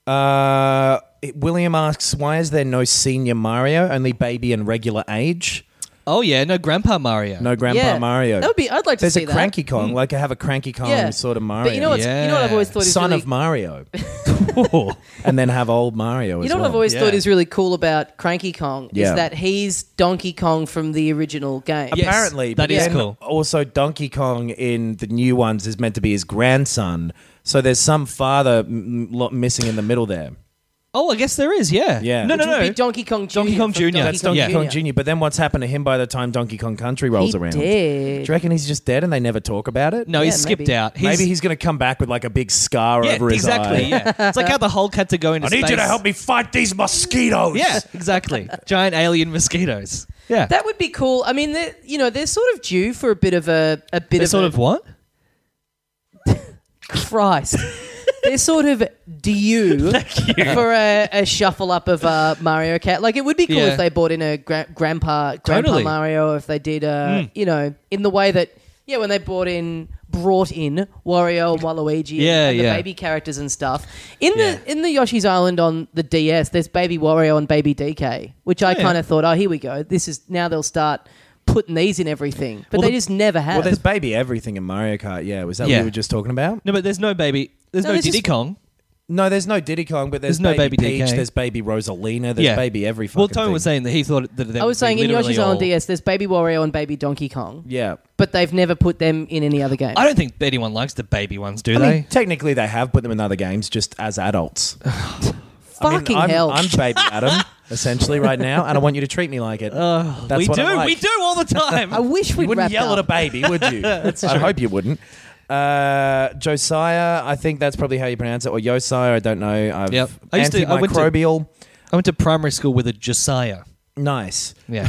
S6: uh, William asks, why is there no senior Mario? Only baby and regular age.
S5: Oh yeah, no Grandpa Mario.
S6: No Grandpa
S4: yeah.
S6: Mario.
S4: That would be. I'd like to
S6: There's
S4: see
S6: a
S4: that.
S6: cranky Kong. Like I have a cranky Kong
S4: yeah.
S6: Oh, sort of Mario.
S4: But you know what's You know what I've always thought is
S6: Son
S4: really, <laughs>
S6: of Mario. <laughs> and then have old Mario.
S4: You
S6: as
S4: know what
S6: well.
S4: I've always
S5: Yeah.
S4: thought is really cool about Cranky Kong
S6: Yeah.
S4: is that he's Donkey Kong from the original game.
S5: Yes,
S6: Apparently,
S5: that
S6: but
S5: is
S6: then
S5: cool.
S6: Also, Donkey Kong in the new ones is meant to be his grandson. So there's some father m- m- lot missing in the middle there.
S5: Oh, I guess there is. Yeah.
S6: Yeah.
S5: No,
S6: Which
S5: no,
S4: It'd
S5: no.
S4: be Donkey Kong Jr.
S5: Donkey Kong
S4: from
S5: Jr.
S6: That's Donkey
S5: Yeah.
S6: Kong Jr. But then what's happened to him by the time Donkey Kong Country rolls
S4: He
S6: around?
S4: did.
S6: Do you reckon he's just dead and they never talk about it?
S5: no,
S4: Yeah,
S5: he's skipped
S4: maybe.
S5: out. He's,
S6: Maybe he's going to come back with like a big scar
S5: yeah,
S6: over his
S5: exactly.
S6: eye.
S5: Yeah. It's like how the Hulk had to go into
S6: <laughs> I need
S5: space.
S6: you to help me fight these mosquitoes.
S5: Yeah, exactly. Giant alien mosquitoes. Yeah.
S4: That would be cool. I mean, they're, you know, they're sort of due for a bit of a a bit
S5: They're
S4: of
S5: sort
S4: a,
S5: of what?
S4: Christ. They're sort of
S5: <laughs>
S4: due for a, a shuffle up of uh, Mario Cat. Like it would be cool
S5: Yeah.
S4: if they bought in a gra- grandpa grandpa
S5: Totally. Mm.
S4: Mario. If they did, uh, you know, in the way that yeah, when they brought in brought in Wario and Waluigi and,
S5: Yeah,
S4: and
S5: yeah.
S4: the baby characters and stuff. In
S5: Yeah.
S4: the in the Yoshi's Island on the DS, there's Baby Wario and Baby DK, which I
S5: yeah.
S4: kind of thought, oh, here we go. This is now they'll start putting these in everything, but
S5: Well,
S4: they
S5: the-
S4: just never have.
S6: Well, there's baby everything in Mario Kart. Yeah, was that what
S5: Yeah.
S6: we were just talking about?
S5: No, but there's no baby. There's
S4: No,
S5: no,
S4: there's
S5: Diddy
S4: just-
S5: Kong.
S6: No, there's no Diddy Kong, but there's,
S5: There's no
S6: baby,
S5: Baby
S6: Peach,
S5: DK.
S6: there's baby Rosalina, there's
S5: yeah.
S6: baby every fucking
S5: Well, Tony
S6: thing.
S5: was saying that he thought that. there
S4: I
S5: would
S4: was
S5: be
S4: saying in
S5: literally
S4: Yoshi's Island
S5: all-
S4: DS, there's Baby Wario and Baby Donkey Kong,
S6: Yeah.
S4: but they've never put them in any other game.
S5: I don't think anyone likes the baby ones, do
S6: I
S5: they?
S6: mean, technically, they have put them in other games just as adults. I mean,
S4: Fucking
S6: I'm,
S4: hell!
S6: I'm baby <laughs> Adam, essentially, right now, and I want you to treat me like it. That's
S5: we
S6: what
S5: do.
S6: I like.
S5: We do all the time.
S4: I wish
S6: You
S4: we'd
S6: wouldn't
S4: wrap
S6: yell
S4: up.
S6: <laughs> at a baby, would you? I hope you wouldn't. Uh, Josiah, I think that's probably how you pronounce it, or Josiah. I don't know. I've
S5: Yep. I used to- I went to-
S6: antimicrobial.
S5: I went to primary school with a Josiah.
S6: nice.
S4: <laughs>
S5: Yeah.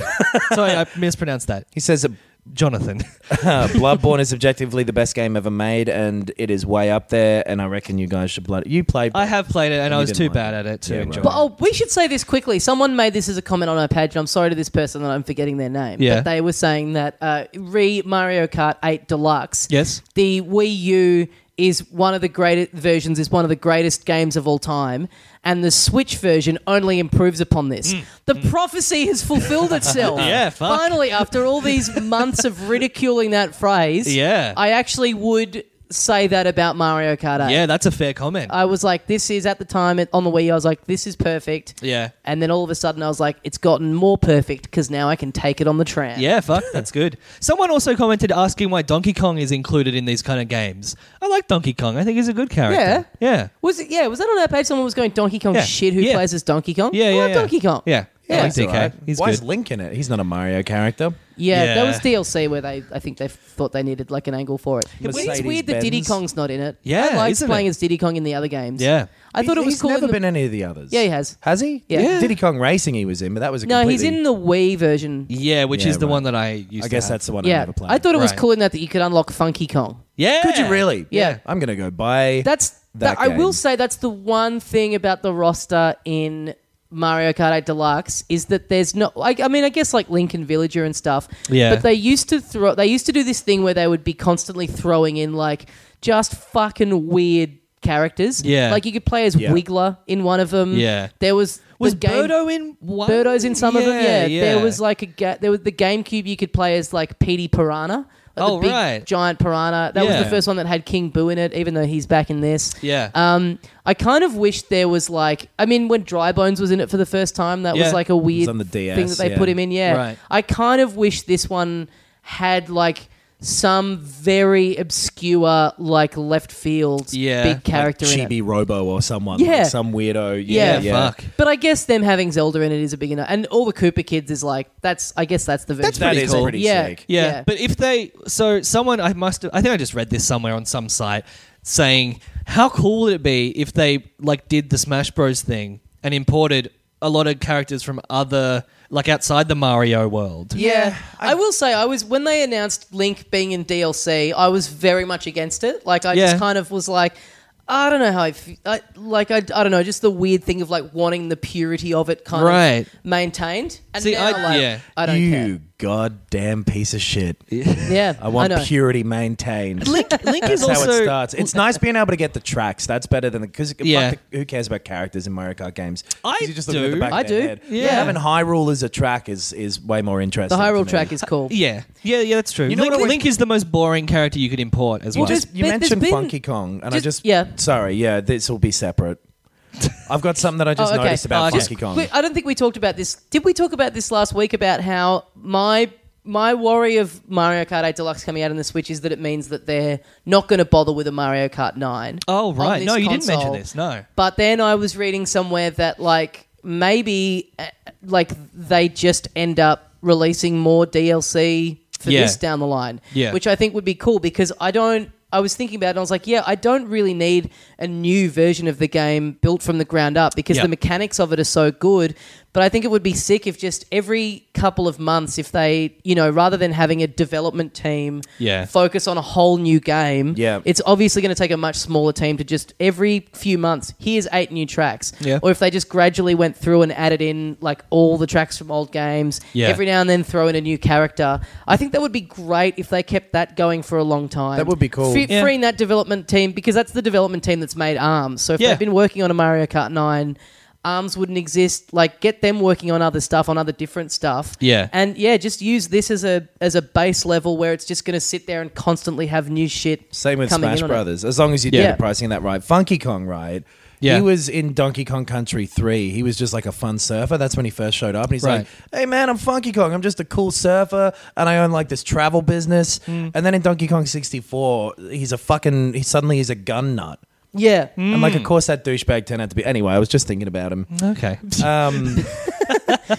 S5: Sorry, I mispronounced that.
S6: He says that
S4: <laughs>
S5: Jonathan.
S6: <laughs> uh, Bloodborne is objectively the best game ever made, and it is way up there. And I reckon you guys should blood. You played.
S5: I have played it and I
S6: You
S5: was
S6: didn't
S5: too
S6: like
S5: bad
S6: it.
S5: at it to
S6: Yeah,
S5: enjoy
S6: right.
S5: it.
S4: But oh, we should say this quickly. Someone made this as a comment on our page, and I'm sorry to this person that I'm forgetting their name.
S5: Yeah.
S4: But they were saying that uh, re Mario Kart 8 Deluxe.
S5: Yes.
S4: The Wii U is one of the greatest versions, is one of the greatest games of all time, and the Switch version only improves upon this. The prophecy has
S5: <laughs>
S4: fulfilled itself.
S5: Hmm. Yeah, fuck.
S4: Finally, after all
S5: <laughs>
S4: these months of ridiculing that phrase,
S5: Yeah.
S4: I actually would say that about Mario Kart 8.
S5: Yeah, that's a fair comment.
S4: Uh, I was like, this is at the time it, on the Wii. I was like, this is perfect.
S5: Yeah.
S4: And then all of a sudden, I was like, it's gotten more perfect because now I can take it on the tram.
S5: Yeah, fuck, that's good. Someone also commented asking why Donkey Kong is included in these kind of games. I like Donkey Kong. I think he's a good character.
S4: Yeah.
S5: Yeah.
S4: Was it? Yeah. Was that on our page? Someone was going Donkey Kong
S5: Yeah.
S4: shit. Who
S5: Yeah.
S4: plays as Donkey Kong?
S5: Yeah,
S4: I
S5: yeah,
S4: like
S5: yeah.
S4: Donkey Kong.
S5: Yeah.
S4: Yeah.
S5: I like DK. He's
S6: Why
S5: good.
S6: is Link in it? He's not a Mario character.
S4: Yeah,
S5: Yeah.
S4: That was DLC where they I think they thought they needed like an angle for it. it's weird that Diddy
S6: Mercedes-Benz.
S4: Kong's not in it.
S5: Yeah,
S4: I liked
S5: isn't
S4: playing
S5: it?
S4: as Diddy Kong in the other games.
S5: Yeah.
S4: I thought
S6: He's-
S4: it was
S6: he's
S4: cool. in
S6: never
S4: the-
S6: been any of the others.
S4: Yeah, he has.
S6: Has he?
S4: Yeah. Yeah.
S6: Diddy Kong Racing, he was in, but that was a
S4: no, he's
S6: completely-
S4: in the Wii version.
S5: Yeah, which
S6: Yeah,
S5: is the
S6: right.
S5: one that I used
S6: I
S5: to
S6: guess
S5: have.
S6: that's the one I
S4: Yeah,
S6: never played.
S4: I thought it was
S5: Right.
S4: cool in that that you could unlock Funky Kong.
S5: Yeah.
S6: Could you really?
S4: Yeah.
S6: I'm gonna go buy.
S4: That's that
S6: that.
S4: I will
S6: game.
S4: say that's the one thing about the roster in Mario Kart 8 Deluxe is that there's no I, I mean I guess like Lincoln Villager and stuff.
S5: Yeah.
S4: But they used to throw they used to do this thing where they would be constantly throwing in like just fucking weird characters.
S5: Yeah.
S4: Like you could play as
S6: Yeah.
S4: Wiggler in one of them.
S5: Yeah.
S4: There was
S5: Was
S4: the game-
S5: Birdo in one?
S4: Birdo's in some of them. Yeah, there
S5: yeah.
S4: was like a ga- there was the GameCube you could play as like Petey Piranha. Like
S5: Oh,
S4: the big
S5: right.
S4: giant piranha. That was
S5: Yeah.
S4: the first one that had King Boo in it, even though he's back in this.
S5: Yeah.
S4: Um, I kind of wish there was like, I mean, when Dry Bones was in it for the first time, that
S5: Yeah.
S4: was like a weird
S6: on the DS,
S4: thing that they
S6: yeah.
S4: put him in. Yeah.
S5: Right.
S4: I kind of wish this one had like some very obscure, like left field
S5: Yeah.
S4: big character in it.
S6: Chibi Robo or someone.
S4: Yeah.
S6: Like some weirdo.
S4: Yeah.
S6: Yeah. yeah.
S5: fuck.
S4: But I guess them having Zelda in it is a big enough, and all the Cooper kids is like that's. I guess that's the version.
S6: That
S5: Pretty
S6: is
S5: cool.
S6: pretty
S4: Yeah.
S6: sick.
S5: Yeah,
S4: Yeah.
S5: but if they so someone I must have, I think I just read this somewhere on some site saying how cool would it be if they like did the Smash Bros thing and imported a lot of characters from other like outside the Mario world.
S4: Yeah, I, will say I was when they announced Link being in DLC, I was very much against it. Like I
S5: Yeah.
S4: just kind of was like, I don't know how I, fe- I like I, I don't know, just the weird thing of like wanting the purity of it kind
S5: Right.
S4: of maintained. And
S5: See,
S4: now,
S5: I-
S4: like,
S5: yeah.
S4: I don't
S6: you
S4: care.
S6: goddamn piece of shit.
S4: Yeah,
S6: I want
S4: know.
S6: purity maintained.
S5: <laughs> Link, Link is
S6: That's how it
S5: also
S6: starts. It's nice being able to get the tracks. That's better than the because
S5: Yeah.
S6: who cares about characters in Mario Kart games? 'Cause
S5: I
S6: you're just looking at
S5: do.
S6: the back of
S4: I
S6: their
S4: do.
S6: head.
S5: Yeah.
S6: having Hyrule as a track is is way more
S4: The
S6: interesting.
S4: Hyrule
S6: to me.
S4: track is cool.
S5: yeah yeah yeah that's true.
S6: You know
S5: Link,
S6: what I was-
S5: Link is the most boring character you could import as well.
S6: You, just, you
S4: but there's
S6: mentioned
S4: been-
S6: Funky Kong, and I
S4: just-
S6: just
S4: yeah.
S6: Sorry, yeah, this will be separate. I've got something that I just
S4: Oh, okay.
S6: noticed about
S5: Oh, okay.
S6: Funky Kong.
S4: Wait, I don't think we talked about this. Did we talk about this last week about how my my worry of Mario Kart 8 Deluxe coming out on the Switch is that it means that they're not going to bother with a Mario Kart 9.
S5: oh
S4: on
S5: right,
S4: this
S5: no, you didn't
S4: console.
S5: mention this. No,
S4: But then I was reading somewhere that like maybe uh, like they just end up releasing more DLC for
S5: Yeah.
S4: this down the line,
S5: Yeah.
S4: which I think would be cool because I don't. I was thinking about it and I was like, yeah, I don't really need a new version of the game built from the ground up because
S5: Yeah.
S4: the mechanics of it are so good. But I think it would be sick if just every couple of months, if they, you know, rather than having a development team
S5: Yeah.
S4: focus on a whole new game,
S6: Yeah.
S4: it's obviously going to take a much smaller team to just every few months. Here's eight new tracks.
S5: Yeah.
S4: Or if they just gradually went through and added in like all the tracks from old games.
S5: Yeah.
S4: Every now and then throw in a new character. I think that would be great if they kept that going for a long time.
S6: That would be cool.
S4: Fe-
S5: Yeah.
S4: Freeing that development team because that's the development team that's made Arms. So if
S5: Yeah.
S4: they've been working on a Mario Kart Nine. Arms wouldn't exist. Like, get them working on other stuff, on other different stuff.
S5: Yeah.
S4: and yeah, just use this as a as a base level where it's just going to sit there and constantly have new shit.
S6: Same with
S4: coming in
S6: Smash
S4: on it.
S6: Brothers. As long as you do
S4: Yeah.
S6: the pricing that right. Funky Kong, right?
S5: Yeah.
S6: He was in Donkey Kong Country 3. He was just like a fun surfer. That's when he first showed up. And he's
S5: Right.
S6: like, hey, man, I'm Funky Kong. I'm just a cool surfer. And I own like this travel business.
S5: Mm.
S6: And then in Donkey Kong 64, he's a fucking, he suddenly he's a gun nut.
S4: Yeah.
S5: Mm. <laughs> Uh,
S6: And like, of course, that douchebag turned out to be. Anyway, I was just thinking about him.
S5: okay.
S6: Um,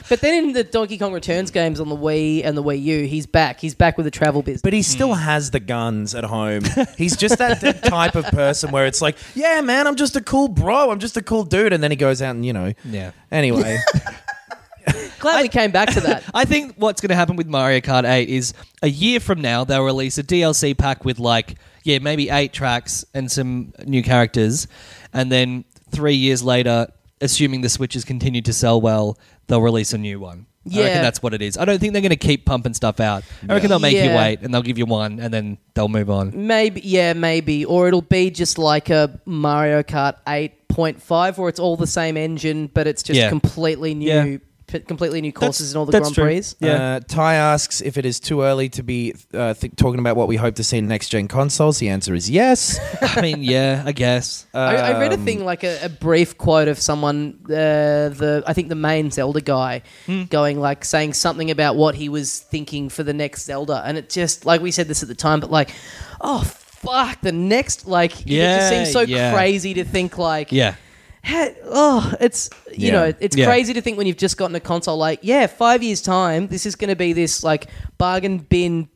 S4: But then in the Donkey Kong Returns games on the Wii and the Wii U, he's back. He's back with the travel business.
S6: But he still has the guns at home. He's just that d-
S5: <laughs>
S6: type of person where it's like, yeah, man, I'm just a cool bro. I'm just a cool dude. And then he goes out and, you know.
S5: Yeah.
S6: Anyway.
S4: Glad we came back to that.
S5: I think what's going to happen with Mario Kart 8 is a year from now they'll release a DLC pack with like yeah maybe eight tracks and some new characters, and then three years later, assuming the Switches continue to sell well, they'll release a new one. I
S4: Yeah.
S5: reckon that's what it is. I don't think they're going to keep pumping stuff out. <laughs> I reckon they'll make you
S4: Yeah.
S5: wait and they'll give you one and then they'll
S4: <laughs>
S5: move on.
S4: Maybe, yeah, maybe. Or it'll be just like a Mario Kart 8.5 where it's all the same engine, but it's just
S5: Yeah.
S4: completely new.
S5: Yeah.
S4: p- Completely new
S5: That's-
S4: courses and all the
S5: that's
S4: Grand
S5: true.
S4: Prix.
S6: Uh, Ty asks if it is too early to be uh, th- talking about what we hope to see in next gen consoles. The answer is
S5: <laughs>
S6: yes.
S5: I mean, yeah, I guess.
S6: Uh,
S4: I, I read a thing like a, a brief quote of someone, uh, the I think the main Zelda guy, going like saying something about what he was thinking for the next Zelda, and it just like we said this at the time, but like, oh fuck, the next like it just
S5: Yeah,
S4: seems so
S5: yeah.
S4: crazy to think like
S5: yeah.
S4: ha- oh, it's you
S6: Yeah.
S4: know, it's
S5: Yeah.
S4: crazy to think when you've just gotten a console. Like, yeah, five years time, this is going to be this like bargain bin,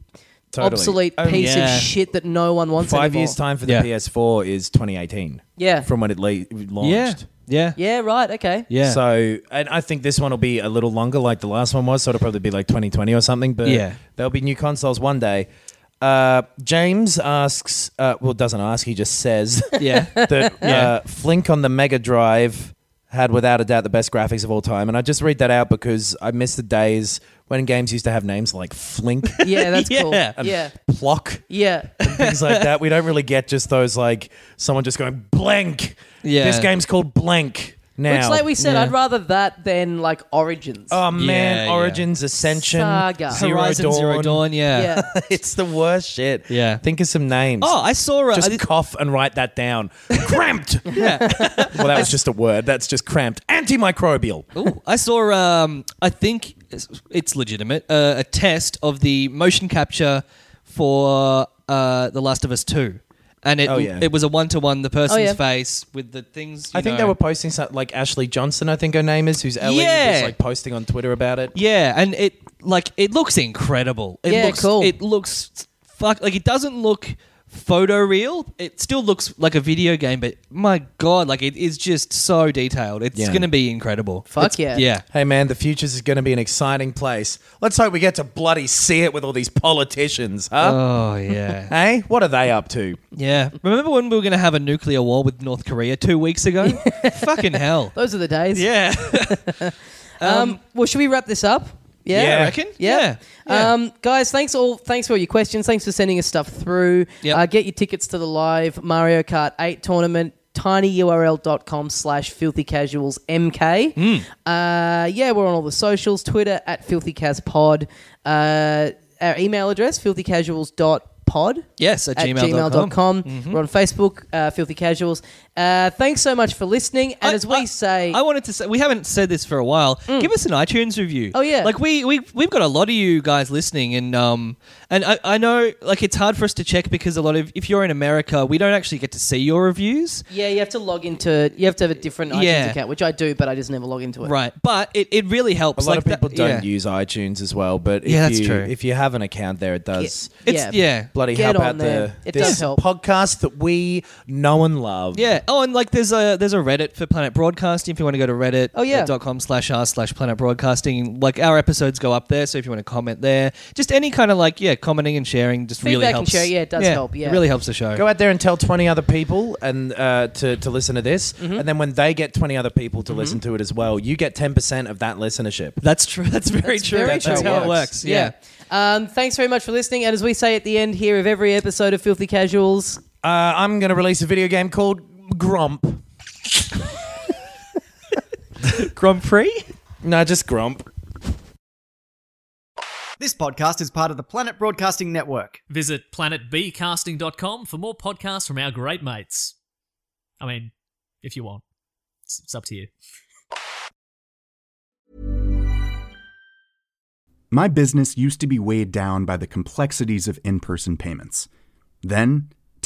S6: Totally.
S4: obsolete
S6: Oh,
S4: piece
S5: yeah.
S4: of shit that no one wants.
S6: Five
S4: anymore.
S6: years' time for the
S5: Yeah.
S6: PS4 is 2018.
S4: Yeah.
S6: From when it la- launched.
S5: Yeah. Yeah.
S4: Yeah, right. Okay.
S5: Yeah.
S6: So, and I think this one will be a little longer, like the last one was. So it'll probably be like 2020 or something. But
S5: Yeah.
S6: there'll be new consoles one day. Uh, James asks, uh, well, doesn't ask, he
S5: <laughs>
S6: just says
S5: yeah.
S6: that uh, Flink on the Mega Drive had without a doubt the best graphics of all time. And I just read that out because I miss the days when games used to have names like Flink
S4: Yeah, that's cool.
S5: <laughs> Yeah.
S4: Yeah.
S6: Plock.
S4: Yeah.
S6: Things like that. We don't really get just those like someone just going blank.
S5: Yeah.
S6: This game's called blank now.
S4: Which, like we said, I'd rather that than like Origins.
S6: Oh man,
S5: yeah.
S6: Origins, Ascension,
S4: Saga.
S6: Zero
S5: Horizon
S6: <laughs> Dawn.
S5: Zero Dawn.
S4: yeah.
S6: <laughs> it's the worst shit.
S5: Yeah.
S6: Think of some names.
S5: Oh, I saw a.
S6: just
S5: I did-
S6: cough and write that <laughs> down. cramped.
S5: yeah.
S6: Well, that was just a word. That's just cramped. Antimicrobial.
S5: Ooh, I saw. Um, I think it's, it's legitimate. Uh, a test of the motion capture for uh, The Last of Us Two, and it
S6: Oh, yeah.
S5: it was a one to one the person's
S4: Oh, yeah.
S5: face with the things. you
S6: I think
S5: know.
S6: they were posting something like Ashley Johnson. I think her name is, who's Ellie,
S5: Yeah.
S6: was like posting on Twitter about it.
S5: Yeah, and it like it looks incredible. It
S4: Yeah,
S5: looks,
S4: cool.
S5: It looks fuck like it doesn't look photoreal. It still looks like a video game, but my god, like it is just so detailed. It's
S6: Yeah.
S5: going to be incredible.
S4: Fuck
S5: It's-
S4: yeah.
S5: yeah.
S6: Hey man, the futures is going to be an exciting place. Let's hope we get to bloody see it with all these politicians, huh?
S5: Oh yeah.
S6: hey, what are they up to?
S5: Yeah. Remember when we were going to have a nuclear war with North Korea two weeks ago? Fucking hell.
S4: Those are the days.
S5: Yeah.
S4: Um, well, should we wrap this up? Yeah.
S5: I
S6: Yeah.
S5: reckon.
S4: Yeah.
S5: Yeah.
S4: Um, guys, thanks all. Thanks for all your questions. Thanks for sending us stuff through.
S5: Yep.
S4: Uh, get your tickets to the live Mario Kart 8 tournament tinyurl.com slash filthy casuals mk uh, yeah we're on all the socials twitter at filthy cas pod uh, our email address filthycasuals.pod
S5: Yes, at gmail.com.
S4: gmail.com
S5: Mm-hmm.
S4: we're on facebook uh, filthy casuals uh, thanks so much for listening and
S5: I-
S4: as we
S5: I-
S4: say
S5: I wanted to say we haven't said this for a while. Give us an iTunes review.
S4: Oh, yeah.
S5: like we we we've got a lot of you guys listening, and um, and I, I know like it's hard for us to check because a lot of if you're in America, we don't actually get to see your reviews.
S4: Yeah, you have to log into. You have to have a different iTunes
S5: Yeah.
S4: account, which I do, but I just never log into it.
S5: Right, but it, it really helps.
S6: A lot
S5: like
S6: of people
S5: that-
S6: don't
S5: yeah.
S6: use iTunes as well, but if
S5: Yeah, that's
S6: you,
S5: true.
S6: If you have an account there, it does.
S5: It's, yeah,
S6: Bloody
S4: Get
S6: help
S4: on
S6: out
S4: there.
S6: the
S4: It
S6: this
S4: does help.
S6: podcast that we know and love.
S5: Yeah. Oh, and like there's a there's a Reddit for Planet Broadcasting. If you want to go to Reddit. uh,
S4: Oh, yeah.
S5: Dot com slash r slash Planet Broadcasting. Like our episodes go up there, so if you want to comment there, just any kind of like yeah, commenting and sharing just really
S4: Feedback and
S5: helps.
S4: share, yeah, it does help, yeah.
S5: it really helps the show.
S6: Go out there and tell 20 other people and uh, to, to listen to this.
S4: Mm-hmm.
S6: And then when they get 20 other people to listen to it as well, you get 10% of that listenership.
S5: That's true. <laughs> That's very true.
S4: very
S5: That's
S4: true.
S5: how it
S6: Works.
S5: works. Yeah.
S4: Um, thanks very much for listening. And as we say at the end here of every episode of Filthy Casuals,
S6: Uh, I'm going to release a video game called Grump.
S5: Grand Prix.
S6: No, just Grump.
S8: This podcast is part of the Planet Broadcasting Network.
S2: Visit planetbcasting.com for more podcasts from our great mates. I mean, if you want, it's, it's up to you.
S1: My business used to be weighed down by the complexities of in person payments. Then,